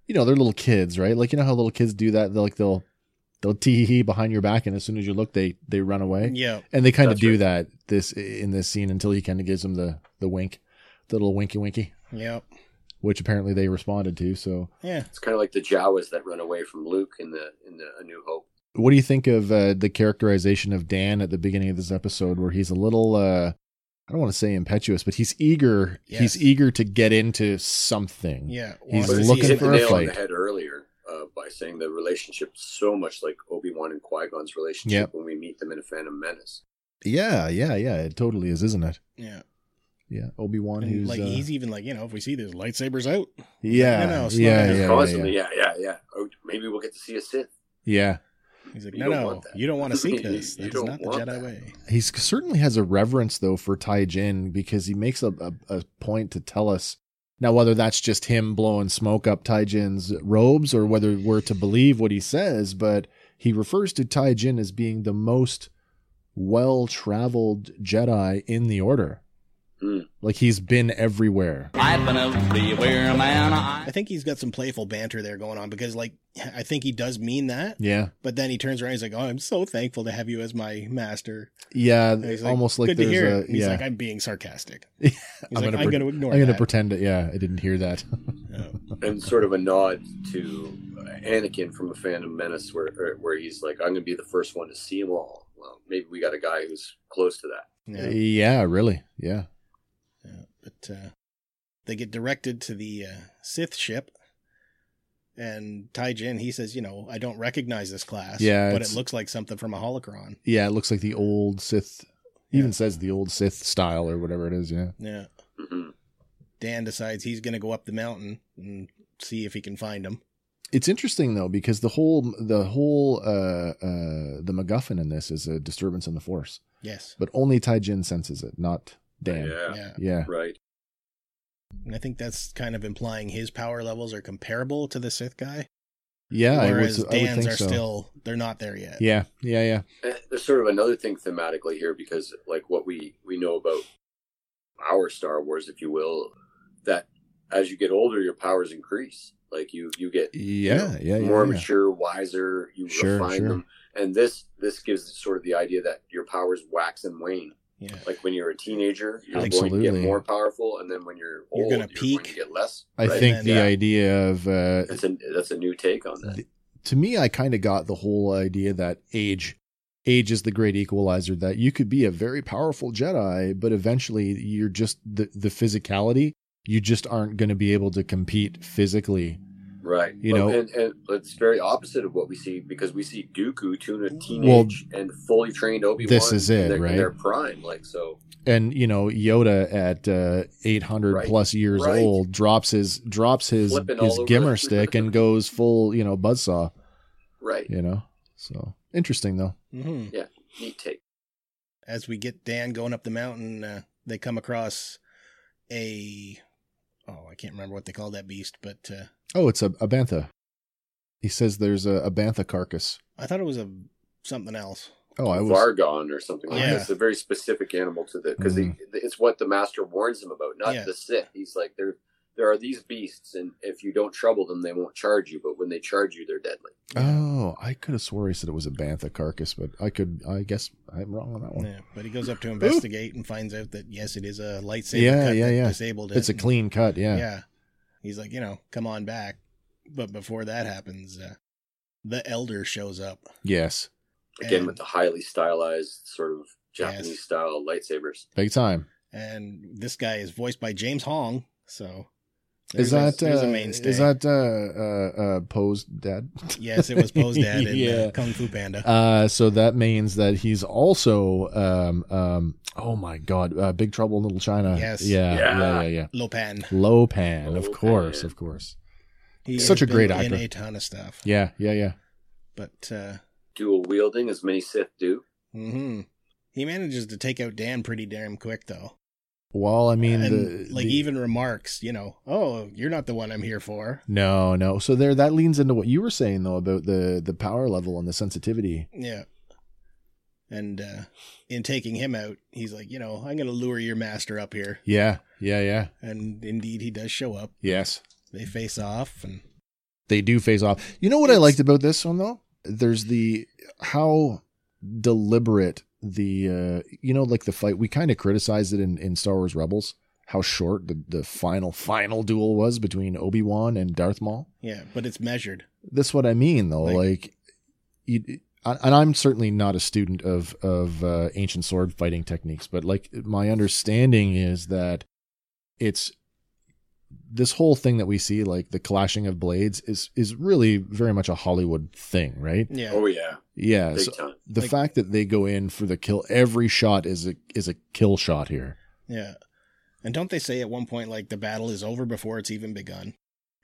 [SPEAKER 2] you know, they're little kids, right? Like you know how little kids do that. They're like they'll they'll tee hee behind your back, and as soon as you look, they they run away.
[SPEAKER 3] Yeah.
[SPEAKER 2] And they kind
[SPEAKER 4] That's
[SPEAKER 2] of do
[SPEAKER 4] right.
[SPEAKER 2] that this in this scene until he kind of gives them the the wink, the little winky winky,
[SPEAKER 3] Yeah.
[SPEAKER 2] which apparently they responded to. So,
[SPEAKER 3] Yeah.
[SPEAKER 4] It's kind of like the Jawas that run away from Luke in the in the A New Hope.
[SPEAKER 2] what do you think of uh, the characterization of Dan at the beginning of this episode, where he's a little uh, I don't want to say impetuous, but he's eager.
[SPEAKER 3] Yes.
[SPEAKER 2] He's eager to get into something.
[SPEAKER 3] Yeah.
[SPEAKER 2] He's
[SPEAKER 3] Wants to see
[SPEAKER 2] looking
[SPEAKER 4] he hit
[SPEAKER 3] it.
[SPEAKER 2] for
[SPEAKER 4] the
[SPEAKER 2] a
[SPEAKER 4] nail on the
[SPEAKER 2] fight.
[SPEAKER 4] head earlier uh, by saying the relationship so much like Obi Wan and Qui Gon's relationship
[SPEAKER 2] Yep.
[SPEAKER 4] when we meet them in a Phantom Menace.
[SPEAKER 2] yeah, yeah, yeah. It totally is, isn't it?
[SPEAKER 3] Yeah.
[SPEAKER 2] Yeah, Obi Wan,
[SPEAKER 3] And,
[SPEAKER 2] who's
[SPEAKER 3] like
[SPEAKER 2] uh,
[SPEAKER 3] he's even like, you know, if we see this lightsabers out.
[SPEAKER 2] Yeah.
[SPEAKER 3] No, no, slow
[SPEAKER 2] yeah,
[SPEAKER 3] down.
[SPEAKER 2] yeah, yeah,
[SPEAKER 4] Constantly,
[SPEAKER 2] yeah.
[SPEAKER 4] yeah, yeah, yeah. Oh, maybe we'll get to see a Sith.
[SPEAKER 2] Yeah.
[SPEAKER 3] He's like,
[SPEAKER 4] You
[SPEAKER 3] No,
[SPEAKER 4] don't
[SPEAKER 3] no,
[SPEAKER 4] want that.
[SPEAKER 3] you don't want to seek this.
[SPEAKER 4] You
[SPEAKER 3] That is
[SPEAKER 4] don't
[SPEAKER 3] not the
[SPEAKER 4] want
[SPEAKER 3] Jedi
[SPEAKER 4] that."
[SPEAKER 3] way.
[SPEAKER 2] He certainly has a reverence, though, for Tai Jin because he makes a, a, a point to tell us. Now, whether that's just him blowing smoke up Tai Jin's robes or whether we're to believe what he says, but he refers to Tai Jin as being the most well traveled Jedi in the order.
[SPEAKER 4] Hmm.
[SPEAKER 2] Like he's been everywhere.
[SPEAKER 5] I've been everywhere, man. I-
[SPEAKER 3] I think he's got some playful banter there going on because, like, I think he does mean that,
[SPEAKER 2] Yeah.
[SPEAKER 3] but then he turns around. He's like, "Oh, I'm so thankful to have you as my master."
[SPEAKER 2] Yeah.
[SPEAKER 3] And he's
[SPEAKER 2] almost like
[SPEAKER 3] "Good
[SPEAKER 2] there's
[SPEAKER 3] to hear."
[SPEAKER 2] a.
[SPEAKER 3] it." And he's
[SPEAKER 2] yeah.
[SPEAKER 3] like, "I'm being sarcastic."
[SPEAKER 2] I'm
[SPEAKER 3] He's like,
[SPEAKER 2] gonna
[SPEAKER 3] "I'm
[SPEAKER 2] pre-
[SPEAKER 3] going to ignore
[SPEAKER 2] I'm going to
[SPEAKER 3] that."
[SPEAKER 2] pretend that, yeah, I didn't hear that.
[SPEAKER 3] Oh,
[SPEAKER 4] and sort of a nod to Anakin from a Phantom Menace, where or- where he's like, "I'm going to be the first one to see them all." Well, maybe we got a guy who's close to that.
[SPEAKER 3] yeah,
[SPEAKER 2] yeah, really. Yeah.
[SPEAKER 3] yeah. But uh, they get directed to the uh, Sith ship, and Tai Jin he says, "You know, I don't recognize this class.
[SPEAKER 2] Yeah,
[SPEAKER 3] but it
[SPEAKER 2] it's-
[SPEAKER 3] looks like something from a holocron."
[SPEAKER 2] Yeah, it looks like the old Sith. Even
[SPEAKER 3] Yeah.
[SPEAKER 2] says the old Sith style or whatever it is. Yeah,
[SPEAKER 3] Yeah.
[SPEAKER 4] hmm
[SPEAKER 3] Dan decides he's going to go up the mountain and see if he can find him.
[SPEAKER 2] it's interesting though because the whole the whole uh, uh, the MacGuffin in this is a disturbance in the Force,
[SPEAKER 3] Yes.
[SPEAKER 2] but only Tai Jin senses it, not Dan.
[SPEAKER 4] Yeah,
[SPEAKER 3] yeah.
[SPEAKER 2] Yeah,
[SPEAKER 4] right.
[SPEAKER 3] And I think that's kind of implying his power levels are comparable to the Sith guy.
[SPEAKER 2] yeah. I would-
[SPEAKER 3] whereas
[SPEAKER 2] I would,
[SPEAKER 3] Dan's
[SPEAKER 2] think
[SPEAKER 3] are
[SPEAKER 2] so.
[SPEAKER 3] still they're not there yet.
[SPEAKER 2] Yeah, yeah, yeah,
[SPEAKER 4] And Eh, there's sort of another thing thematically here because, like, what we we know about our Star Wars, if you will, that as you get older, your powers increase. Like you you get you
[SPEAKER 2] yeah,
[SPEAKER 4] know,
[SPEAKER 2] yeah, yeah.
[SPEAKER 4] more
[SPEAKER 2] yeah.
[SPEAKER 4] mature, wiser. You
[SPEAKER 2] Sure,
[SPEAKER 4] refine
[SPEAKER 2] sure.
[SPEAKER 4] them, and this this gives sort of the idea that your powers wax and wane.
[SPEAKER 3] Yeah.
[SPEAKER 4] Like when you're a teenager, you're going to
[SPEAKER 2] Absolutely.
[SPEAKER 4] get more powerful, and then when you're
[SPEAKER 3] You're
[SPEAKER 4] old,
[SPEAKER 3] gonna
[SPEAKER 4] you're going
[SPEAKER 3] peak.
[SPEAKER 4] to get less.
[SPEAKER 2] I
[SPEAKER 4] right?
[SPEAKER 2] think
[SPEAKER 3] And
[SPEAKER 2] the
[SPEAKER 4] then-
[SPEAKER 2] idea of uh,
[SPEAKER 4] that's a that's a new take on that.
[SPEAKER 2] to me, I kind of got the whole idea that age, age is the great equalizer. That you could be a very powerful Jedi, but eventually you're just the the physicality. You just aren't going to be able to compete physically.
[SPEAKER 4] Right.
[SPEAKER 2] You
[SPEAKER 4] Well,
[SPEAKER 2] know-
[SPEAKER 4] and, and it's very opposite of what we see because we see Dooku tune a
[SPEAKER 2] Well,
[SPEAKER 4] teenage and fully trained Obi Wan.
[SPEAKER 2] this is it,
[SPEAKER 4] their,
[SPEAKER 2] right?
[SPEAKER 4] In their prime, like so.
[SPEAKER 2] And you know, Yoda at uh, 800
[SPEAKER 4] Right.
[SPEAKER 2] plus years
[SPEAKER 4] Right.
[SPEAKER 2] old drops his drops his
[SPEAKER 4] Flipping all
[SPEAKER 2] his
[SPEAKER 4] over
[SPEAKER 2] gimmer
[SPEAKER 4] the-
[SPEAKER 2] stick and goes full you know buzzsaw.
[SPEAKER 4] Right.
[SPEAKER 2] You know, so interesting though.
[SPEAKER 3] hmm
[SPEAKER 4] Neat take.
[SPEAKER 3] As we get Dan going up the mountain, uh, they come across a oh I can't remember what they call that beast, but uh,
[SPEAKER 2] Oh, it's a, a bantha. He says there's a, a bantha carcass.
[SPEAKER 3] I thought it was a something else.
[SPEAKER 2] Oh, I was
[SPEAKER 4] Vargon or something like
[SPEAKER 3] Yeah.
[SPEAKER 4] that. It's a very specific animal to the because
[SPEAKER 2] Mhm.
[SPEAKER 4] it's what the master warns him about, not
[SPEAKER 3] Yeah.
[SPEAKER 4] the Sith. He's like they're there are these beasts, and if you don't trouble them, they won't charge you. But when they charge you, they're deadly.
[SPEAKER 2] Oh, I could have swore he said it was a bantha carcass, but I could. I guess I'm wrong on that one.
[SPEAKER 3] Yeah, but he goes up to investigate and finds out that yes, it is a lightsaber
[SPEAKER 2] Yeah,
[SPEAKER 3] cut
[SPEAKER 2] yeah,
[SPEAKER 3] that
[SPEAKER 2] yeah.
[SPEAKER 3] disabled it.
[SPEAKER 2] It's a clean cut. Yeah.
[SPEAKER 3] yeah. He's like, you know, come on back. But before that happens, uh, the elder shows up.
[SPEAKER 2] Yes.
[SPEAKER 4] Again,
[SPEAKER 3] And-
[SPEAKER 4] with the highly stylized sort of
[SPEAKER 3] Yes.
[SPEAKER 4] Japanese style lightsabers.
[SPEAKER 2] Big time.
[SPEAKER 3] and this guy is voiced by James Hong. So
[SPEAKER 2] Is that
[SPEAKER 3] a, there's
[SPEAKER 2] uh,
[SPEAKER 3] a mainstay?
[SPEAKER 2] is that uh, uh, uh, Poe's dad?
[SPEAKER 3] yes? It was posed at in
[SPEAKER 2] yeah.
[SPEAKER 3] uh, Kung Fu Panda.
[SPEAKER 2] Uh, so that means that he's also um um oh my god uh, Big Trouble in Little China
[SPEAKER 3] Yes.
[SPEAKER 2] yeah yeah
[SPEAKER 4] Yeah.
[SPEAKER 2] yeah yeah,
[SPEAKER 3] Lopan.
[SPEAKER 2] Lopan of
[SPEAKER 4] Lopan.
[SPEAKER 2] course of course
[SPEAKER 3] He
[SPEAKER 2] Such
[SPEAKER 3] has
[SPEAKER 2] a great
[SPEAKER 3] been
[SPEAKER 2] actor.
[SPEAKER 3] in a ton of stuff.
[SPEAKER 2] yeah yeah yeah
[SPEAKER 3] But uh,
[SPEAKER 4] Dual wielding, as many Sith do.
[SPEAKER 3] mhm. he manages to take out Dan pretty damn quick, though.
[SPEAKER 2] well I mean
[SPEAKER 3] and,
[SPEAKER 2] the,
[SPEAKER 3] like
[SPEAKER 2] the-
[SPEAKER 3] even remarks, you know, oh, you're not the one I'm here for.
[SPEAKER 2] no no so there that leans into what you were saying though about the the power level and the sensitivity
[SPEAKER 3] Yeah. And uh, in taking him out, he's like, you know, I'm going to lure your master up here.
[SPEAKER 2] yeah yeah yeah
[SPEAKER 3] And indeed, he does show up.
[SPEAKER 2] yes
[SPEAKER 3] They face off, and
[SPEAKER 2] they do face off. You know what I
[SPEAKER 3] It's-
[SPEAKER 2] liked about this one though? There's the how deliberate the uh you know like the fight we kind of criticized it in in Star Wars Rebels how short the the final final duel was between Obi-Wan and Darth Maul.
[SPEAKER 3] yeah, but it's measured.
[SPEAKER 2] That's what I mean though. Like,
[SPEAKER 3] Like-
[SPEAKER 2] you, I- and I'm certainly not a student of of uh, ancient sword fighting techniques, but like my understanding is that it's this whole thing that we see, like the clashing of blades, is is really very much a Hollywood thing, right?
[SPEAKER 3] Yeah.
[SPEAKER 4] Oh yeah,
[SPEAKER 2] Yeah.
[SPEAKER 4] big
[SPEAKER 2] So
[SPEAKER 4] time.
[SPEAKER 2] the
[SPEAKER 3] Like-
[SPEAKER 2] fact that they go in for the kill, every shot is a is a kill shot here.
[SPEAKER 3] Yeah. And don't they say at one point like the battle is over before it's even begun?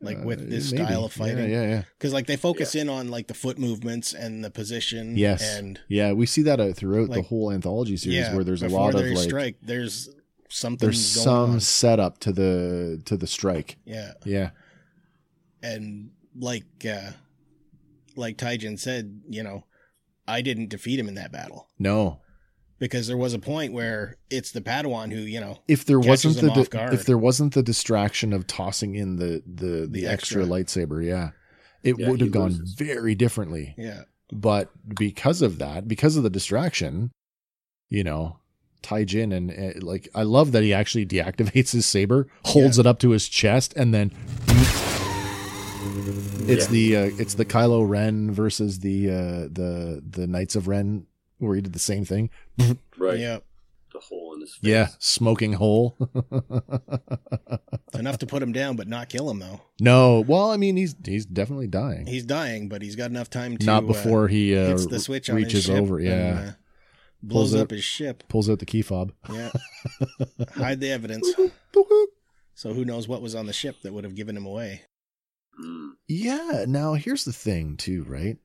[SPEAKER 3] Like
[SPEAKER 2] Uh,
[SPEAKER 3] with this
[SPEAKER 2] maybe.
[SPEAKER 3] style of
[SPEAKER 2] Yeah,
[SPEAKER 3] fighting?
[SPEAKER 2] yeah, yeah.
[SPEAKER 3] Because like they focus in on like the foot movements and the position.
[SPEAKER 2] Yes.
[SPEAKER 3] And
[SPEAKER 2] Yeah, we see that uh, throughout the
[SPEAKER 3] Like-
[SPEAKER 2] whole anthology series
[SPEAKER 3] yeah,
[SPEAKER 2] where there's a
[SPEAKER 3] before
[SPEAKER 2] lot of
[SPEAKER 3] their
[SPEAKER 2] like
[SPEAKER 3] strike, there's something
[SPEAKER 2] there's
[SPEAKER 3] going
[SPEAKER 2] some
[SPEAKER 3] on.
[SPEAKER 2] setup to the to the strike.
[SPEAKER 3] Yeah.
[SPEAKER 2] Yeah.
[SPEAKER 3] And like uh like Taijin said, you know, I didn't defeat him in that battle.
[SPEAKER 2] No.
[SPEAKER 3] Because there was a point where it's the Padawan who, you know,
[SPEAKER 2] If there
[SPEAKER 3] Catches
[SPEAKER 2] wasn't the
[SPEAKER 3] them off
[SPEAKER 2] di-
[SPEAKER 3] guard.
[SPEAKER 2] if there wasn't the distraction of tossing in the the, the, extra.
[SPEAKER 3] extra.
[SPEAKER 2] lightsaber, yeah. It
[SPEAKER 4] Yeah,
[SPEAKER 2] would
[SPEAKER 4] he
[SPEAKER 2] have gone
[SPEAKER 4] loses.
[SPEAKER 2] very differently.
[SPEAKER 3] yeah.
[SPEAKER 2] But because of that, because of the distraction, you know, Tai Jin and uh, like I love that he actually deactivates his saber, holds it up to his chest and then it's the uh, it's the Kylo Ren versus the uh, the the Knights of Ren where he did the same thing.
[SPEAKER 4] Right,
[SPEAKER 3] Yeah.
[SPEAKER 4] the hole in his face.
[SPEAKER 2] Yeah, smoking hole.
[SPEAKER 3] Enough to put him down but not kill him though.
[SPEAKER 2] no, well, I mean, he's he's definitely dying.
[SPEAKER 3] He's dying, but he's got enough time to
[SPEAKER 2] Not
[SPEAKER 3] uh,
[SPEAKER 2] before he uh,
[SPEAKER 3] hits the switch on his
[SPEAKER 2] reaches
[SPEAKER 3] ship
[SPEAKER 2] over, yeah,
[SPEAKER 3] and, uh, blows
[SPEAKER 2] Pulls
[SPEAKER 3] up
[SPEAKER 2] out-
[SPEAKER 3] his ship.
[SPEAKER 2] pulls out the key fob.
[SPEAKER 3] Yeah, hide the evidence. So who knows what was on the ship that would have given him away?
[SPEAKER 4] Mm.
[SPEAKER 2] Yeah. Now here's the thing, too. Right?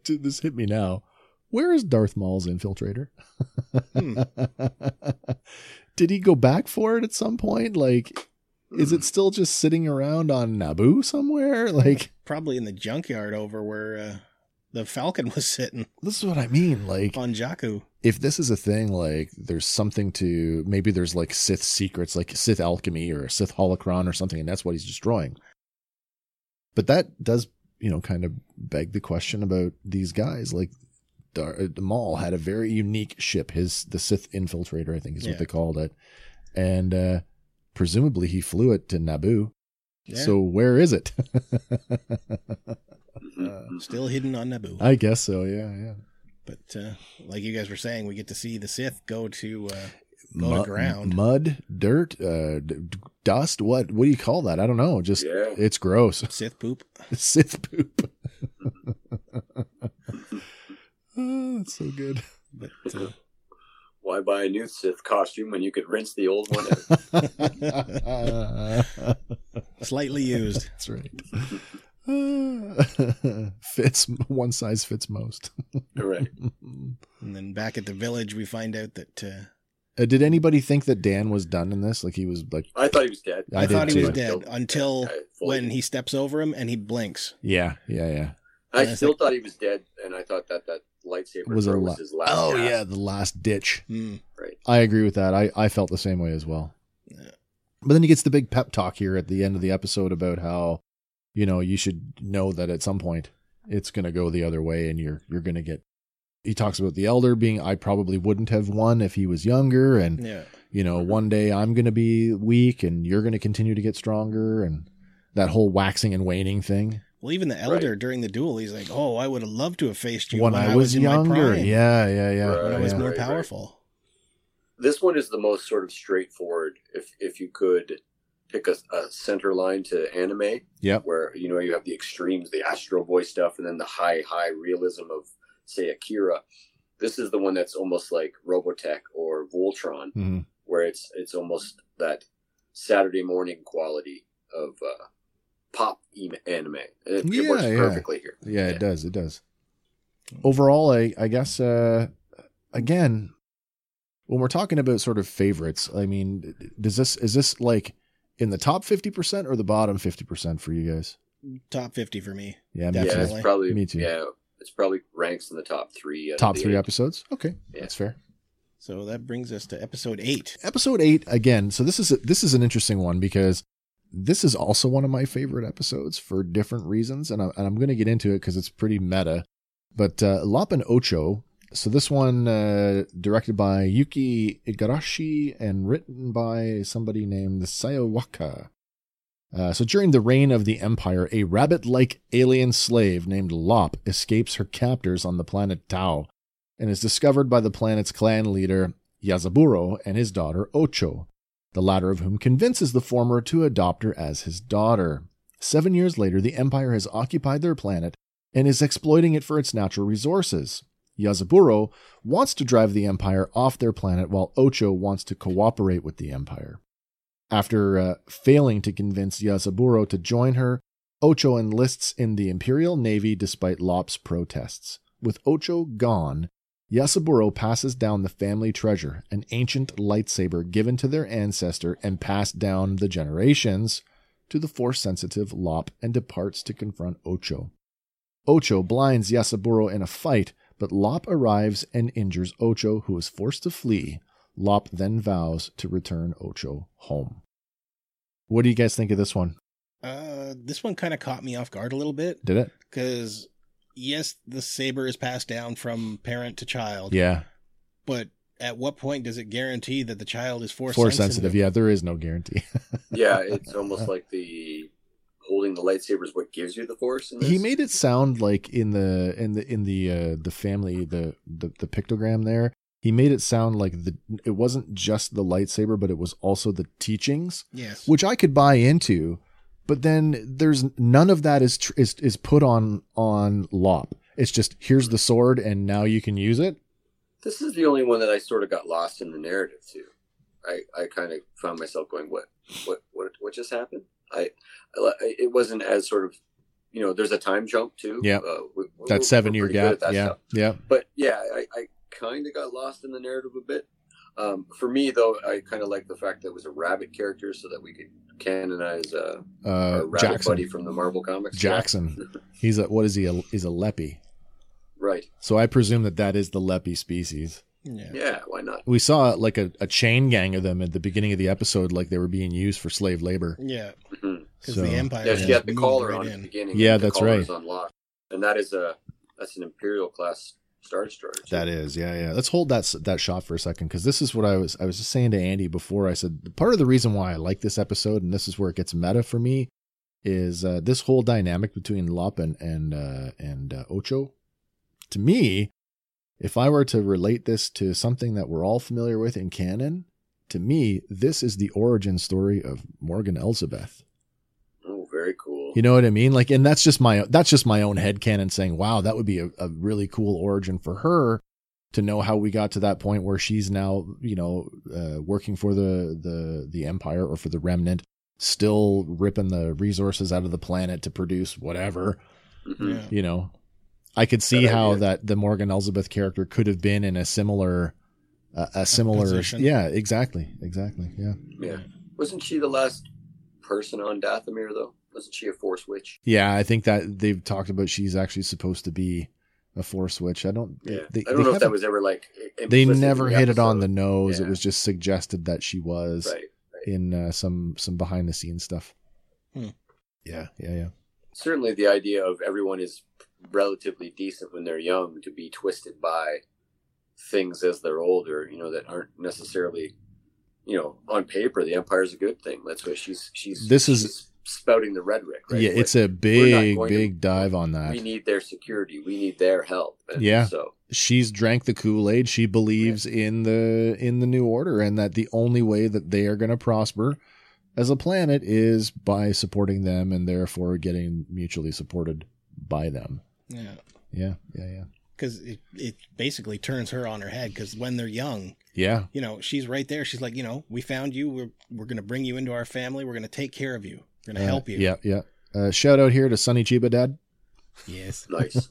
[SPEAKER 2] Dude, this hit me now. Where is Darth Maul's infiltrator?
[SPEAKER 3] Hmm.
[SPEAKER 2] Did he go back for it at some point? Like, is it still just sitting around on Naboo somewhere? Like,
[SPEAKER 3] Probably in the junkyard over where uh, the Falcon was sitting
[SPEAKER 2] this is what I mean. Like,
[SPEAKER 3] on Jakku.
[SPEAKER 2] if this is a thing, like there's something to maybe there's like Sith secrets, like Sith alchemy or Sith holocron or something, and that's what he's destroying. But that does, you know, kind of beg the question about these guys. Like Dar- uh, Maul had a very unique ship, his the Sith infiltrator, I think is what
[SPEAKER 3] Yeah.
[SPEAKER 2] they called it, and uh, presumably he flew it to Naboo.
[SPEAKER 3] Yeah,
[SPEAKER 2] So where is it?
[SPEAKER 4] Mhm,
[SPEAKER 2] Uh,
[SPEAKER 4] mhm.
[SPEAKER 3] still hidden on Naboo.
[SPEAKER 2] I guess so. Yeah, yeah.
[SPEAKER 3] but uh, like you guys were saying, we get to see the Sith go to. Uh, Go to
[SPEAKER 2] Mu-
[SPEAKER 3] ground.
[SPEAKER 2] mud, dirt, uh, d- d- dust. What what do you call that? I don't know. Just
[SPEAKER 4] Yeah.
[SPEAKER 2] it's gross.
[SPEAKER 3] Sith poop.
[SPEAKER 2] Sith poop. oh, that's so good.
[SPEAKER 3] But uh,
[SPEAKER 4] Why buy a new Sith costume when you could rinse the old one out?
[SPEAKER 3] slightly used.
[SPEAKER 2] that's right. Uh, fits one size fits most.
[SPEAKER 4] right.
[SPEAKER 3] And then back at the village, we find out that uh,
[SPEAKER 2] Uh, did anybody think that Dan was done in this? Like he was like,
[SPEAKER 4] I thought he was dead.
[SPEAKER 2] I
[SPEAKER 3] I, thought
[SPEAKER 2] did
[SPEAKER 3] he
[SPEAKER 2] too.
[SPEAKER 3] was dead until
[SPEAKER 4] I fully-
[SPEAKER 3] when he steps over him and he blinks.
[SPEAKER 2] yeah, yeah, yeah.
[SPEAKER 4] I
[SPEAKER 3] I
[SPEAKER 4] still thought he was dead, and I thought that that lightsaber
[SPEAKER 2] Was
[SPEAKER 4] was,
[SPEAKER 2] a
[SPEAKER 4] was
[SPEAKER 2] lot-
[SPEAKER 4] his last.
[SPEAKER 2] Oh
[SPEAKER 4] gasp.
[SPEAKER 2] yeah, the last ditch.
[SPEAKER 3] Hmm.
[SPEAKER 4] Right.
[SPEAKER 2] I agree with that. I I felt the same way as well. But then he gets the big pep talk here at the end of the episode about how, you know, you should know that at some point it's going to go the other way and you're you're going to get he talks about the elder being I probably wouldn't have won if he was younger and
[SPEAKER 3] Yeah.
[SPEAKER 2] you know, one day I'm going to be weak and you're going to continue to get stronger and that whole waxing and waning thing
[SPEAKER 3] Well, even the elder during the duel, he's like, "Oh, I would have loved to have faced you
[SPEAKER 2] when, I, was,
[SPEAKER 3] in my
[SPEAKER 2] younger.
[SPEAKER 3] prime,
[SPEAKER 2] Yeah, yeah, yeah.
[SPEAKER 4] Right.
[SPEAKER 3] when I was
[SPEAKER 2] yeah.
[SPEAKER 3] more
[SPEAKER 4] Right, right.
[SPEAKER 3] powerful."
[SPEAKER 4] This one is the most sort of straightforward. If if you could pick a, a center line to anime,
[SPEAKER 2] Yep.
[SPEAKER 4] where you know you have the extremes, the Astro Boy stuff, and then the high high realism of say Akira. This is the one that's almost like Robotech or Voltron,
[SPEAKER 2] Mhm.
[SPEAKER 4] where it's it's almost that Saturday morning quality of uh, pop em- anime. It,
[SPEAKER 2] Yeah,
[SPEAKER 4] it works
[SPEAKER 2] yeah.
[SPEAKER 4] perfectly here.
[SPEAKER 2] Yeah,
[SPEAKER 4] Yeah.
[SPEAKER 2] it does. It does. Overall, I I guess uh again, when we're talking about sort of favorites, I mean, does this is this like in the top fifty percent or the bottom fifty percent for you guys?
[SPEAKER 3] Top fifty for me.
[SPEAKER 2] Yeah, me
[SPEAKER 4] Yeah,
[SPEAKER 2] too.
[SPEAKER 4] it's
[SPEAKER 3] Definitely.
[SPEAKER 4] probably
[SPEAKER 2] Me too.
[SPEAKER 4] yeah, it's probably ranks in the top three. out of
[SPEAKER 2] Top
[SPEAKER 4] the
[SPEAKER 2] three
[SPEAKER 4] eight.
[SPEAKER 2] episodes. Okay,
[SPEAKER 4] Yeah.
[SPEAKER 2] that's fair.
[SPEAKER 3] So that brings us to episode eight.
[SPEAKER 2] Episode eight again. So this is a, this is an interesting one because this is also one of my favorite episodes for different reasons, and, I, and I'm going to get into it because it's pretty meta. But uh, Lapan Ocho. So this one uh, directed by Yuki Igarashi and written by somebody named Sayawaka. Uh, so during the reign of the Empire, a rabbit-like alien slave named Lop escapes her captors on the planet Tau, and is discovered by the planet's clan leader Yazaburo and his daughter Ocho, the latter of whom convinces the former to adopt her as his daughter. Seven years later, the Empire has occupied their planet and is exploiting it for its natural resources. Yazaburo wants to drive the Empire off their planet while Ocho wants to cooperate with the Empire. After uh, failing to convince Yazaburo to join her, Ocho enlists in the Imperial Navy despite Lop's protests. With Ocho gone, Yasaburo passes down the family treasure, an ancient lightsaber given to their ancestor and passed down the generations, to the force sensitive Lop and departs to confront Ocho. Ocho blinds Yasaburo in a fight, but Lop arrives and injures Ocho, who is forced to flee. Lop then vows to return Ocho home. What do you guys think of this one?
[SPEAKER 3] Uh, this one kind of caught me off guard a little bit
[SPEAKER 2] Did it?
[SPEAKER 3] because yes, the saber is passed down from parent to child.
[SPEAKER 2] Yeah.
[SPEAKER 3] But at what point does it guarantee that the child is force,
[SPEAKER 2] Force, sensitive. Yeah, there is no guarantee.
[SPEAKER 4] yeah, it's almost like the holding the lightsaber is what gives you the force. In this.
[SPEAKER 2] he made it sound like in the in the in the uh, the family the, the the pictogram there he made it sound like the it wasn't just the lightsaber but it was also the teachings
[SPEAKER 3] Yes.
[SPEAKER 2] which i could buy into but then there's none of that is tr- is is put on on lop it's just here's the sword and now you can use it
[SPEAKER 4] This is the only one that I sort of got lost in the narrative to. I, I kind of found myself going, what, what, what, what just happened? I, I, it wasn't as sort of, you know, there's a time jump too.
[SPEAKER 2] Yeah.
[SPEAKER 4] Uh, we- we- we're
[SPEAKER 2] that 7 year
[SPEAKER 4] pretty good
[SPEAKER 2] gap
[SPEAKER 4] at that
[SPEAKER 2] yeah
[SPEAKER 4] stuff.
[SPEAKER 2] yeah
[SPEAKER 4] But yeah, I, I kind of got lost in the narrative a bit. Um, for me though, I kind of like the fact that it was a rabbit character so that we could canonize uh,
[SPEAKER 2] uh
[SPEAKER 4] our rabbit buddy
[SPEAKER 2] jackson
[SPEAKER 4] from the Marvel comics.
[SPEAKER 2] jackson he's a what is he a, he's a leppy
[SPEAKER 4] Right.
[SPEAKER 2] so i presume that that is the leppy species
[SPEAKER 3] yeah.
[SPEAKER 4] Yeah, why not?
[SPEAKER 2] we saw like a, a chain gang of them at the beginning of the episode, like they were being used for slave labor.
[SPEAKER 3] Yeah.
[SPEAKER 4] Mhm.
[SPEAKER 3] Because
[SPEAKER 2] So-
[SPEAKER 3] the empire.
[SPEAKER 4] Yeah,
[SPEAKER 3] has
[SPEAKER 4] she had the
[SPEAKER 3] moved
[SPEAKER 4] collar
[SPEAKER 3] right
[SPEAKER 4] on at
[SPEAKER 3] in.
[SPEAKER 4] the beginning.
[SPEAKER 2] Yeah,
[SPEAKER 4] and the
[SPEAKER 2] that's
[SPEAKER 4] collar
[SPEAKER 2] right.
[SPEAKER 4] is unlocked, and that is a that's an imperial class star destroyer. too.
[SPEAKER 2] That is, yeah, yeah. Let's hold that s- that shot for a second because this is what I was I was just saying to Andy before. I said part of the reason why I like this episode and this is where it gets meta for me is uh, this whole dynamic between Lop and and uh, and uh, Ocho. To me, if I were to relate this to something that we're all familiar with in canon, to me this is the origin story of Morgan Elizabeth.
[SPEAKER 4] Oh, very cool.
[SPEAKER 2] You know what I mean? Like, and that's just my that's just my own head canon saying, wow, that would be a, a really cool origin for her to know how we got to that point where she's now, you know, uh, working for the the the empire or for the remnant, still ripping the resources out of the planet to produce whatever.
[SPEAKER 4] Mhm.
[SPEAKER 3] Yeah.
[SPEAKER 2] You know, I could see
[SPEAKER 4] Good
[SPEAKER 2] how
[SPEAKER 4] idea.
[SPEAKER 2] that the Morgan Elizabeth character could have been in a similar, uh, a similar,
[SPEAKER 3] position.
[SPEAKER 2] yeah, exactly, exactly, yeah.
[SPEAKER 4] yeah. Wasn't she the last person on Dathomir though? Wasn't she a Force witch?
[SPEAKER 2] Yeah, I think that they've talked about she's actually supposed to be a force witch. I don't.
[SPEAKER 4] Yeah.
[SPEAKER 2] They,
[SPEAKER 4] I don't know if that
[SPEAKER 2] haven't-
[SPEAKER 4] was ever like. i-
[SPEAKER 2] They
[SPEAKER 4] implicit in
[SPEAKER 2] never hit it on the
[SPEAKER 4] episode.
[SPEAKER 2] nose. It
[SPEAKER 4] Yeah.
[SPEAKER 2] was just suggested that she was.
[SPEAKER 4] Right.
[SPEAKER 2] in uh, some some behind the scenes stuff.
[SPEAKER 3] Hmm.
[SPEAKER 2] Yeah, yeah, yeah.
[SPEAKER 4] certainly the idea of everyone is relatively decent when they're young to be twisted by things as they're older you know that aren't necessarily you know on paper the empire's a good thing that's what she's she's
[SPEAKER 2] This is-
[SPEAKER 4] she's spouting the rhetoric right
[SPEAKER 2] Yeah,
[SPEAKER 4] Like,
[SPEAKER 2] it's a big,
[SPEAKER 4] going to-
[SPEAKER 2] big dive on that.
[SPEAKER 4] we need their security we need their help and
[SPEAKER 2] Yeah.
[SPEAKER 4] so
[SPEAKER 2] she's drank the Kool-Aid. She believes in the in the new order and that the only way that they are going to prosper as a planet is by supporting them and therefore getting mutually supported by them.
[SPEAKER 3] Yeah.
[SPEAKER 2] Yeah, yeah, yeah.
[SPEAKER 3] Because it, it basically turns her on her head. Because when they're young,
[SPEAKER 2] Yeah.
[SPEAKER 3] you know, she's right there. She's like, you know, we found you. We're, we're going to bring you into our family. We're going to take care of you. We're going to
[SPEAKER 2] Uh,
[SPEAKER 3] help you.
[SPEAKER 2] Yeah, yeah. Uh, shout out here to Sonny Chiba Dad.
[SPEAKER 3] Yes.
[SPEAKER 4] nice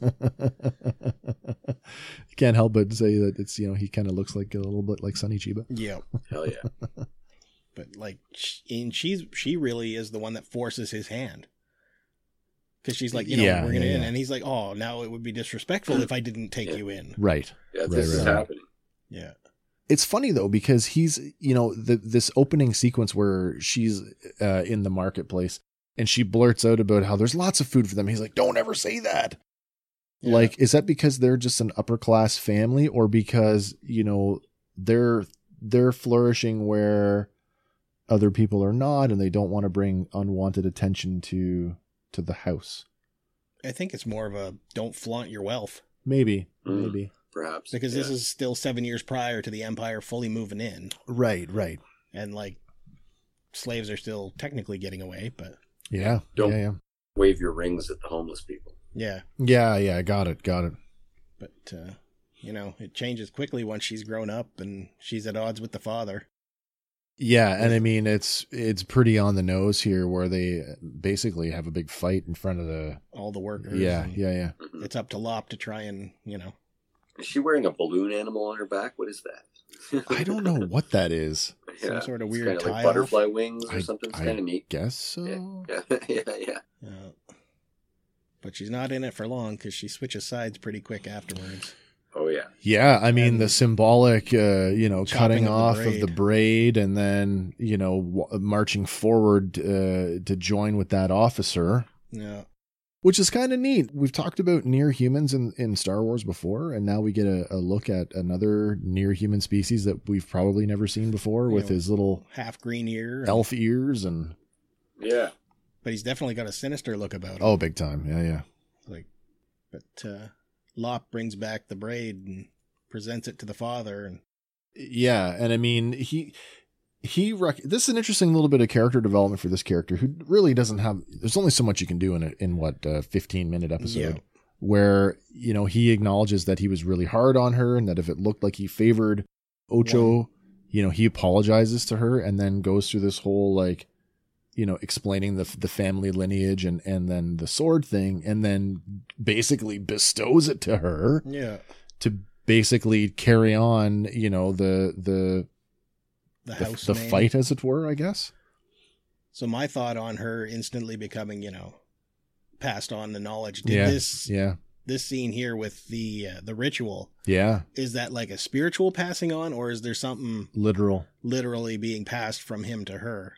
[SPEAKER 2] Can't help but say that it's you know he kind of looks like a little bit like Sonny Chiba.
[SPEAKER 3] yeah.
[SPEAKER 4] hell yeah
[SPEAKER 3] But like, sh and she's, she really is the one that forces his hand. Because she's like, you know,
[SPEAKER 2] Yeah,
[SPEAKER 3] we're going to
[SPEAKER 2] yeah,
[SPEAKER 3] in.
[SPEAKER 2] yeah.
[SPEAKER 3] And he's like, oh, now it would be disrespectful if I didn't take
[SPEAKER 4] Yeah.
[SPEAKER 3] you in.
[SPEAKER 2] Right.
[SPEAKER 4] yeah
[SPEAKER 2] Right,
[SPEAKER 4] this
[SPEAKER 2] right,
[SPEAKER 4] is
[SPEAKER 2] right.
[SPEAKER 4] happening
[SPEAKER 3] Yeah.
[SPEAKER 2] it's funny though because he's you know the, this opening sequence where she's uh, in the marketplace and she blurts out about how there's lots of food for them he's like don't ever say that
[SPEAKER 3] Yeah.
[SPEAKER 2] like is that because they're just an upper class family or because you know they're they're flourishing where other people are not and they don't want to bring unwanted attention to to the house
[SPEAKER 3] I think it's more of a don't flaunt your wealth.
[SPEAKER 2] maybe
[SPEAKER 4] Mm.
[SPEAKER 2] maybe
[SPEAKER 4] perhaps
[SPEAKER 3] Because this
[SPEAKER 4] Yeah.
[SPEAKER 3] is still seven years prior to the Empire fully moving in.
[SPEAKER 2] right right
[SPEAKER 3] and like slaves are still technically getting away, but
[SPEAKER 2] yeah
[SPEAKER 4] Don't-
[SPEAKER 2] yeah yeah
[SPEAKER 4] wave your rings at the homeless people
[SPEAKER 3] yeah,
[SPEAKER 2] yeah yeah got it got it
[SPEAKER 3] but uh, you know it changes quickly once she's grown up and she's at odds with the father.
[SPEAKER 2] Yeah, and I mean it's it's pretty on the nose here, where they uh, basically have a big fight in front of the.
[SPEAKER 3] All the workers.
[SPEAKER 2] Yeah,
[SPEAKER 3] and
[SPEAKER 2] yeah, yeah.
[SPEAKER 4] Mhm.
[SPEAKER 3] It's up to Lop to try and you know
[SPEAKER 4] is she wearing a balloon animal on her back what is that
[SPEAKER 2] I don't know what that is.
[SPEAKER 3] Some sort of
[SPEAKER 4] it's
[SPEAKER 3] weird
[SPEAKER 4] kinda like
[SPEAKER 3] tie-off.
[SPEAKER 4] butterfly wings or
[SPEAKER 2] I-
[SPEAKER 4] something. It's
[SPEAKER 2] I-
[SPEAKER 4] kind of neat.
[SPEAKER 2] Guess so.
[SPEAKER 3] Oh.
[SPEAKER 4] Yeah, yeah, yeah.
[SPEAKER 3] uh, but she's not in it for long because she switches sides pretty quick afterwards.
[SPEAKER 4] Oh yeah.
[SPEAKER 2] Yeah, I mean
[SPEAKER 3] And
[SPEAKER 2] the symbolic, uh, you know,
[SPEAKER 3] chopping
[SPEAKER 2] cutting
[SPEAKER 3] of the
[SPEAKER 2] off of the braid and then you know w- marching forward uh, to join with that officer,
[SPEAKER 3] Yeah,
[SPEAKER 2] which is kind of neat. We've talked about near humans in in Star Wars before, and now we get a, a look at another near human species that we've probably never seen before with
[SPEAKER 3] Yeah.
[SPEAKER 2] his little
[SPEAKER 3] half green ear, and-
[SPEAKER 2] elf ears and
[SPEAKER 4] Yeah.
[SPEAKER 3] but he's definitely got a sinister look about him.
[SPEAKER 2] Oh, big time. Yeah, yeah.
[SPEAKER 3] like, but uh, Lop brings back the braid and presents it to the father, and
[SPEAKER 2] Yeah, and I mean, he he rec- this is an interesting little bit of character development for this character who really doesn't have there's only so much you can do in a, in what uh 15 minute episode
[SPEAKER 3] Yeah.
[SPEAKER 2] where you know he acknowledges that he was really hard on her and that if it looked like he favored Ocho, you know, he apologizes to her and then goes through this whole like you know explaining the the family lineage and and then the sword thing and then basically bestows it to her
[SPEAKER 3] yeah,
[SPEAKER 2] to basically carry on, you know, the the
[SPEAKER 3] the,
[SPEAKER 2] the,
[SPEAKER 3] house
[SPEAKER 2] the
[SPEAKER 3] name.
[SPEAKER 2] fight as it were, I guess.
[SPEAKER 3] So my thought on her instantly becoming, you know, passed on the knowledge. Did
[SPEAKER 2] Yeah,
[SPEAKER 3] this
[SPEAKER 2] Yeah.
[SPEAKER 3] this scene here with the uh, the ritual
[SPEAKER 2] Yeah.
[SPEAKER 3] is that like a spiritual passing on, or is there something
[SPEAKER 2] Literal.
[SPEAKER 3] literally being passed from him to her?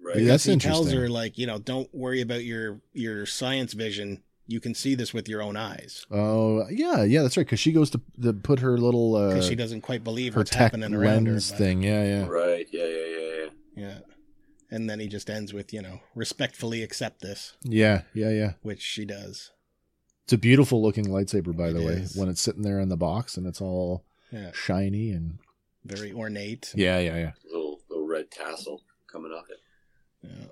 [SPEAKER 4] Right.
[SPEAKER 2] Yeah, that's
[SPEAKER 3] he tells
[SPEAKER 2] interesting.
[SPEAKER 3] her like, you know, don't worry about your your science vision. You can see this with your own eyes
[SPEAKER 2] Oh, yeah, yeah, that's right cuz she goes to the put her little uh
[SPEAKER 3] because she doesn't quite believe
[SPEAKER 2] her
[SPEAKER 3] what's
[SPEAKER 2] tech
[SPEAKER 3] happening around her.
[SPEAKER 2] lens
[SPEAKER 3] but-
[SPEAKER 2] thing. Yeah, yeah.
[SPEAKER 4] Right. Yeah. Yeah. Yeah. Yeah.
[SPEAKER 3] Yeah. And then he just ends with, you know, respectfully accept this,
[SPEAKER 2] Yeah, yeah, yeah.
[SPEAKER 3] which she does.
[SPEAKER 2] It's a beautiful looking lightsaber by the
[SPEAKER 3] It
[SPEAKER 2] way
[SPEAKER 3] is.
[SPEAKER 2] when it's sitting there in the box and it's all
[SPEAKER 3] Yeah.
[SPEAKER 2] shiny and
[SPEAKER 3] Very ornate.
[SPEAKER 2] Yeah, yeah, yeah.
[SPEAKER 4] Little little red tassel coming off it.
[SPEAKER 3] Yeah.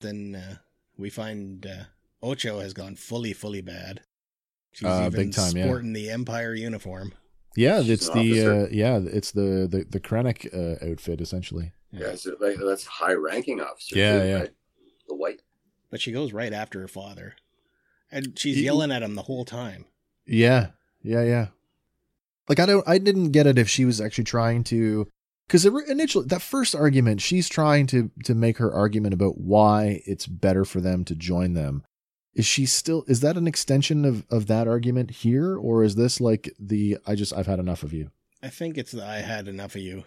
[SPEAKER 3] Then uh, we find uh, Ocho has gone fully, fully bad. She's
[SPEAKER 2] Uh, big time, yeah.
[SPEAKER 3] sporting the Empire uniform.
[SPEAKER 2] Yeah,
[SPEAKER 4] She's
[SPEAKER 2] it's
[SPEAKER 4] an
[SPEAKER 2] the
[SPEAKER 4] officer.
[SPEAKER 2] uh, yeah, it's the the the Krennic uh, outfit essentially.
[SPEAKER 4] Yeah. so like, that's high ranking officer.
[SPEAKER 2] Yeah,
[SPEAKER 4] too,
[SPEAKER 2] yeah.
[SPEAKER 4] right? The white.
[SPEAKER 3] But she goes right after her father. And she's
[SPEAKER 2] You-
[SPEAKER 3] yelling at him the whole time.
[SPEAKER 2] Yeah, yeah, yeah. Like I don't, I didn't get it if she was actually trying to, because initially that first argument, she's trying to to make her argument about why it's better for them to join them. Is she still? Is that an extension of of that argument here, or is this like the I just I've had enough of you?
[SPEAKER 3] I think it's the I had enough of you.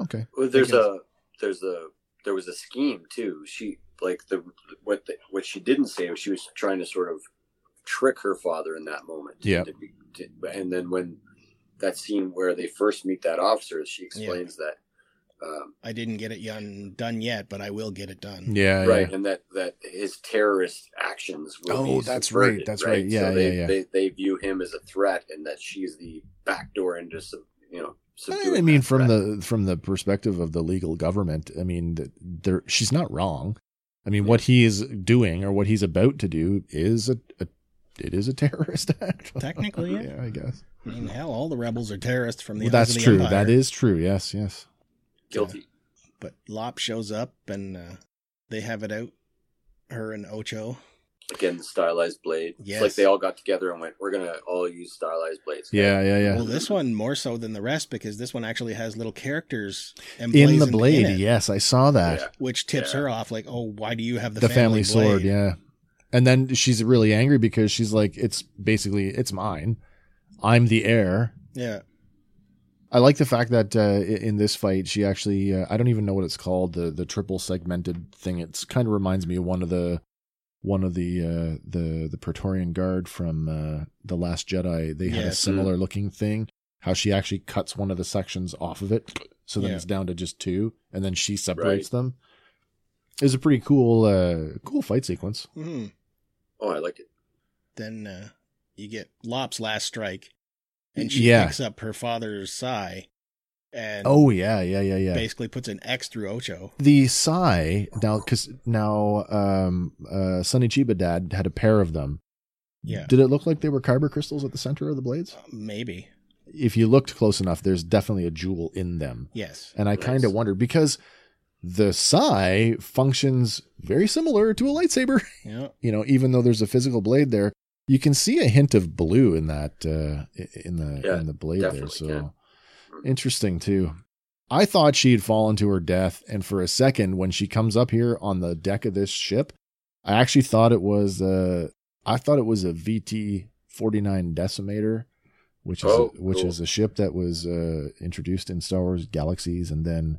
[SPEAKER 2] Okay.
[SPEAKER 4] Well, there's
[SPEAKER 3] Like
[SPEAKER 4] a there's a there was a scheme too. She like the what the, what she didn't say was she was trying to sort of trick her father in that moment.
[SPEAKER 2] Yeah.
[SPEAKER 4] To be- to- and then when that scene where they first meet that officer, she explains that um,
[SPEAKER 3] I didn't get it done, done yet, but I will get it done.
[SPEAKER 2] Yeah,
[SPEAKER 4] right,
[SPEAKER 2] yeah.
[SPEAKER 4] and that that his terrorist actions. Will
[SPEAKER 2] Oh,
[SPEAKER 4] be
[SPEAKER 2] that's
[SPEAKER 4] subverted,
[SPEAKER 2] right, that's right, yeah,
[SPEAKER 4] so they,
[SPEAKER 2] yeah, yeah.
[SPEAKER 4] They, they view him as a threat, and that she's the backdoor into some, you know.
[SPEAKER 2] I
[SPEAKER 4] subduing
[SPEAKER 2] mean,
[SPEAKER 4] that
[SPEAKER 2] from
[SPEAKER 4] threat.
[SPEAKER 2] the from the perspective of the legal government, I mean, th- there she's not wrong. I mean, what he is doing or what he's about to do is a, a it is a terrorist act.
[SPEAKER 3] Technically, yeah.
[SPEAKER 2] I guess
[SPEAKER 3] I mean, hell, all the rebels are terrorists from the
[SPEAKER 2] Well,
[SPEAKER 3] eyes
[SPEAKER 2] that's
[SPEAKER 3] of the
[SPEAKER 2] true.
[SPEAKER 3] Empire.
[SPEAKER 2] That is true. Yes, yes.
[SPEAKER 4] guilty.
[SPEAKER 3] But Lop shows up and uh, they have it out. Her and Ocho.
[SPEAKER 4] Again, the stylized blade.
[SPEAKER 3] Yes.
[SPEAKER 4] It's like they all got together and went, "We're gonna all use stylized blades."
[SPEAKER 2] Yeah, yeah, yeah.
[SPEAKER 3] Well, this one more so than the rest because this one actually has little characters
[SPEAKER 2] in the
[SPEAKER 3] emblazoned
[SPEAKER 2] blade,
[SPEAKER 3] in it,
[SPEAKER 2] yes, I saw that.
[SPEAKER 4] Yeah.
[SPEAKER 3] which tips
[SPEAKER 4] Yeah.
[SPEAKER 3] her off. Like, oh, why do you have the,
[SPEAKER 2] the family, sword,
[SPEAKER 3] blade?
[SPEAKER 2] yeah. And then she's really angry because she's like, it's basically it's mine. I'm the heir.
[SPEAKER 3] yeah.
[SPEAKER 2] I like the fact that uh, i- in this fight, she actually uh, I don't even know what it's called the the triple segmented thing. It's kind of reminds me of one of the one of the uh, the the Praetorian Guard from uh, the Last Jedi. They had a
[SPEAKER 3] Yes.
[SPEAKER 2] similar looking thing. How she actually cuts one of the sections off of it, so then
[SPEAKER 3] Yeah.
[SPEAKER 2] it's down to just two, and then she separates them. It was a pretty cool uh, cool fight sequence.
[SPEAKER 3] hmm
[SPEAKER 4] Oh, I liked it.
[SPEAKER 3] Then uh, you get Lop's last strike, and she
[SPEAKER 2] Yeah.
[SPEAKER 3] picks up her father's sigh, and
[SPEAKER 2] Oh yeah, yeah, yeah, yeah.
[SPEAKER 3] basically puts an X through Ocho.
[SPEAKER 2] the Psy now because now um uh Sonny Chiba dad had a pair of them.
[SPEAKER 3] Yeah.
[SPEAKER 2] Did it look like they were kyber crystals at the center of the blades?
[SPEAKER 3] Maybe.
[SPEAKER 2] If you looked close enough, there's definitely a jewel in them.
[SPEAKER 3] Yes.
[SPEAKER 2] And I
[SPEAKER 4] Nice.
[SPEAKER 2] kind of wondered because the Psy functions very similar to a lightsaber.
[SPEAKER 3] Yeah.
[SPEAKER 2] You know, even though there's a physical blade there, you can see a hint of blue in that uh i- in the
[SPEAKER 4] Yeah,
[SPEAKER 2] in the blade there.
[SPEAKER 4] definitely
[SPEAKER 2] So
[SPEAKER 4] can. Mm-hmm.
[SPEAKER 2] Interesting too. I thought she had fallen to her death, and for a second, when she comes up here on the deck of this ship, I actually thought it was uh I thought it was a VT forty nine decimator, which is
[SPEAKER 4] Oh,
[SPEAKER 2] which
[SPEAKER 4] cool.
[SPEAKER 2] is a ship that was uh, introduced in Star Wars Galaxies, and then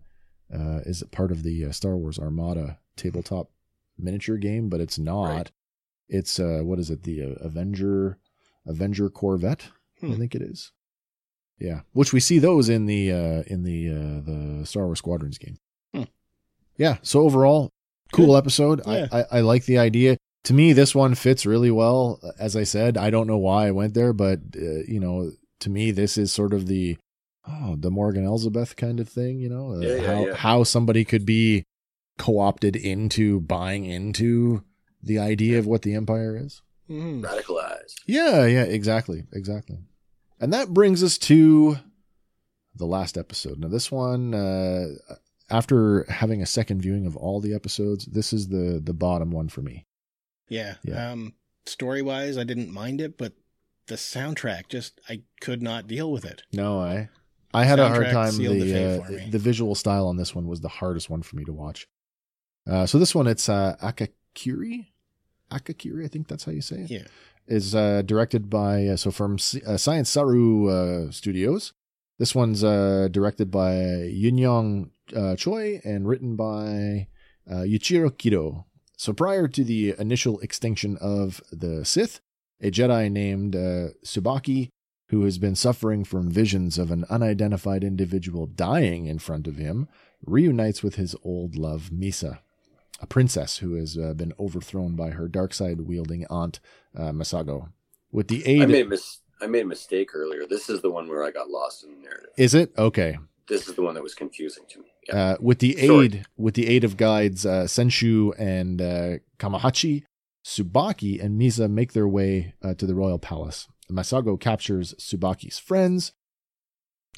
[SPEAKER 2] uh, is a part of the uh, Star Wars Armada tabletop miniature game, but it's not.
[SPEAKER 4] Right.
[SPEAKER 2] It's uh what is it? The uh, Avenger Avenger Corvette, I
[SPEAKER 3] Hmm.
[SPEAKER 2] think it is. Yeah, which we see those in the uh, in the uh, the Star Wars Squadrons game.
[SPEAKER 3] Hmm.
[SPEAKER 2] Yeah. So overall, cool episode.
[SPEAKER 3] Yeah.
[SPEAKER 2] I, I I like the idea. To me, this one fits really well. As I said, I don't know why I went there, but uh, you know, to me, this is sort of the oh the Morgan Elizabeth kind of thing. You know, uh,
[SPEAKER 4] Yeah, yeah,
[SPEAKER 2] how
[SPEAKER 4] yeah.
[SPEAKER 2] how somebody could be co-opted into buying into the idea of what the empire is.
[SPEAKER 3] Mhm.
[SPEAKER 4] Radicalized.
[SPEAKER 2] Yeah, yeah, exactly, exactly. And that brings us to the last episode. Now, this one, uh, after having a second viewing of all the episodes, this is the the bottom one for me.
[SPEAKER 3] Yeah.
[SPEAKER 2] Yeah.
[SPEAKER 3] Um, story wise, I didn't mind it, but the soundtrack just I could not deal with it.
[SPEAKER 2] No, I I had a hard
[SPEAKER 3] Soundtrack
[SPEAKER 2] time.
[SPEAKER 3] sealed the
[SPEAKER 2] The
[SPEAKER 3] fate
[SPEAKER 2] uh,
[SPEAKER 3] for me.
[SPEAKER 2] the visual style on this one was the hardest one for me to watch. Uh, so this one, it's uh, Akakiri, Akakiri. I think that's how you say it.
[SPEAKER 3] Yeah.
[SPEAKER 2] is uh, directed by uh, so from S- uh, Science Saru uh, Studios. This one's uh, directed by Yunyong uh, Choi and written by uh, Yuichiro Kido. So prior to the initial extinction of the Sith, a Jedi named uh, Subaki, who has been suffering from visions of an unidentified individual dying in front of him, reunites with his old love Misa, a princess who has uh, been overthrown by her dark side wielding aunt uh, Masago. With the aid,
[SPEAKER 4] I made a mis- I made a mistake earlier. This is the one where I got lost in the narrative.
[SPEAKER 2] is it okay?
[SPEAKER 4] This is the one that was confusing to me. Yeah.
[SPEAKER 2] Uh, with the aid,
[SPEAKER 4] Sorry.
[SPEAKER 2] with the aid of guides uh, Senshu and uh, Kamahachi, Subaki and Misa make their way uh, to the royal palace. Masago captures Subaki's friends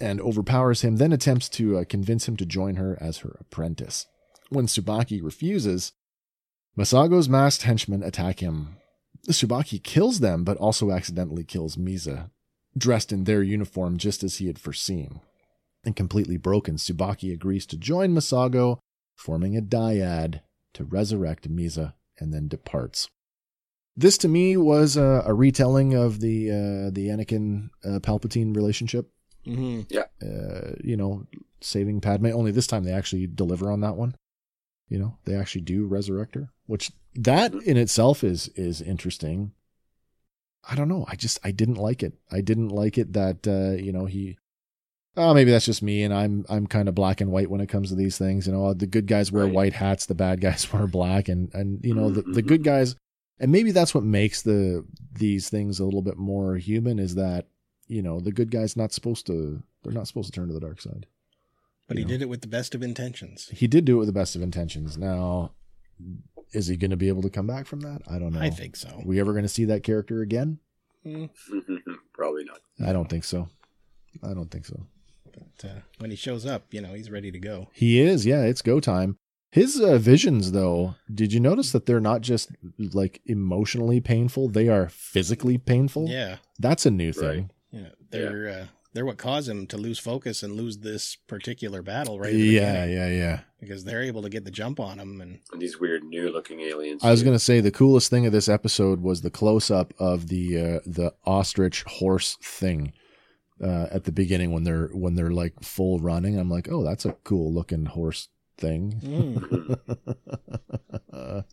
[SPEAKER 2] and overpowers him, then attempts to uh, convince him to join her as her apprentice. When Subaki refuses, Masago's masked henchmen attack him. Subaki kills them, but also accidentally kills Misa, dressed in their uniform just as he had foreseen. And completely broken, Subaki agrees to join Masago, forming a dyad to resurrect Misa, and then departs. This to me was a, a retelling of the uh, the Anakin uh, Palpatine relationship.
[SPEAKER 3] Mm-hmm.
[SPEAKER 2] Uh, you know, saving Padme. Only this time they actually deliver on that one. you know they actually do resurrect her which that in itself is is interesting i don't know i just i didn't like it i didn't like it that uh you know he oh maybe that's just me and i'm i'm kind of black and white when it comes to these things you know the good guys wear
[SPEAKER 4] Right.
[SPEAKER 2] white hats the bad guys wear black and and you know the, the
[SPEAKER 3] Mm-hmm.
[SPEAKER 2] good guys and maybe that's what makes the these things a little bit more human is that you know the good guys not supposed to they're not supposed to turn to the dark side
[SPEAKER 3] But he
[SPEAKER 2] Yeah.
[SPEAKER 3] did it with the best of intentions.
[SPEAKER 2] he did do it with the best of intentions. Now, is he going to be able to come back from that? I don't know.
[SPEAKER 3] I think so.
[SPEAKER 2] Are we ever going to see that character again?
[SPEAKER 3] Mm,
[SPEAKER 2] Uh,
[SPEAKER 4] Probably not.
[SPEAKER 2] I don't think so. I don't think so.
[SPEAKER 3] but, uh, when he shows up, you know, he's ready to go.
[SPEAKER 2] He is. Yeah, it's go time. His uh, visions, though, did you notice that they're not just like emotionally painful? They are physically painful.
[SPEAKER 3] Yeah.
[SPEAKER 2] That's a new thing.
[SPEAKER 3] Yeah. They're uh they're what cause him to lose focus and lose this particular battle right at the
[SPEAKER 2] yeah,
[SPEAKER 3] beginning,
[SPEAKER 2] yeah, yeah.
[SPEAKER 3] because they're able to get the jump on him and
[SPEAKER 4] And these weird new looking aliens.
[SPEAKER 2] I was going to say the coolest thing of this episode was the close up of the uh, the ostrich horse thing uh, at the beginning when they're when they're like full running. I'm like, oh, that's a cool looking horse thing.
[SPEAKER 3] mm. But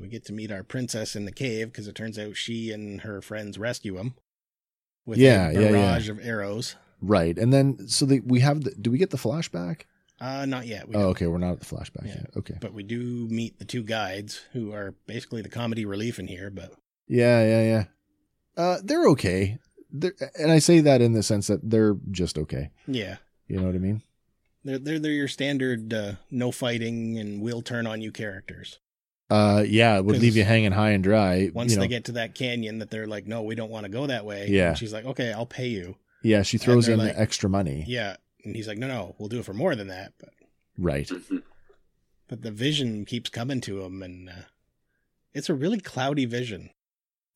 [SPEAKER 3] we get to meet our princess in the cave because it turns out she and her friends rescue him with
[SPEAKER 2] Yeah,
[SPEAKER 3] a
[SPEAKER 2] yeah, yeah.
[SPEAKER 3] barrage of arrows.
[SPEAKER 2] right, and then so the, we have. The, do we get the flashback?
[SPEAKER 3] Uh, not yet. We
[SPEAKER 2] Oh,
[SPEAKER 3] don't.
[SPEAKER 2] okay, we're not at the flashback
[SPEAKER 3] Yeah.
[SPEAKER 2] yet. Okay,
[SPEAKER 3] But we do meet the two guides who are basically the comedy relief in here. But
[SPEAKER 2] yeah, yeah, yeah. Uh, they're okay. They're, and I say that in the sense that they're just okay.
[SPEAKER 3] yeah,
[SPEAKER 2] You know what I mean?
[SPEAKER 3] they're they're, they're your standard uh, no fighting and will turn on you characters.
[SPEAKER 2] Uh, yeah, it would
[SPEAKER 3] 'Cause
[SPEAKER 2] leave you hanging high and dry.
[SPEAKER 3] Once
[SPEAKER 2] you know.
[SPEAKER 3] they get to that canyon, that they're like, no, we don't want to go that way.
[SPEAKER 2] Yeah.
[SPEAKER 3] And she's like, okay, I'll pay you.
[SPEAKER 2] yeah, she throws
[SPEAKER 3] they're
[SPEAKER 2] in
[SPEAKER 3] like-
[SPEAKER 2] the extra money.
[SPEAKER 3] Yeah. And he's like, no, no, we'll do it for more than that. But
[SPEAKER 2] Right.
[SPEAKER 3] but the vision keeps coming to him, and uh, it's a really cloudy vision.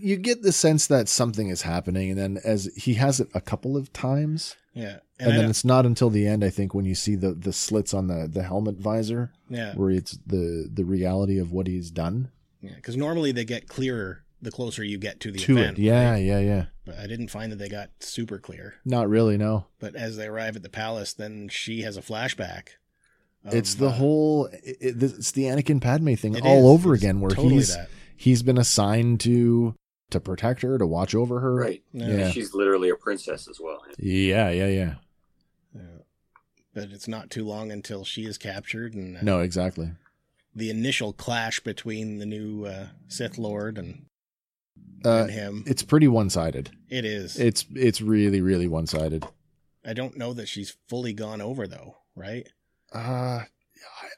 [SPEAKER 2] you get the sense that something is happening and then as he has it a couple of times
[SPEAKER 3] Yeah,
[SPEAKER 2] and,
[SPEAKER 3] and, I
[SPEAKER 2] then
[SPEAKER 3] don't-
[SPEAKER 2] it's not until the end i think when you see the the slits on the the helmet visor
[SPEAKER 3] yeah,
[SPEAKER 2] where it's the the reality of what he's done
[SPEAKER 3] yeah, because normally they get clearer the closer you get to the
[SPEAKER 2] to
[SPEAKER 3] event.
[SPEAKER 2] it yeah
[SPEAKER 3] right?
[SPEAKER 2] yeah yeah
[SPEAKER 3] but I didn't find that they got super clear.
[SPEAKER 2] not really no
[SPEAKER 3] But as they arrive at the palace, then she has a flashback. of,
[SPEAKER 2] it's the
[SPEAKER 3] uh,
[SPEAKER 2] whole it, it- it's the anakin padme thing
[SPEAKER 3] it
[SPEAKER 2] all
[SPEAKER 3] is.
[SPEAKER 2] over
[SPEAKER 3] It's
[SPEAKER 2] again where
[SPEAKER 3] totally
[SPEAKER 2] he's
[SPEAKER 3] that.
[SPEAKER 2] he's been assigned to to protect her to watch over her
[SPEAKER 4] Right.
[SPEAKER 3] Yeah.
[SPEAKER 2] yeah
[SPEAKER 4] She's literally a princess as well.
[SPEAKER 2] yeah yeah yeah
[SPEAKER 3] Yeah. But it's not too long until she is captured, and uh,
[SPEAKER 2] no exactly
[SPEAKER 3] the initial clash between the new uh, Sith Lord and,
[SPEAKER 2] uh
[SPEAKER 3] and him.
[SPEAKER 2] it's pretty one-sided
[SPEAKER 3] it is.
[SPEAKER 2] it's it's really really one-sided
[SPEAKER 3] I don't know that she's fully gone over though, right?
[SPEAKER 2] Uh, I,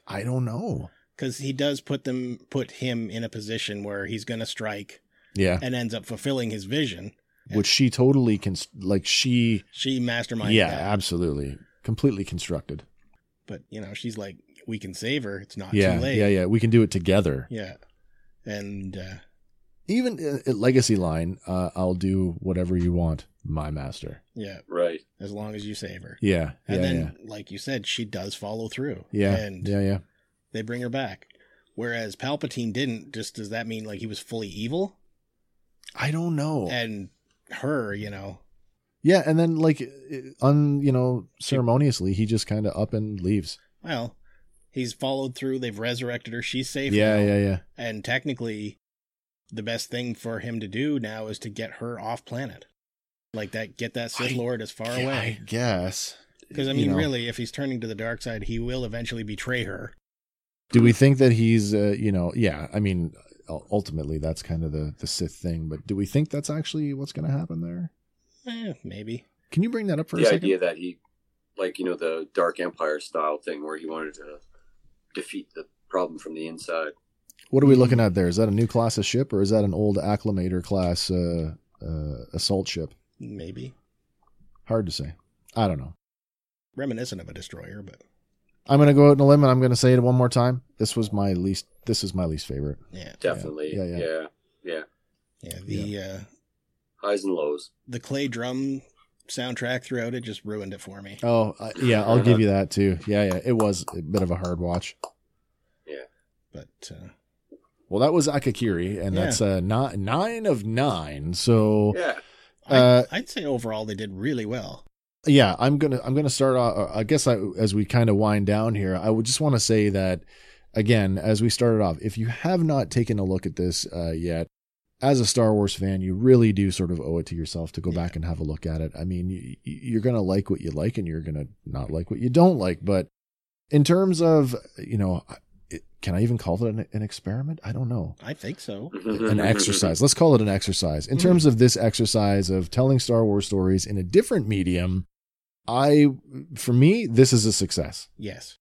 [SPEAKER 2] I don't know.
[SPEAKER 3] Because he does put them, put him in a position where he's going to strike
[SPEAKER 2] Yeah,
[SPEAKER 3] and ends up fulfilling his vision.
[SPEAKER 2] which she totally can like she.
[SPEAKER 3] She masterminds.
[SPEAKER 2] yeah,
[SPEAKER 3] that.
[SPEAKER 2] absolutely, completely constructed.
[SPEAKER 3] but you know, she's like, we can save her. It's not
[SPEAKER 2] yeah,
[SPEAKER 3] too late.
[SPEAKER 2] yeah, yeah. We can do it together.
[SPEAKER 3] yeah. And uh,
[SPEAKER 2] Even uh, at legacy line, uh, I'll do whatever you want, my master.
[SPEAKER 3] yeah,
[SPEAKER 4] Right.
[SPEAKER 3] as long as you save her.
[SPEAKER 2] Yeah, yeah,
[SPEAKER 3] And then, like you said, she does follow through.
[SPEAKER 2] yeah, yeah,
[SPEAKER 3] And
[SPEAKER 2] yeah, yeah.
[SPEAKER 3] they bring her back. Whereas Palpatine didn't. Just does that mean like he was fully evil?
[SPEAKER 2] I don't know.
[SPEAKER 3] And her, you know,
[SPEAKER 2] yeah, and then like, uh, un you know, ceremoniously, he just kind of up and leaves.
[SPEAKER 3] Well, he's followed through. They've resurrected her. She's safe.
[SPEAKER 2] Yeah,
[SPEAKER 3] now.
[SPEAKER 2] yeah, yeah.
[SPEAKER 3] And technically, the best thing for him to do now is to get her off planet, like that. Get that Sith
[SPEAKER 2] I
[SPEAKER 3] Lord as far
[SPEAKER 2] Yeah,
[SPEAKER 3] away.
[SPEAKER 2] I guess.
[SPEAKER 3] Because I
[SPEAKER 2] You
[SPEAKER 3] mean,
[SPEAKER 2] know.
[SPEAKER 3] really, if he's turning to the dark side, he will eventually betray her.
[SPEAKER 2] Do we think that he's, uh, you know, yeah, I mean, u- ultimately that's kind of the, the Sith thing, but do we think that's actually what's going to happen there?
[SPEAKER 3] Eh, maybe.
[SPEAKER 2] Can you bring that up for a
[SPEAKER 4] the
[SPEAKER 2] second?
[SPEAKER 4] idea that he, like you know, the Dark Empire style thing where he wanted to defeat the problem from the inside.
[SPEAKER 2] What are we looking at there? Is that a new class of ship or is that an old acclimator class uh, uh, assault ship?
[SPEAKER 3] Maybe
[SPEAKER 2] Hard to say. I don't know.
[SPEAKER 3] reminiscent of a destroyer, but
[SPEAKER 2] I'm going to go out on a limb and I'm going to say it one more time. This was my least, this is my least favorite.
[SPEAKER 3] yeah,
[SPEAKER 4] Definitely.
[SPEAKER 2] Yeah,
[SPEAKER 4] Yeah.
[SPEAKER 2] yeah.
[SPEAKER 4] Yeah.
[SPEAKER 3] yeah. The Uh,
[SPEAKER 4] Highs and lows.
[SPEAKER 3] the clay drum soundtrack throughout it just ruined it for me.
[SPEAKER 2] Oh, I, yeah, I'll give you that too. Yeah, yeah. It was a bit of a hard watch.
[SPEAKER 3] But uh,
[SPEAKER 2] Well, that was Akakiri, and
[SPEAKER 3] Yeah.
[SPEAKER 2] that's uh, not nine of nine. So
[SPEAKER 4] Yeah.
[SPEAKER 2] Uh,
[SPEAKER 3] I, I'd say overall they did really well.
[SPEAKER 2] yeah i'm gonna i'm gonna start off i guess I, as we kind of wind down here i would just want to say that again, as we started off, if you have not taken a look at this uh, yet, as a Star Wars fan, you really do sort of owe it to yourself to go back and have a look at it. I mean, you, you're going to like what you like and you're going to not like what you don't like. But in terms of, you know, it- can I even call it an, an experiment? I don't know
[SPEAKER 3] I think so.
[SPEAKER 4] Mm-hmm,
[SPEAKER 2] an exercise. Let's call it an exercise. In terms of this exercise of telling Star Wars stories in a different medium, I for me this is a success.
[SPEAKER 3] Yes.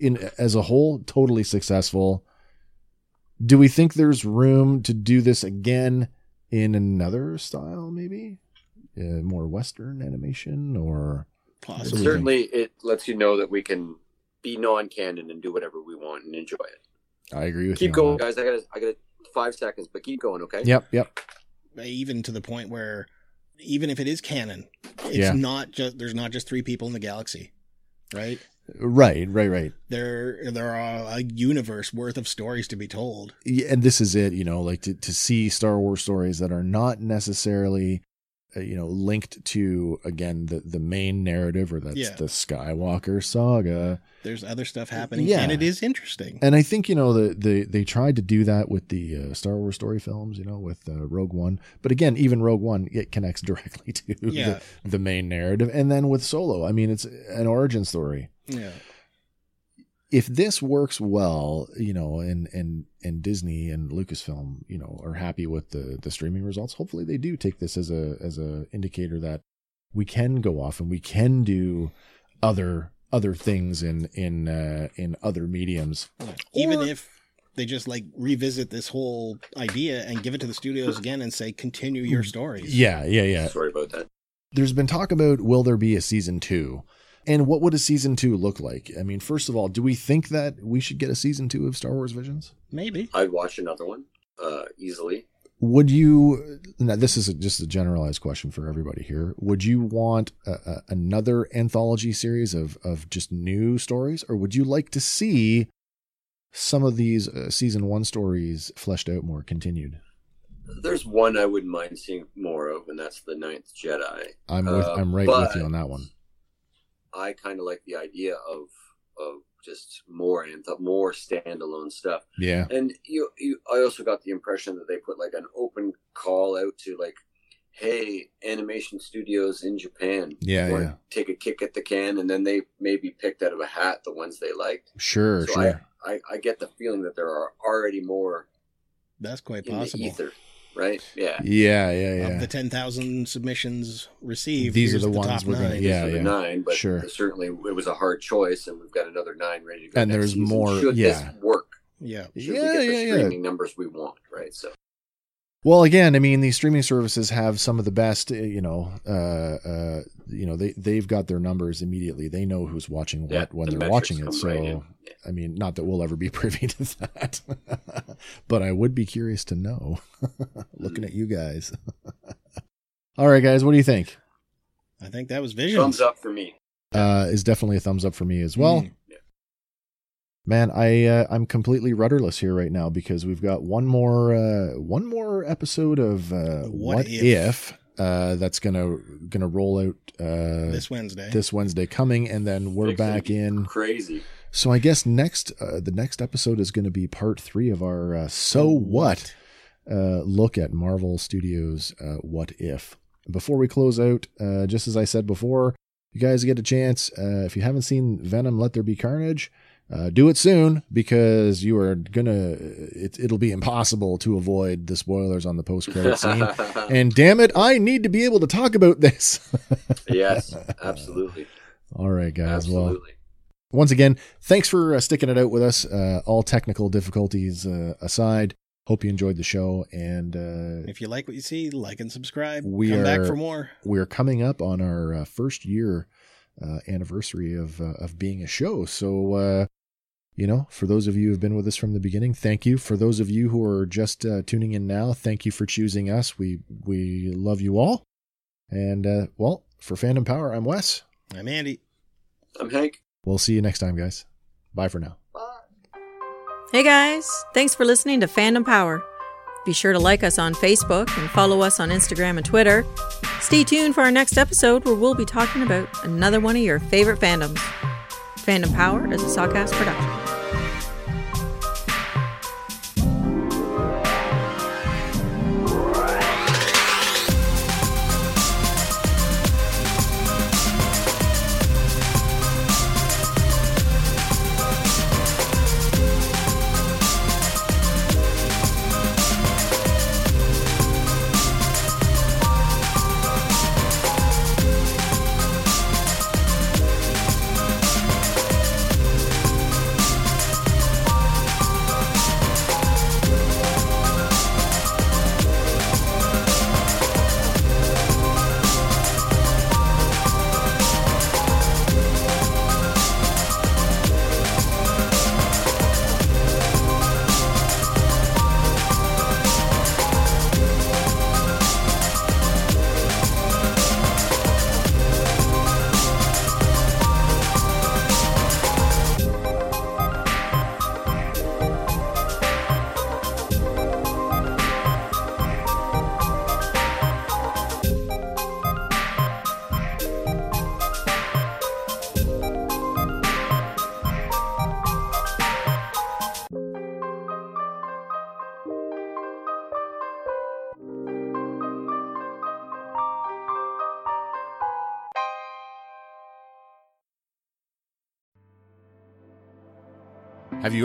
[SPEAKER 2] In as a whole totally successful. Do we think there's room to do this again in another style maybe? Uh, more western animation or
[SPEAKER 4] But
[SPEAKER 3] Possibly.
[SPEAKER 2] Sure.
[SPEAKER 4] certainly, it lets you know that we can be non-canon and do whatever we want and enjoy it.
[SPEAKER 2] I agree with you.
[SPEAKER 4] Keep
[SPEAKER 2] on
[SPEAKER 4] going,
[SPEAKER 2] that.
[SPEAKER 4] guys. I got I got five seconds, but keep going, okay?
[SPEAKER 2] Yep, yep.
[SPEAKER 3] Even to the point where even if it is canon, it's
[SPEAKER 2] Yeah.
[SPEAKER 3] not just there's not just three people in the galaxy. Right?
[SPEAKER 2] Right, right, right.
[SPEAKER 3] There there are a universe worth of stories to be told.
[SPEAKER 2] yeah, and this is it you know like to, to see star wars stories that are not necessarily uh, you know linked to again the the main narrative or that's
[SPEAKER 3] Yeah.
[SPEAKER 2] the skywalker saga
[SPEAKER 3] There's other stuff happening
[SPEAKER 2] Yeah.
[SPEAKER 3] and it is interesting.
[SPEAKER 2] and i think you know the, the they tried to do that with the uh, star wars story films you know with uh, rogue one but again even rogue one it connects directly to
[SPEAKER 3] Yeah.
[SPEAKER 2] the, the main narrative and then with solo i mean it's an origin story
[SPEAKER 3] yeah.
[SPEAKER 2] if this works well, you know, and and and Disney and Lucasfilm, you know, are happy with the the streaming results, hopefully they do take this as a as a indicator that we can go off and we can do other other things in in uh, in other mediums.
[SPEAKER 3] Yeah. Even
[SPEAKER 2] Or-
[SPEAKER 3] if they just like revisit this whole idea and give it to the studios again and say, continue your stories.
[SPEAKER 2] Yeah, yeah, yeah.
[SPEAKER 4] Sorry about that.
[SPEAKER 2] There's been talk about will there be a season 2? And what would a season 2 look like? I mean, first of all, do we think that we should get a season 2 of Star Wars Visions?
[SPEAKER 3] Maybe.
[SPEAKER 4] I'd watch another one uh, easily.
[SPEAKER 2] would you now this is just a generalized question for everybody here would you want a, a, another anthology series of of just new stories or would you like to see some of these uh, season one stories fleshed out more continued
[SPEAKER 4] There's one I wouldn't mind seeing more of, and that's the Ninth Jedi.
[SPEAKER 2] i'm with,
[SPEAKER 4] Uh,
[SPEAKER 2] i'm right with
[SPEAKER 4] but-
[SPEAKER 2] you on that one
[SPEAKER 4] I kind of like the idea of of just more and more standalone stuff.
[SPEAKER 2] yeah
[SPEAKER 4] And you, you, I also got the impression that they put like an open call out to like, hey, animation studios in Japan,
[SPEAKER 2] Yeah,
[SPEAKER 4] wanna
[SPEAKER 2] yeah.
[SPEAKER 4] take a kick at the can, and then they maybe picked out of a hat the ones they liked.
[SPEAKER 2] sure
[SPEAKER 4] so
[SPEAKER 2] sure
[SPEAKER 4] I, I, I get the feeling that there are already more
[SPEAKER 3] That's quite
[SPEAKER 4] in the
[SPEAKER 3] possible.
[SPEAKER 4] ether, right? Yeah,
[SPEAKER 2] yeah yeah yeah
[SPEAKER 3] Of Um, the 10,000 submissions received,
[SPEAKER 2] These are
[SPEAKER 3] here's
[SPEAKER 2] the ones
[SPEAKER 3] top
[SPEAKER 2] we're gonna-
[SPEAKER 3] nine.
[SPEAKER 2] yeah.
[SPEAKER 4] So the nine, but
[SPEAKER 2] Sure.
[SPEAKER 4] certainly it was a hard choice, and we've got another nine ready to go.
[SPEAKER 2] And
[SPEAKER 4] next
[SPEAKER 2] there's
[SPEAKER 4] season.
[SPEAKER 2] more-
[SPEAKER 4] Should
[SPEAKER 2] yeah.
[SPEAKER 4] this work?
[SPEAKER 3] Yeah.
[SPEAKER 4] Should
[SPEAKER 2] Yeah,
[SPEAKER 4] we get the
[SPEAKER 2] yeah, yeah.
[SPEAKER 4] streaming numbers we want, right? So
[SPEAKER 2] Well, again, I mean, these streaming services have some of the best, uh, you know, uh, uh, you know, they they've got their numbers immediately. They know who's watching what
[SPEAKER 4] Yeah,
[SPEAKER 2] when
[SPEAKER 4] the
[SPEAKER 2] they're
[SPEAKER 4] metrics
[SPEAKER 2] watching it.
[SPEAKER 4] come
[SPEAKER 2] So,
[SPEAKER 4] right in. Yeah.
[SPEAKER 2] I mean, not that we'll ever be privy to that, but I would be curious to know. Looking at you guys. All right, guys, what do you think?
[SPEAKER 3] I think that was Visions.
[SPEAKER 4] thumbs up for me.
[SPEAKER 2] Uh, is definitely a thumbs up for me as well.
[SPEAKER 3] Mm.
[SPEAKER 2] Man, I uh, I'm completely rudderless here right now because we've got one more uh, one more episode of uh,
[SPEAKER 3] What
[SPEAKER 2] What,
[SPEAKER 3] If?
[SPEAKER 2] If, uh, that's gonna gonna roll out uh,
[SPEAKER 3] This Wednesday.
[SPEAKER 2] this Wednesday coming, and then we're
[SPEAKER 4] It's gonna
[SPEAKER 2] back
[SPEAKER 4] be
[SPEAKER 2] in.
[SPEAKER 4] Crazy.
[SPEAKER 2] So I guess next uh, the next episode is going to be part three of our uh, so
[SPEAKER 3] Oh,
[SPEAKER 2] what uh, look at Marvel Studios uh, What If. Before we close out, uh, just as I said before, you guys get a chance. Uh, if you haven't seen Venom, Let There Be Carnage. Uh, do it soon because you are gonna. uh, It, it'll be impossible to avoid the spoilers on the post-credit scene. And damn it, I need to be able to talk about this.
[SPEAKER 4] yes, absolutely,
[SPEAKER 2] All right, guys. Well,
[SPEAKER 4] absolutely.
[SPEAKER 2] once again, thanks for uh, sticking it out with us. Uh, all technical difficulties uh, aside, hope you enjoyed the show. And uh,
[SPEAKER 3] If you like what you see, like and subscribe.
[SPEAKER 2] We
[SPEAKER 3] Come back
[SPEAKER 2] are-
[SPEAKER 3] for more.
[SPEAKER 2] we're coming up on our uh, first year uh, anniversary of uh, of being a show. So, uh, you know, for those of you who've been with us from the beginning, thank you. For those of you who are just uh, tuning in now, thank you for choosing us. We we love you all. And uh, well, for Fandom Power, I'm Wes.
[SPEAKER 3] I'm Andy.
[SPEAKER 4] I'm Hank.
[SPEAKER 2] We'll see you next time, guys. Bye for now.
[SPEAKER 1] Hey guys, thanks for listening to Fandom Power. Be sure to like us on Facebook and follow us on Instagram and Twitter. Stay tuned for our next episode where we'll be talking about another one of your favorite fandoms. Fandom Power is a Sawcast production.
[SPEAKER 2] Have you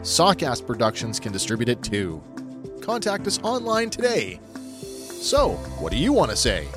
[SPEAKER 2] Sawcast Productions can distribute it too. Contact us online today. So, what do you want to say?